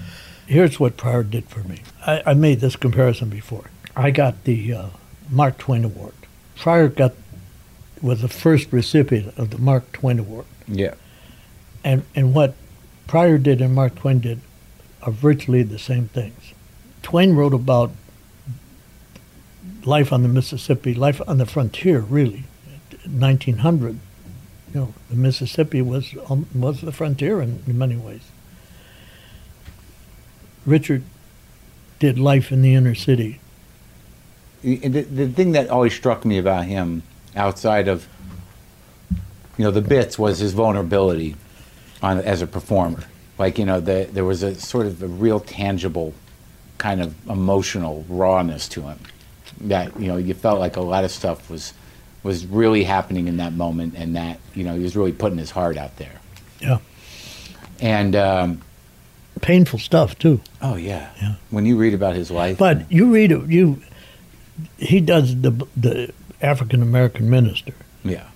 Speaker 2: Here's what Pryor did for me. I, I made this comparison before. I got the uh, Mark Twain Award. Pryor got was the first recipient of the Mark Twain Award,
Speaker 3: yeah
Speaker 2: and and what Pryor did and Mark Twain did are virtually the same things. Twain wrote about life on the Mississippi, life on the frontier, really, 1900. you know, the Mississippi was um, was the frontier in, in many ways. Richard did life in the inner city.
Speaker 3: And The, the thing that always struck me about him, outside of you know the bits, was his vulnerability on as a performer. Like you know, the, there was a sort of a real tangible, kind of emotional rawness to him. That you know, you felt like a lot of stuff was was really happening in that moment, and that you know he was really putting his heart out there.
Speaker 2: Yeah,
Speaker 3: And um,
Speaker 2: painful stuff too.
Speaker 3: oh yeah.
Speaker 2: Yeah.
Speaker 3: when you read about his life,
Speaker 2: But you read it. You he does the the African American minister.
Speaker 3: yeah,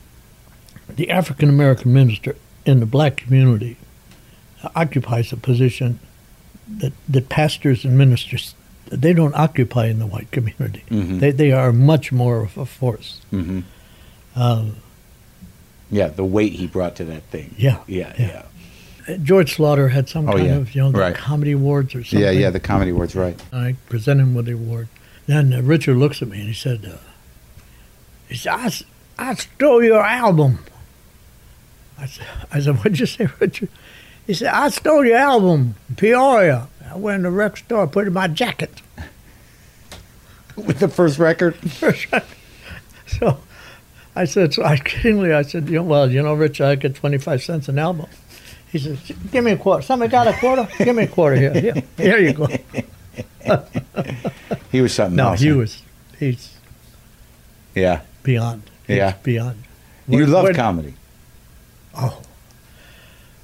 Speaker 2: the African American minister in the black community occupies a position that, that pastors and ministers they don't occupy in the white community.
Speaker 3: Mm-hmm.
Speaker 2: They, they are much more of a force. Um,
Speaker 3: yeah, the weight he brought to that thing.
Speaker 2: Yeah,
Speaker 3: yeah,
Speaker 2: yeah.
Speaker 3: yeah.
Speaker 2: Uh, George Slaughter had some
Speaker 3: Oh,
Speaker 2: kind
Speaker 3: yeah.
Speaker 2: of you know the
Speaker 3: Right.
Speaker 2: comedy awards or something.
Speaker 3: Yeah, yeah, the comedy word's right.
Speaker 2: I present him with the award. Then uh, Richard looks at me and he said, uh, he said I, s- I stole your album. I said, I said, what'd you say, Richard? He said, I stole your album, Peoria. I went in the record store, put it in my jacket.
Speaker 3: With the first record?
Speaker 2: So I said, so I kiddingly, I said, you know, well, you know, Rich, I get 25 cents an album. He said, give me a quarter. Somebody got a quarter? Give me a quarter here. Here, here you go.
Speaker 3: He was something
Speaker 2: No,
Speaker 3: else.
Speaker 2: he was, he's
Speaker 3: Yeah.
Speaker 2: beyond. He's
Speaker 3: Yeah.
Speaker 2: Beyond.
Speaker 3: you
Speaker 2: When-
Speaker 3: love
Speaker 2: when-
Speaker 3: comedy.
Speaker 2: Oh.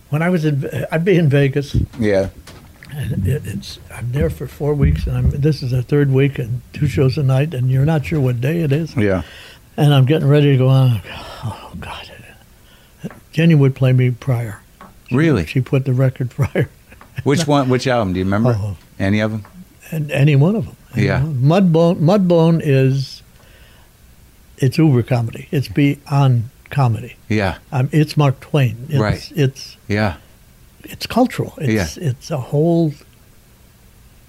Speaker 2: When I was in, I'd be in Vegas,
Speaker 3: Yeah.
Speaker 2: and it, it's I'm there for four weeks, and I'm this is the third week and two shows a night, and you're not sure what day it is,
Speaker 3: Yeah.
Speaker 2: and I'm getting ready to go on. Oh God, Jenny would play me prior.
Speaker 3: Really?
Speaker 2: She put the record prior,
Speaker 3: Which one? Which album? Do you remember?
Speaker 2: Oh.
Speaker 3: Any of them?
Speaker 2: and any one of them.
Speaker 3: Yeah.
Speaker 2: Mudbone, Mudbone is it's uber comedy. It's beyond comedy.
Speaker 3: Yeah.
Speaker 2: Um, it's Mark Twain. It's,
Speaker 3: Right.
Speaker 2: It's
Speaker 3: Yeah.
Speaker 2: it's cultural. It's it's a whole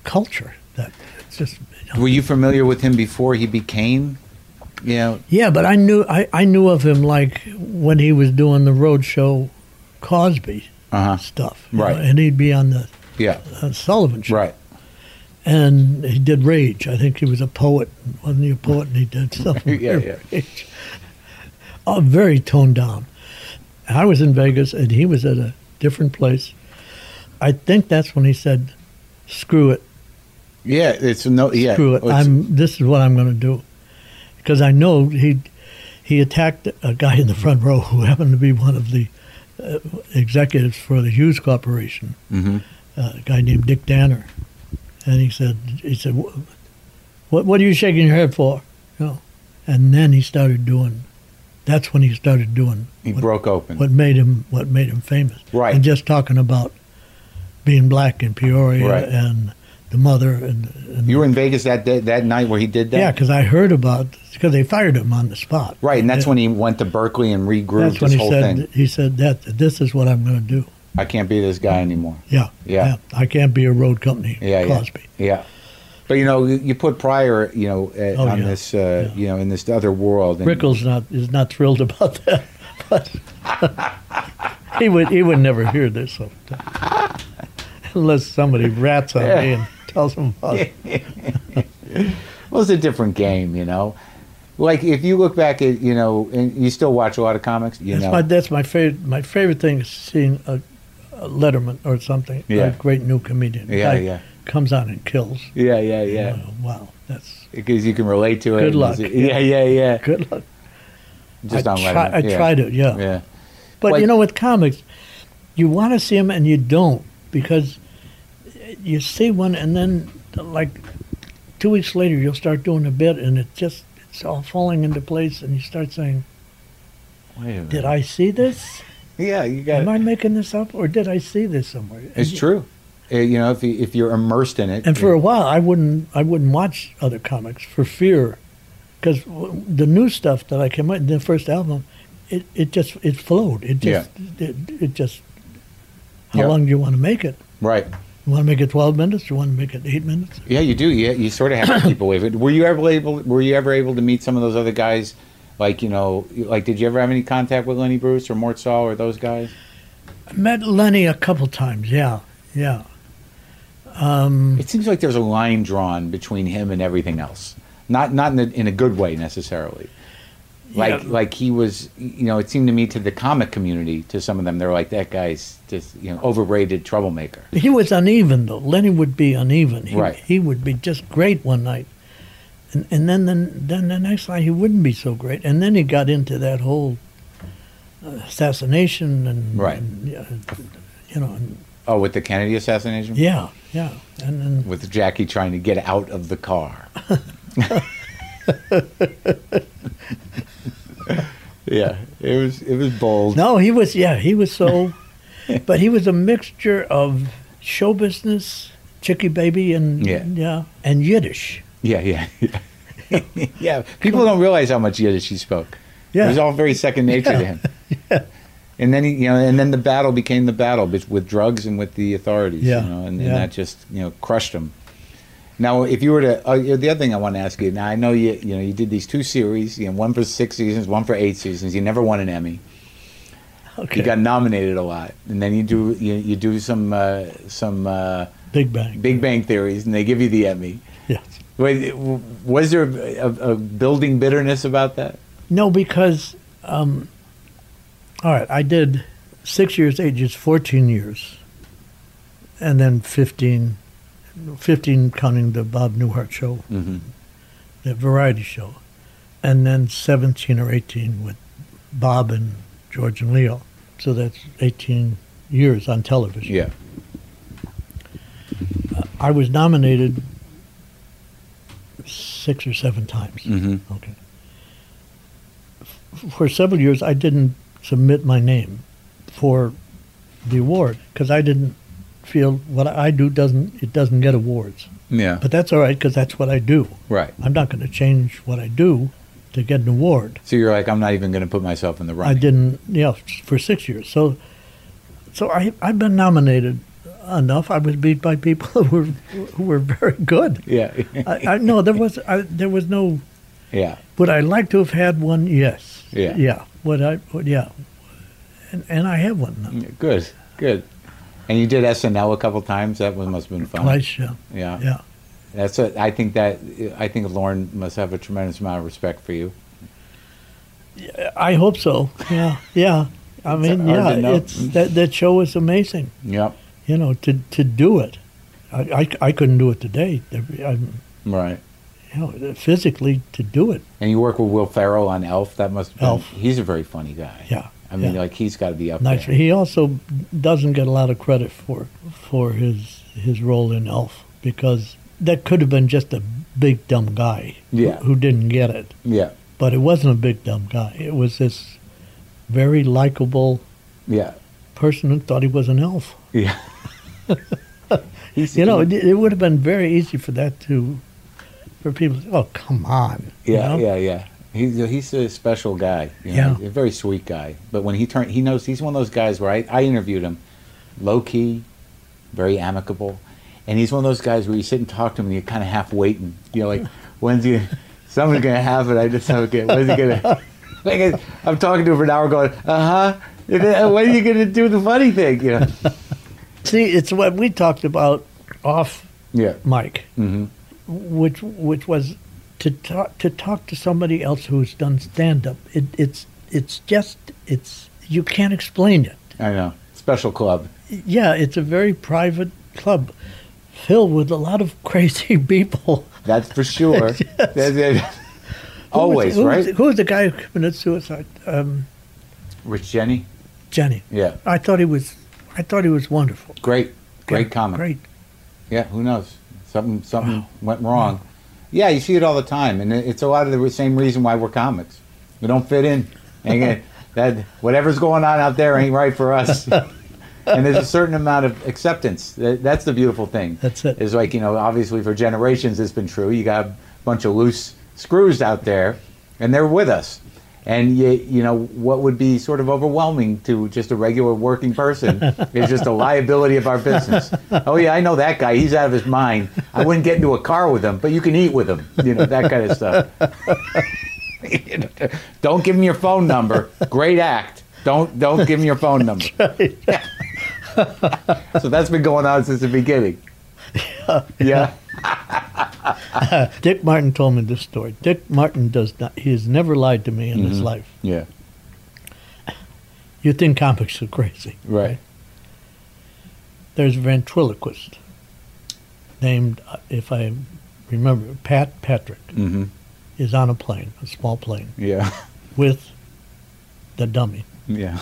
Speaker 2: culture that it's just you know.
Speaker 3: Were you familiar with him before he became? Yeah.
Speaker 2: yeah. But I knew I, I knew of him like when he was doing the road show, Cosby
Speaker 3: Uh huh.
Speaker 2: stuff, you
Speaker 3: Right.
Speaker 2: know, and he'd be on the
Speaker 3: Yeah.
Speaker 2: uh, Sullivan show,
Speaker 3: Right.
Speaker 2: and he did Rage. I think he was a poet, wasn't he a poet? And he did stuff. with
Speaker 3: Yeah, yeah.
Speaker 2: Rage. Oh, very toned down. I was in Vegas, and he was at a different place. I think that's when he said, "Screw it."
Speaker 3: Yeah. It's no. Yeah.
Speaker 2: screw it.
Speaker 3: It's-
Speaker 2: I'm. This is what I'm going to do, because I know he he attacked a guy in the front row who happened to be one of the uh, executives for the Hughes Corporation,
Speaker 3: Mm-hmm.
Speaker 2: uh, a guy named Dick Danner, and he said he said, "What what are you shaking your head for?" You know, and then he started doing. That's when he started doing
Speaker 3: he
Speaker 2: what,
Speaker 3: broke open.
Speaker 2: what made him what made him famous.
Speaker 3: Right.
Speaker 2: And just talking about being black in Peoria
Speaker 3: Right.
Speaker 2: and the mother and, and
Speaker 3: you were in Vegas that day, that night where he did that.
Speaker 2: yeah, because I heard about because they fired him on the spot.
Speaker 3: Right, and that's when he went to Berkeley and regrouped
Speaker 2: That's when
Speaker 3: his
Speaker 2: he
Speaker 3: whole
Speaker 2: said
Speaker 3: thing.
Speaker 2: he said that, that this is what I'm going to do.
Speaker 3: I can't be this guy anymore.
Speaker 2: Yeah,
Speaker 3: Yeah.
Speaker 2: I can't be a road company,
Speaker 3: yeah,
Speaker 2: Cosby.
Speaker 3: Yeah. yeah. But you know, you- you put Pryor, you know, uh,
Speaker 2: Oh,
Speaker 3: on
Speaker 2: yeah.
Speaker 3: this, uh, you know, in this other world. And,
Speaker 2: Rickles not is not thrilled about that, but he would he would never hear this so- unless somebody rats on me and tells him about it.
Speaker 3: Well, it's a different game, you know. Like if you look back at, you know, and you still watch a lot of comics, you
Speaker 2: That's
Speaker 3: know.
Speaker 2: my that's my favorite my favorite thing is seeing a, a Letterman or something,
Speaker 3: Yeah.
Speaker 2: a great new comedian.
Speaker 3: Yeah,
Speaker 2: guy
Speaker 3: yeah.
Speaker 2: Comes on and kills.
Speaker 3: yeah, yeah, yeah.
Speaker 2: Uh, wow, that's
Speaker 3: Because you can relate to it.
Speaker 2: Good
Speaker 3: and
Speaker 2: luck.
Speaker 3: you see- Yeah, yeah, yeah.
Speaker 2: good luck.
Speaker 3: Just
Speaker 2: I,
Speaker 3: on
Speaker 2: try,
Speaker 3: Letterman,
Speaker 2: I
Speaker 3: yeah.
Speaker 2: tried it, yeah.
Speaker 3: Yeah.
Speaker 2: But
Speaker 3: Like-
Speaker 2: you know, with comics, you want to see them and you don't because you see one and then like two weeks later you'll start doing a bit and it just it's all falling into place and you start saying,
Speaker 3: Wait a minute.
Speaker 2: "Did I see this?
Speaker 3: Yeah, you got
Speaker 2: Am
Speaker 3: it.
Speaker 2: I making this up, or did I see this somewhere?" And
Speaker 3: It's
Speaker 2: you-
Speaker 3: true. Uh, you know, if you, if you're immersed in it.
Speaker 2: And for a while, I wouldn't I wouldn't watch other comics for fear, because the new stuff that I came out in the first album, it, it just it flowed. It just it, it just. How
Speaker 3: Yeah.
Speaker 2: long do you want to make it?
Speaker 3: right.
Speaker 2: You want to make it twelve minutes? You want to make it eight minutes?
Speaker 3: Yeah, you do. Yeah, you sort of have to keep away from it. Were you ever able? Were you ever able to meet some of those other guys Like you know, like did you ever have any contact with Lenny Bruce or Mort Saul or those guys?
Speaker 2: I met Lenny a couple times. Yeah, yeah.
Speaker 3: It seems like there's a line drawn between him and everything else. Not not in a, in a good way necessarily. Like
Speaker 2: Yeah.
Speaker 3: like he was, you know, it seemed to me to the comic community, to some of them, they're like that guy's just you know overrated troublemaker.
Speaker 2: He was uneven though. Lenny would be uneven. He,
Speaker 3: Right.
Speaker 2: He would be just great one night, and and then the, then the next night he wouldn't be so great. And then he got into that whole uh, assassination and
Speaker 3: Right.
Speaker 2: and, yeah, you know. And,
Speaker 3: Oh, with the Kennedy assassination.
Speaker 2: yeah, yeah. And then
Speaker 3: With Jackie trying to get out of the car. yeah, it was it was bold.
Speaker 2: no, he was yeah he was so, but he was a mixture of show business, Chicky Baby, and
Speaker 3: Yeah.
Speaker 2: and Yiddish.
Speaker 3: Yeah, yeah, yeah. yeah, people don't realize how much Yiddish he spoke. It was
Speaker 2: Yeah.
Speaker 3: all very second nature to
Speaker 2: Yeah.
Speaker 3: him. And then he, you know, and then the battle became the battle bet- with drugs and with the authorities.
Speaker 2: Yeah,
Speaker 3: You know, and,
Speaker 2: yeah.
Speaker 3: and that just you know crushed him. Now, if you were to, uh, you know, the other thing I want to ask you. Now, I know you, you know, you did these two series. You know, one for six seasons, one for eight seasons. You never won an Emmy.
Speaker 2: Okay.
Speaker 3: You got nominated a lot, and then you do you, you do some uh, some uh,
Speaker 2: Big Bang.
Speaker 3: Big Bang theories, and they give you the Emmy.
Speaker 2: Yes.
Speaker 3: Was, was there a, a, a building bitterness about that?
Speaker 2: No, because um, all right, I did six years, eight years, fourteen years, and then 15, 15 counting the Bob Newhart show,
Speaker 3: Mm-hmm.
Speaker 2: the variety show, and then seventeen or eighteen with Bob and George and Leo. So that's eighteen years on television.
Speaker 3: Yeah.
Speaker 2: I was nominated six or seven times.
Speaker 3: Mm-hmm.
Speaker 2: Okay. F- For several years, I didn't submit my name for the award because I didn't feel what I do doesn't it doesn't get awards.
Speaker 3: Yeah.
Speaker 2: But that's all right because that's what I do.
Speaker 3: right.
Speaker 2: I'm not going to change what I do to get an award.
Speaker 3: So you're like, I'm not even going to put myself in the
Speaker 2: I
Speaker 3: running.
Speaker 2: didn't, yeah, f- for six years. So, so I I've been nominated enough. I was beat by people who were who were very good.
Speaker 3: Yeah.
Speaker 2: I, I no, there was I, there was no
Speaker 3: yeah.
Speaker 2: Would I like to have had one? Yes.
Speaker 3: Yeah.
Speaker 2: Yeah. Would I? Would, yeah. And, and I have one now.
Speaker 3: Good. Good. And you did SNL a couple times. That one must have been fun.
Speaker 2: Twice. Yeah.
Speaker 3: Yeah.
Speaker 2: Yeah.
Speaker 3: That's. A, I think that. I think Lauren must have a tremendous amount of respect for you.
Speaker 2: I hope so. Yeah. Yeah. I mean,
Speaker 3: hard to
Speaker 2: yeah.
Speaker 3: know.
Speaker 2: It's that that show was amazing.
Speaker 3: Yep.
Speaker 2: You know, to to do it, I I, I couldn't do it today. I'm,
Speaker 3: Right.
Speaker 2: you know, physically to do it.
Speaker 3: And you work with Will Ferrell on Elf. That must. Have been,
Speaker 2: Elf.
Speaker 3: He's a very funny guy.
Speaker 2: Yeah.
Speaker 3: I mean,
Speaker 2: yeah.
Speaker 3: like he's got to be up
Speaker 2: Nice.
Speaker 3: there.
Speaker 2: He also doesn't get a lot of credit for for his his role in Elf because that could have been just a big dumb guy who-
Speaker 3: Yeah.
Speaker 2: who didn't get it.
Speaker 3: Yeah.
Speaker 2: but it wasn't a big dumb guy. It was this very likable
Speaker 3: Yeah.
Speaker 2: person who thought he was an elf.
Speaker 3: Yeah. he's,
Speaker 2: You know, it, it would have been very easy for that to, for people. to say, Oh, come on. you
Speaker 3: Yeah,
Speaker 2: know?
Speaker 3: yeah, yeah. He's a, he's a special guy. You know,
Speaker 2: Yeah.
Speaker 3: a very sweet guy. But when he turned, he knows he's one of those guys where I, I interviewed him, low key, very amicable, and he's one of those guys where you sit and talk to him and you're kind of half waiting. You're like, when's he? Someone's gonna have it. I just don't get. When's he gonna? Like I- I'm talking to him for an hour, going, uh huh. When are you gonna do the funny thing? You know?
Speaker 2: See, it's what we talked about off
Speaker 3: Yeah.
Speaker 2: mic,
Speaker 3: Mm-hmm.
Speaker 2: which which was to talk to talk to somebody else who's done stand up. It, it's it's just it's you can't explain it.
Speaker 3: I know. Special club.
Speaker 2: Yeah, it's a very private club filled with a lot of crazy people.
Speaker 3: That's for sure. That's it.
Speaker 2: Who was-
Speaker 3: Always,
Speaker 2: who was-
Speaker 3: right?
Speaker 2: who was the guy who committed suicide? Um,
Speaker 3: Rich Jenny.
Speaker 2: Jenny.
Speaker 3: Yeah.
Speaker 2: I thought he was. I thought he was wonderful.
Speaker 3: Great, great comic.
Speaker 2: Great.
Speaker 3: Yeah, who knows? Something something went wrong. Yeah, you see it all the time, and it- it's a lot of the re- same reason why we're comics. We don't fit in. And again, that whatever's going on out there ain't right for us. and there's a certain amount of acceptance. That, that's the beautiful thing.
Speaker 2: That's it.
Speaker 3: It's like you know, obviously for generations it's been true. You got a bunch of loose screws out there, and they're with us. And you, you know what would be sort of overwhelming to just a regular working person is just the liability of our business. Oh yeah, I know that guy. He's out of his mind. I wouldn't get into a car with him, but you can eat with him. You know that kind of stuff. You know, don't give him your phone number. Great act. Don't don't give him your phone number. so that's been going on since the beginning. Yeah.
Speaker 2: Dick Martin told me this story. Dick Martin does not, he has never lied to me in
Speaker 3: Mm-hmm.
Speaker 2: his life.
Speaker 3: Yeah.
Speaker 2: You think comics are crazy.
Speaker 3: Right.
Speaker 2: There's a ventriloquist named, uh, if I remember, Pat Patrick
Speaker 3: Mm-hmm.
Speaker 2: is on a plane, a small plane,
Speaker 3: Yeah.
Speaker 2: with the dummy.
Speaker 3: Yeah.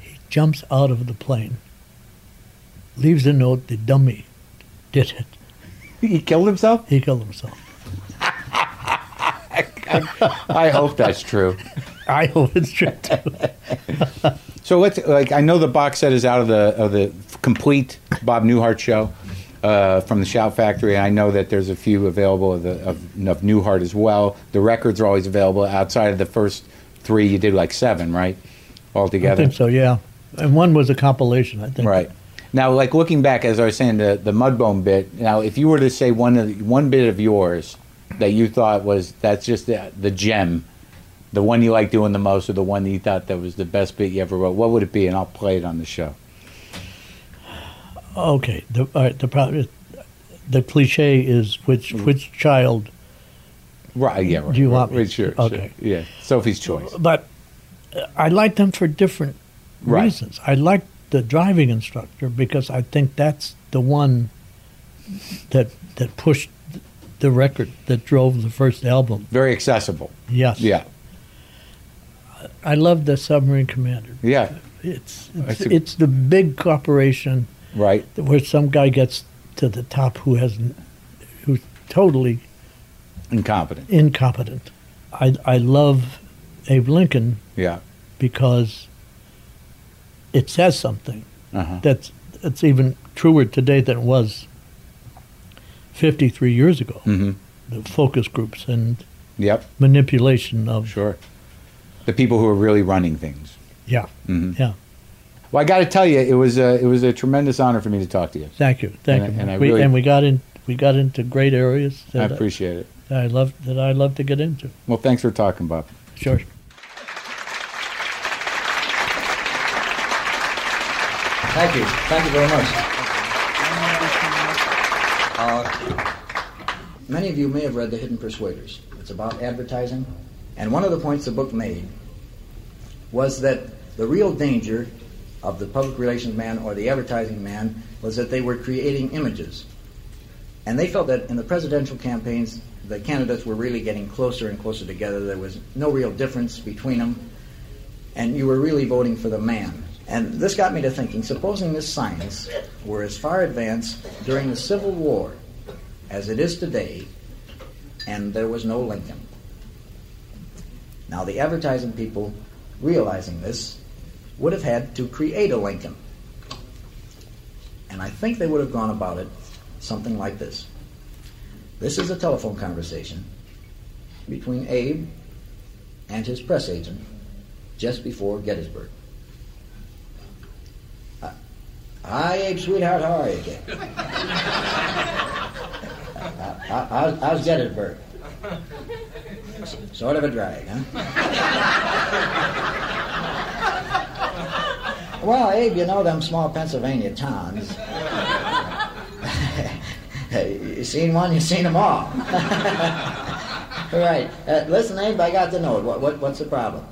Speaker 2: He jumps out of the plane, leaves a note, the dummy did it.
Speaker 3: He killed himself?
Speaker 2: He killed himself.
Speaker 3: I hope that's true.
Speaker 2: I hope it's true. too.
Speaker 3: So let's like I know the box set is out of the of the complete Bob Newhart show uh, from the Shout Factory. I know that there's a few available of the of, of Newhart as well. The records are always available outside of the first three. You did like seven, right?
Speaker 2: I
Speaker 3: Altogether,
Speaker 2: think so, yeah. And one was a compilation, I think.
Speaker 3: right? Now, like looking back, as I was saying, the the Mudbone bit. Now, if you were to say one of the, one bit of yours that you thought was that's just the, the gem, the one you like doing the most, or the one that you thought that was the best bit you ever wrote, what would it be? And I'll play it on the show.
Speaker 2: Okay. The, all right, the problem, the cliche is which
Speaker 3: Mm.
Speaker 2: which child,
Speaker 3: Right. Yeah. Right.
Speaker 2: Do you
Speaker 3: right,
Speaker 2: want me-
Speaker 3: right, Sure. sure.
Speaker 2: okay.
Speaker 3: Yeah. Sophie's choice.
Speaker 2: but uh, I like them for different
Speaker 3: Right.
Speaker 2: reasons. I like the driving instructor because I think that's the one that that pushed the record that drove the first album.
Speaker 3: Very accessible.
Speaker 2: Yes.
Speaker 3: Yeah.
Speaker 2: I love the submarine commander.
Speaker 3: Yeah.
Speaker 2: It's it's,
Speaker 3: see.
Speaker 2: it's the big corporation
Speaker 3: Right.
Speaker 2: where some guy gets to the top who hasn't who's totally
Speaker 3: Incompetent.
Speaker 2: incompetent. I I love Abe Lincoln
Speaker 3: Yeah.
Speaker 2: because it says something
Speaker 3: Uh-huh.
Speaker 2: that's that's even truer today than it was 53 years ago.
Speaker 3: Mm-hmm.
Speaker 2: The focus groups and
Speaker 3: Yep.
Speaker 2: manipulation of
Speaker 3: Sure. The people who are really running things.
Speaker 2: yeah
Speaker 3: Mhm.
Speaker 2: yeah.
Speaker 3: Well, I got to tell you, it was a it was a tremendous honor for me to talk to you.
Speaker 2: Thank you, thank
Speaker 3: And I-
Speaker 2: you.
Speaker 3: and I
Speaker 2: we,
Speaker 3: really-
Speaker 2: and we got in we got into great areas
Speaker 3: I
Speaker 2: that
Speaker 3: appreciate it.
Speaker 2: that I love that I love to get into.
Speaker 3: Well, thanks for talking, Bob.
Speaker 2: Sure.
Speaker 4: Thank you. Thank you very much. Uh, many of you may have read The Hidden Persuaders. It's about advertising. And one of the points the book made was that the real danger of the public relations man or the advertising man was that they were creating images. And they felt that in the presidential campaigns, the candidates were really getting closer and closer together. There was no real difference between them and you were really voting for the man. And this got me to thinking supposing this science were as far advanced during the Civil War as it is today, and there was no Lincoln. Now, the advertising people, realizing this, would have had to create a Lincoln. And I think they would have gone about it something like this. This is a telephone conversation between Abe and his press agent, just before Gettysburg. Uh, Hi, Abe, sweetheart, how are you again? Uh, how- how's Gettysburg? S- Sort of a drag, huh? Well, Abe, you know them small Pennsylvania towns. you seen one, you seen them all. right. Uh, listen, Abe, I got to know it. What, what, what's the problem?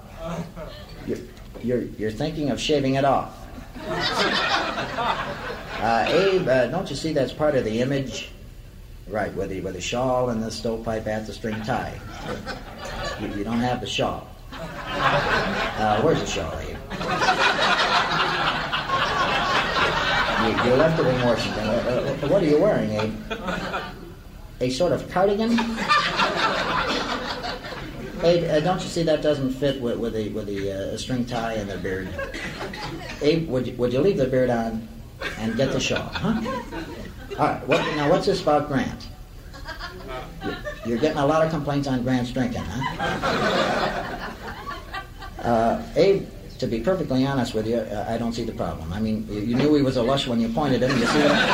Speaker 4: You're, you're, you're thinking of shaving it off. Uh, Abe, uh, don't you see that's part of the image? Right, with the, with the shawl and the stovepipe at the string tie. You, you don't have the shawl. Uh, where's the shawl, Abe? You, you left it in Washington. Uh, uh, what are you wearing, Abe? A sort of cardigan? Abe, uh, don't you see that doesn't fit with, with the with the uh, string tie and the beard? Abe, would you, would you leave the beard on and get the shawl? Huh? All right. What, now, what's this about Grant? You- You're getting a lot of complaints on Grant's drinking, huh? Uh, Abe, to be perfectly honest with you, uh, I don't see the problem. I mean, you, you knew he was a lush when you pointed him. You see what? I'm-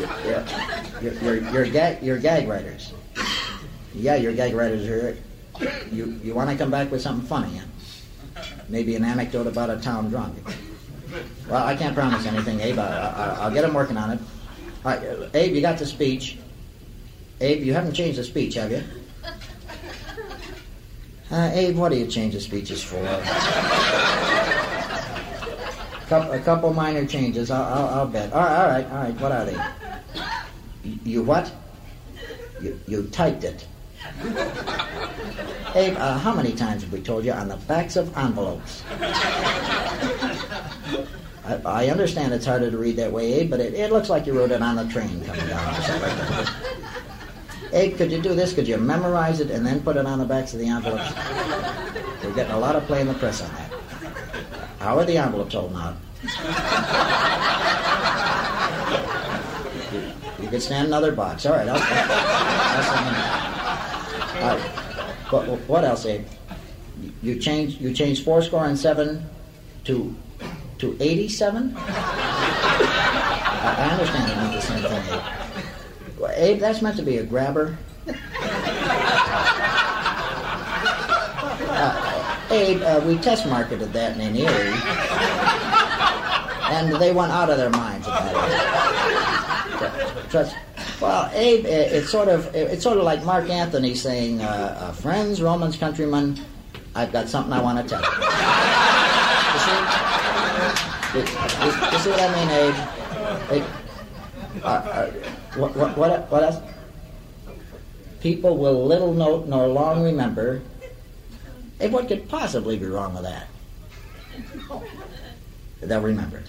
Speaker 4: Yeah. Your, your, your, gag, your gag writers. Yeah, your gag writers are. You, you want to come back with something funny, huh? maybe an anecdote about a town drunk. Well, I can't promise anything, Abe. I, will get them working on it. All right, uh, Abe, you got the speech. Abe, you haven't changed the speech, have you? Uh, Abe, what do you change the speeches for? Coup- a couple minor changes, I'll, I'll, I'll bet. All right, all right, all right, what are they? You, you what? You, you typed it. Abe, uh, how many times have we told you on the backs of envelopes? I, I understand it's harder to read that way, Abe, but it, it looks like you wrote it on the train coming down or something like that. Abe, could you do this? Could you memorize it and then put it on the backs of the envelopes? We're getting a lot of play in the press on that. How are the envelopes holding out? you, you can stand another box. All right, I'll stand. I'll stand. All right. What, what else, Abe? You- You changed you changed four score and seven to to eighty-seven. I, I understand it meant the same thing. Abe. Well, Abe, that's meant to be a grabber. Uh, Abe, uh, we test marketed that in the 80s. And they went out of their minds about it. Trust. Well, Abe, i- it's sort of it's sort of like Mark Anthony saying, uh, uh, "Friends, Romans, countrymen, I've got something I want to tell you." You see? You, you- you see what I mean, Abe? Abe what, what, what, what else? People will little note nor long remember. And what could possibly be wrong with that? They'll remember it.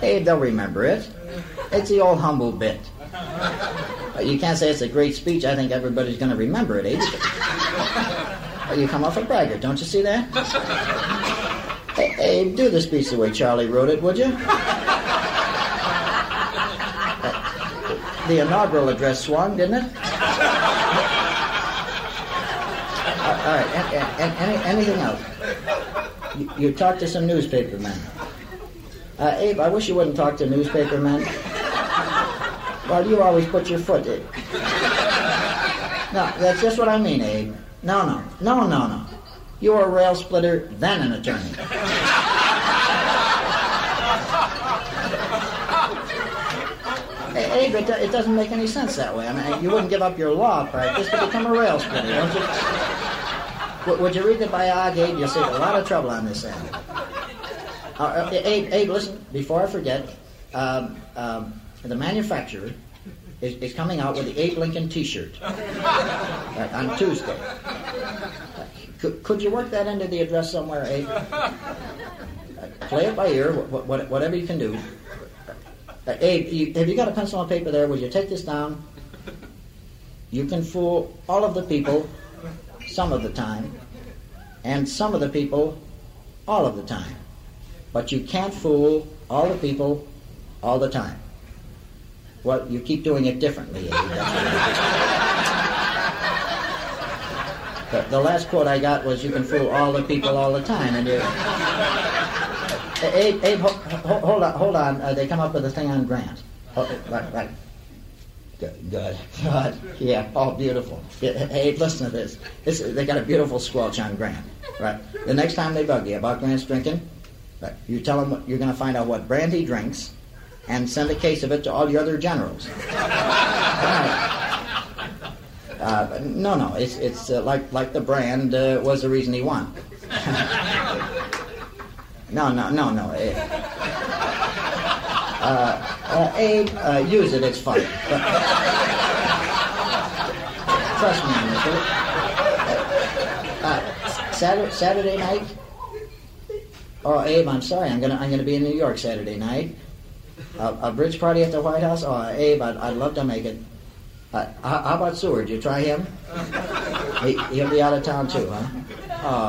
Speaker 4: hey, they'll remember it. It's the old humble bit. Uh, You can't say it's a great speech. I think everybody's going to remember it, Abe. Uh, You come off a braggart, don't you see that? Hey, Abe, do the speech the way Charlie wrote it, would you? Uh, the inaugural address swung, didn't it? Uh, all right, and, and, and any, anything else? You, you talked to some newspaper men. Uh, Abe, I wish you wouldn't talk to newspaper men. Well, you always put your foot in. No, that's just what I mean, Abe. No, no, no, no, no. You were a rail splitter, then an attorney. Hey, Abe, it, do- it doesn't make any sense that way. I mean, you wouldn't give up your law practice to become a rail splitter, don't you? W- would you read the biog, Abe? You'll save a lot of trouble on this end. Uh, uh, Abe, Abe, listen, before I forget, um, um, the manufacturer is, is coming out with the Abe Lincoln T-shirt uh, on Tuesday. Uh, Could, could you work that into the address somewhere, Abe? Uh, play it by ear, wh- wh- whatever you can do. Uh, Abe, you, have you got a pencil and paper there? Will you take this down? You can fool all of the people some of the time, and some of the people all of the time. But you can't fool all the people all the time. Well, you keep doing it differently. Abe. That's what it is. the, the last quote I got was, "You can fool all the people all the time," and you. Abe, Abe, ho- ho- hold on, hold on. Uh, they come up with a thing on Grant. Oh, right, right. Good, good, good. Yeah, all beautiful. Yeah, Abe, listen to this. this. They got a beautiful squelch on Grant. Right. The next time they bug you about Grant's drinking, right, you tell them what, you're going to find out what brand he drinks, and send a case of it to all your other generals. Right. Uh, no, no, it's it's uh, like like the brand uh, was the reason he won. No, no, no, no. Abe. Uh, uh, Abe, uh, use it. It's fun. But- Trust me, Mister. Uh, Saturday, Saturday night. Oh, Abe, I'm sorry. I'm gonna I'm gonna be in New York Saturday night. Uh, a bridge party at the White House. Oh, Abe, I'd, I'd love to make it. Uh, how, how about Seward? You try him. He, he'll be out of town too, huh?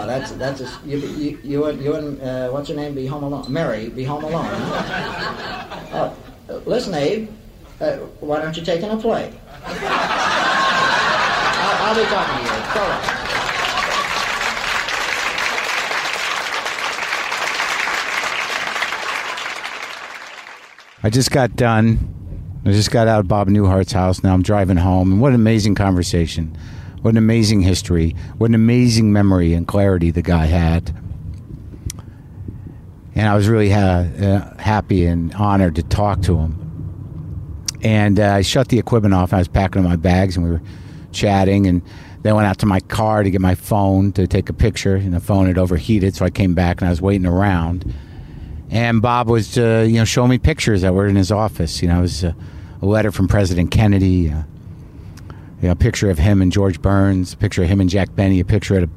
Speaker 4: Oh, that's that's a, you, you you and you and uh, what's her name be home alone. Mary be home alone. Huh? Uh, listen, Abe, uh, why don't you take in a play? I'll, I'll be talking to you. So long.
Speaker 1: I just got done I just got out of Bob Newhart's house. Now I'm driving home. And what an amazing conversation. What an amazing history. What an amazing memory and clarity the guy had. And I was really ha- uh, happy and honored to talk to him. And uh, I shut the equipment off. I was packing up my bags and we were chatting. And then went out to my car to get my phone to take a picture. And the phone had overheated. So I came back and I was waiting around and Bob was uh, you know showing me pictures that were in his office. You know, it was uh, a letter from President Kennedy, uh, you know, a picture of him and George Burns, a picture of him and Jack Benny, a picture at a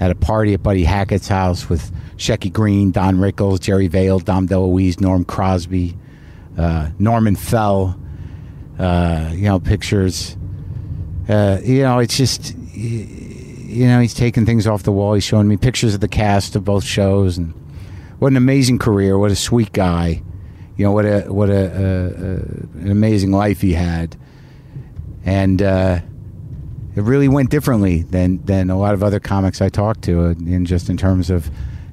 Speaker 1: at a party at Buddy Hackett's house with Shecky Green, Don Rickles, Jerry Vale, Dom DeLuise, Norm Crosby, uh, Norman Fell. Uh, you know, pictures. Uh, you know, it's just y- you know he's taking things off the wall. He's showing me pictures of the cast of both shows and what an amazing career what a sweet guy you know what a what a, uh uh an amazing life he had and uh, it really went differently than than a lot of other comics I talked to uh, in just in terms of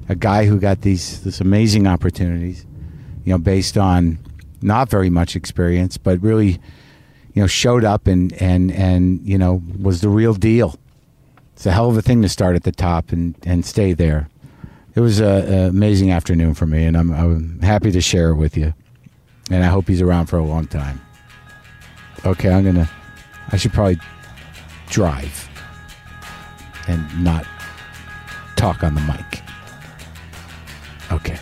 Speaker 1: a guy who got these this amazing opportunities you know based on not very much experience but really you know showed up and and and you know was the real deal it's a hell of a thing to start at the top and and stay there it was an uh, amazing afternoon for me, and I'm, I'm happy to share it with you. And I hope he's around for a long time. Okay, I'm gonna. I should probably drive and not talk on the mic. Okay.